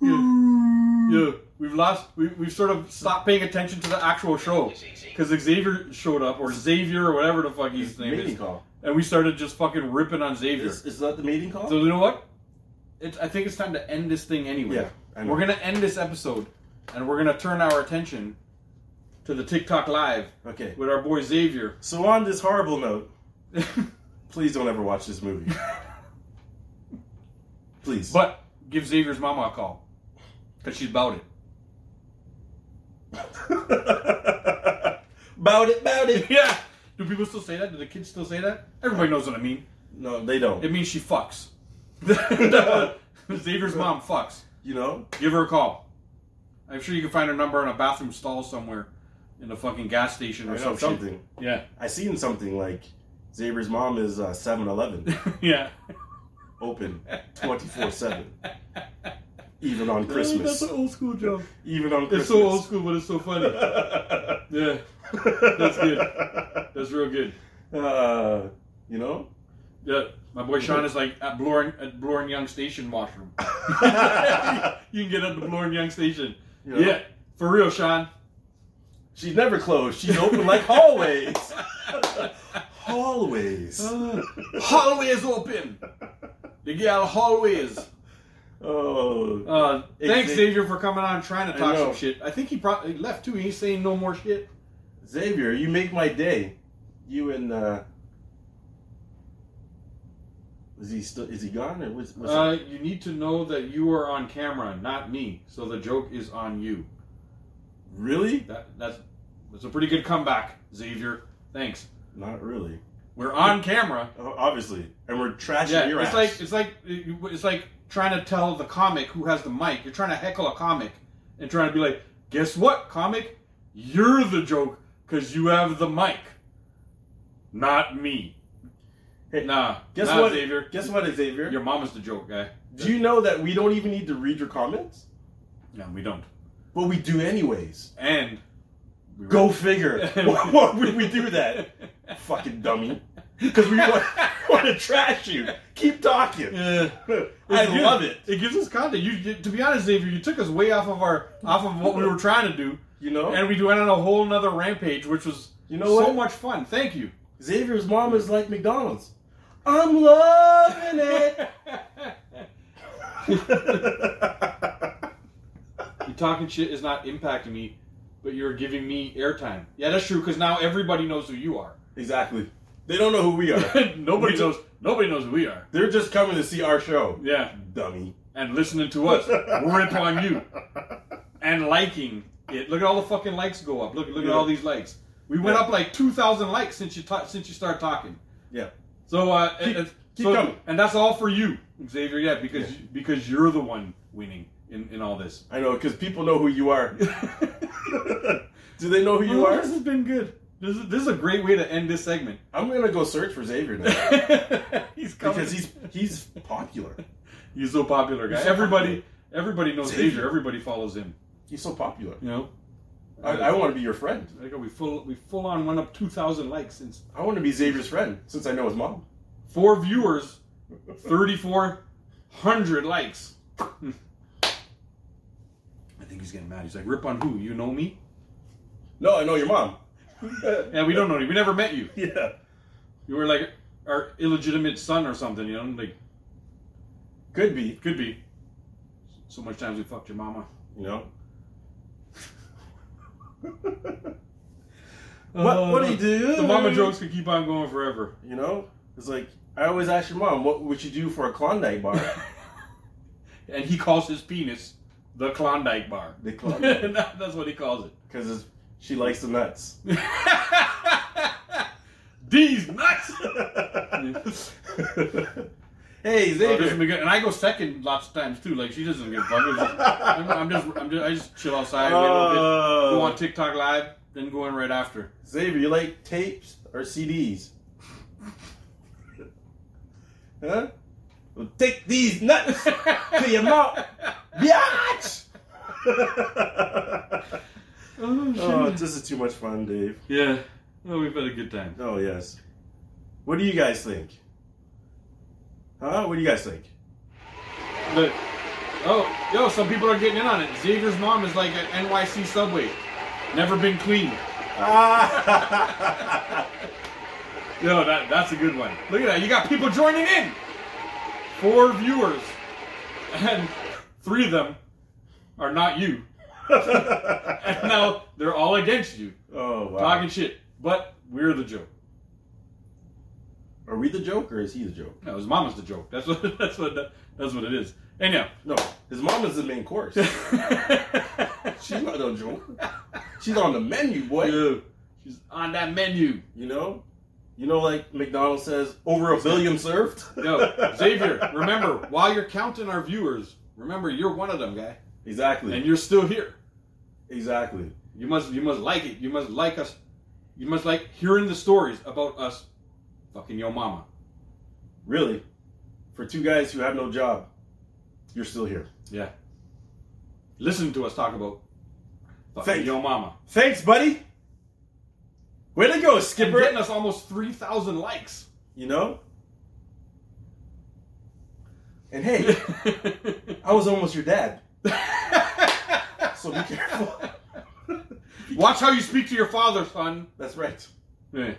yeah. yeah, we've lost. We, we've sort of stopped paying attention to the actual show because Xavier showed up, or Xavier, or whatever the fuck his name Meeting is, call. and we started just fucking ripping on Xavier. Is, is that the meeting call? So you know what? It's, I think it's time to end this thing anyway. Yeah, I know. We're gonna end this episode and we're gonna turn our attention to the TikTok live Okay. with our boy Xavier. So on this horrible note, please don't ever watch this movie. Please. But give Xavier's mama a call because she's about it. bout it, bout it. Yeah. Do people still say that? Do the kids still say that? Everybody knows what I mean. No, they don't. It means she fucks. Xavier's mom fucks. You know, Give her a call. I'm sure you can find her number in a bathroom stall somewhere, in a fucking gas station or I know some something. shit. Yeah, I seen something like Xavier's mom is uh, 7-Eleven, yeah. open 24-7. Even on That's Christmas. an old school joke. Even on It's Christmas. so old school, but it's so funny. yeah, that's good. That's real good. Uh, you know? Yeah, my boy Sean is like at Bloor at Bloor and Young Station washroom. you can get at the Bloor and Young Station. You know? Yeah, for real, Sean. She's never closed. She's open like always. Always. Uh. hallways open. They get out of hallways. Oh. Uh, Hey, thanks, Xav- Xavier, for coming on and trying to I talk know. some shit. I think he probably left too. He's saying no more shit. Xavier, you make my day. You and uh Is he still is he gone or was, was Uh, you need to know that you are on camera, not me. So the joke is on you. really? That that's that's a pretty good comeback, Xavier. Thanks. Not really. We're on camera. Oh, Obviously. And we're trashing Yeah, your it's ass. like it's like it's like trying to tell the comic who has the mic. You're trying to heckle a comic and trying to be like, guess what, comic? You're the joke because you have the mic, not me. Hey, nah, Guess nah, what Xavier? Guess what, Xavier? Your mom is the joke guy. Do you know that we don't even need to read your comments? No, we don't. But we do anyways. And we Go figure. why, why would we do that? Fucking dummy. Because we want, want to trash you. Keep talking. Yeah. I It's good. love it. It gives us content. You, to be honest, Xavier, you took us way off of our off of what we were trying to do, You know? and we went on a whole nother rampage, which was You know so what? much fun. Thank you. Xavier's mom is like McDonald's. I'm loving it. You talking shit is not impacting me, but you're giving me airtime. Yeah, that's true. Because now everybody knows who you are. exactly. They don't know who we are. nobody knows. Nobody knows who we are. They're just coming to see our show. Yeah, Dummy. and listening to us rip on you and liking it. Look at all the fucking likes go up. Look, look at all these likes. We went up like two thousand likes since you ta- since you started talking. Yeah. So uh, and- and- keep so- coming. and that's all for you, Xavier. Yeah, because because you're the one winning in in all this. I know, because people know who you are. do they know who you Oh, are? This has been good. This is, this is a great way to end this segment. I'm going to go search for Xavier now. he's coming. because he's he's popular. he's so popular, guy. He's so everybody everybody knows Xavier. Xavier. Everybody follows him. He's so popular. You know. I, I want to be your friend. There you go. We full we full on went up two thousand likes since I want to be Xavier's friend since I know his mom. four viewers, thirty four hundred likes. I think he's getting mad. He's like, "Rip on who? You know me? No, I know your mom. Yeah, we don't know you. We never met you. yeah. You were like our illegitimate son or something. You know, like Could be, could be. So much times we fucked your mama. you know. what what do you do? Uh, The mama jokes could keep on going forever. You know? It's like I always ask your mom, what would you do for a Klondike bar? And he calls his penis the Klondike bar. The Klondike. That- That's what he calls it. Because she likes the nuts. These nuts. hey, Oh, this would Xavier. be good. And I go second lots of times too. Like she doesn't give a fuck. It's just- I'm, I'm just, I'm just, I oh, just chill outside, wait a little bit, Uh, go on TikTok live, then go in right after. Oh. Xavier, you like tapes or CDs? huh? Well, take these nuts to your mouth, biatch! oh, this is too much fun, Dave. Uh, Yeah. Oh, we've had a good time. Oh, yes. What do you guys think? Huh? What do you guys think? But oh, yo, some people are getting in on it. Xavier's mom is like at NYC subway, never been cleaned. Yo, that, that's a good one. Look at that. You got people joining in. Four viewers. And three of them are not you. And now they're all against you, oh wow. talking shit. But we're the joke. Are we the joke or is he the joke? No, his mama's the joke. That's what. That's what. That's what it is. Anyhow. No, his mom is the main course. She's not no joke. She's on the menu, boy. Yeah. She's on that menu. You know, you know, like McDonald's says, over a billion served. Yo, Xavier, remember, while you're counting our viewers, remember you're one of them, guy. Exactly. And you're still here. exactly. You must you must like it. You must like us. You must like hearing the stories about us fucking your mama. Really, for two guys who have no job, you're still here. Yeah. Listen to us talk about fucking Thank- your mama. Thanks, buddy. Way to go, You're Skipper. getting us almost 3,000 likes. You know. And hey, I was almost your dad. so be careful. Watch how you speak to your father, son. That's right. Yeah.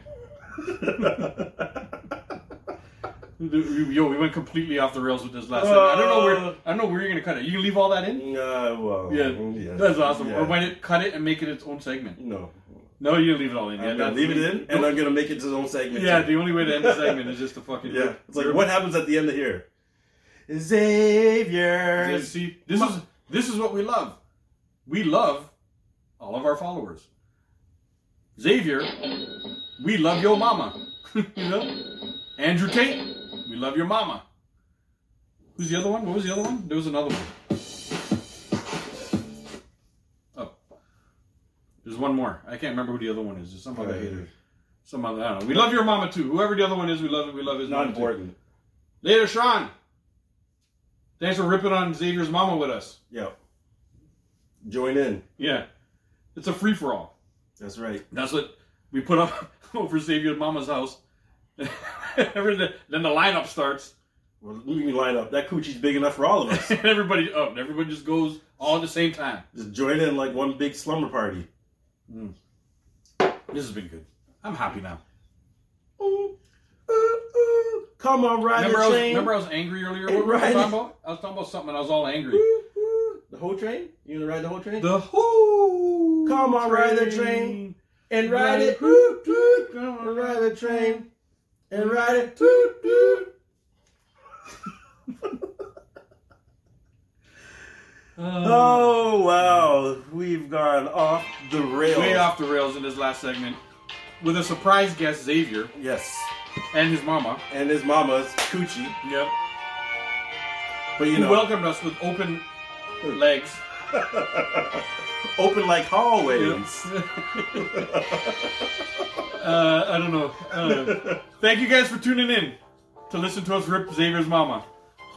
Yo, we went completely off the rails with this last. segment. I don't know where I don't know where you're gonna cut it. You can leave all that in. Uh, well, Yeah, yeah, that's awesome. yeah. Or might it cut it and make it its own segment? No, No, you leave it all in. Yeah, I'm gonna that's- leave it in, and I'm gonna make it to his own segment. yeah, too. the only way to end the segment is just to fucking yeah. It's like what happens at the end of here? Xavier. Yeah, See, this is this is what we love. We love all of our followers. Xavier, we love your mama. you know, Andrew Tate, we love your mama. Who's the other one? What was the other one? There was another one. Oh, there's one more. I can't remember who the other one is. There's some other hater. Some other. I don't know. We love your mama too. Whoever the other one is, we love it. We love his Not mama too. important. Later, Sean. Thanks for ripping on Xavier's mama with us. Yeah. Join in. Yeah. It's a free for all. That's right. That's what we put up over Xavier's mama's house. Everything, then the lineup starts. Well, we can line up. That coochie's big enough for all of us. And everybody up. and everybody just goes all at the same time. Just join in like one big slumber party. This has been good. I'm happy now. Come on, ride Remember I, the was, train. remember I was angry earlier? What Hey, were we Ryan. talking about? I was talking about something and I was all angry. the whole train? You gonna ride the whole train? The whole Come on, ride the train. and ride it. Toot, toot. Come on, ride the train. And ride it. Toot, toot. Oh wow, we've gone off the rails. Way off the rails in this last segment with a surprise guest, Xavier, Yes, and his mama. and his mama's coochie, Yep. but you Who know, welcomed us with open legs. open like hallways. Uh, I don't know. I don't know. Thank you guys for tuning in to listen to us rip Xavier's mama.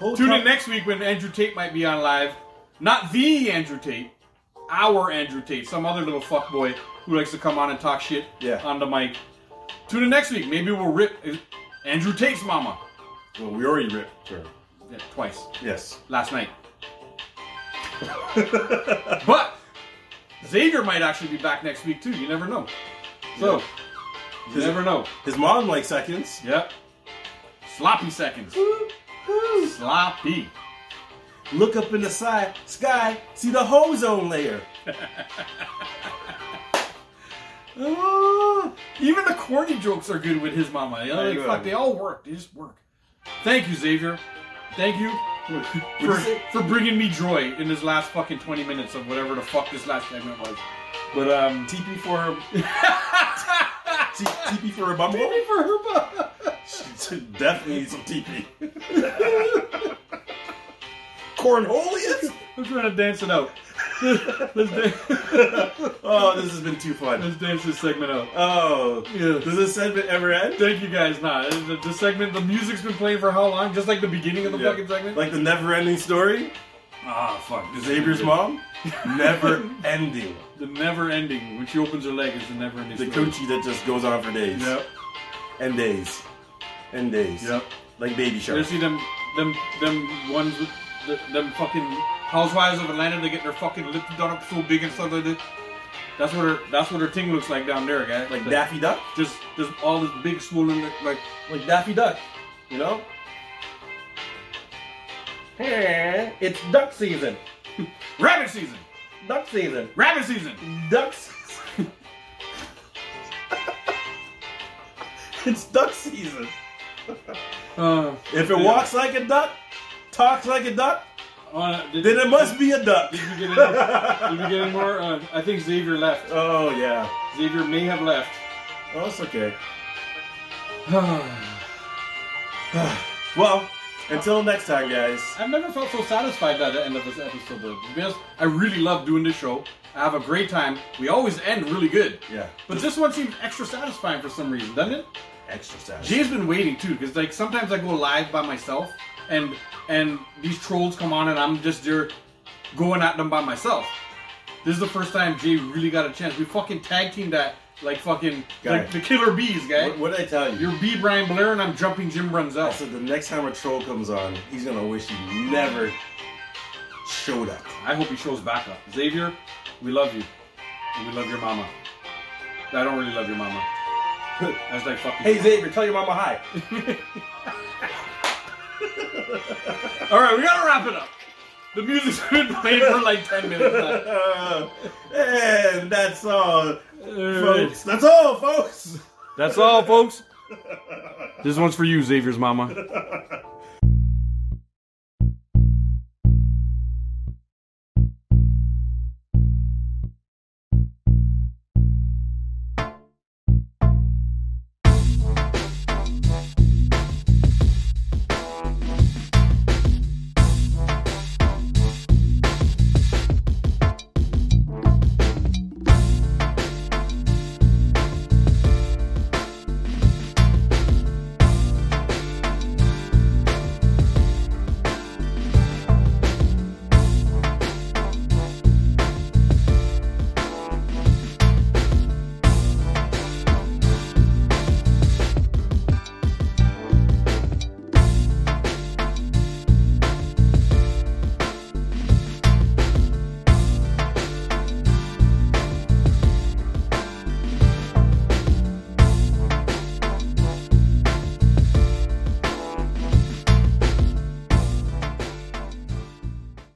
Tune in next week when Andrew Tate might be on live. Not the Andrew Tate, our Andrew Tate, some other little fuckboy who likes to come on and talk shit Yeah. on the mic. Tune in next week. Maybe we'll rip uh, Andrew Tate's mama. Well, we already ripped her. Yeah, twice. Yes. last night. but Xavier might actually be back next week too. You never know. So you never know. His mom likes seconds. Yep. Sloppy seconds. Sloppy. Look up in the side sky, see the ozone layer. Ah, even the corny jokes are good with his mama. You know, I like, know. fuck, they all work. They just work. Thank you, Xavier. Thank you for, say- for bringing me joy in this last fucking 20 minutes of whatever the fuck this last segment was. But, um. TP for her. T- TP for a bumble. for her, She definitely needs some TP. Cornholians? I'm trying to dance it out. let's, dan- Oh, this has been too fun. let's dance this segment out. Oh, Yeah. does this segment ever end? Thank you guys. Nah, the, the segment, the music's been playing for how long? Just like the beginning of the Yeah. fucking segment. Like the never-ending story? ah, fuck. This Xavier's mom? Never ending. The never ending. When she opens her leg, is the never ending. The coochie that just goes on for days. Yep. And days. And days. Yep. Like baby You ever shark. see them, them, them ones with the, them fucking housewives of Atlanta? They get their fucking lip done up so big and stuff like that. That's what her. That's what her thing looks like down there, guy. Like The- Daffy Duck? Just, just all this big swollen, like- like Like Daffy Duck. You know? Hey, Eh, it's duck season. rabbit season. duck season. Rabbit season. Duck season. it's duck season. Uh, If it walks like a duck, talks like a duck, on, uh, did, then it must be a duck. Did you get any, did you get any more? Uh, I think Xavier left. Oh yeah. Xavier may have left. Oh, it's okay. Well, until next time, guys. I've never felt so satisfied by the end of this episode, though. Because I really love doing this show. I have a great time. We always end really good. Yeah. But this one seems extra satisfying for some reason, doesn't it? Extra sad. Jay's been waiting too, because like sometimes I go live by myself, and and these trolls come on, and I'm just there going at them by myself. This is the first time Jay really got a chance. We fucking tag team that like fucking Guy. like the killer bees guy. What, what did I tell you? You're B Brian Blair, and I'm jumping Jim I Brunzel. said the next time a troll comes on, he's gonna wish he never showed up. I hope he shows back up. Xavier, we love you, and we love your mama. I don't really love your mama. I was like, fucking. Hey Xavier, tell your mama hi. All right, we gotta wrap it up. The music's been playing for like ten minutes. now. and that's all, folks. That's all, folks. That's all, folks. This one's for you, Xavier's mama.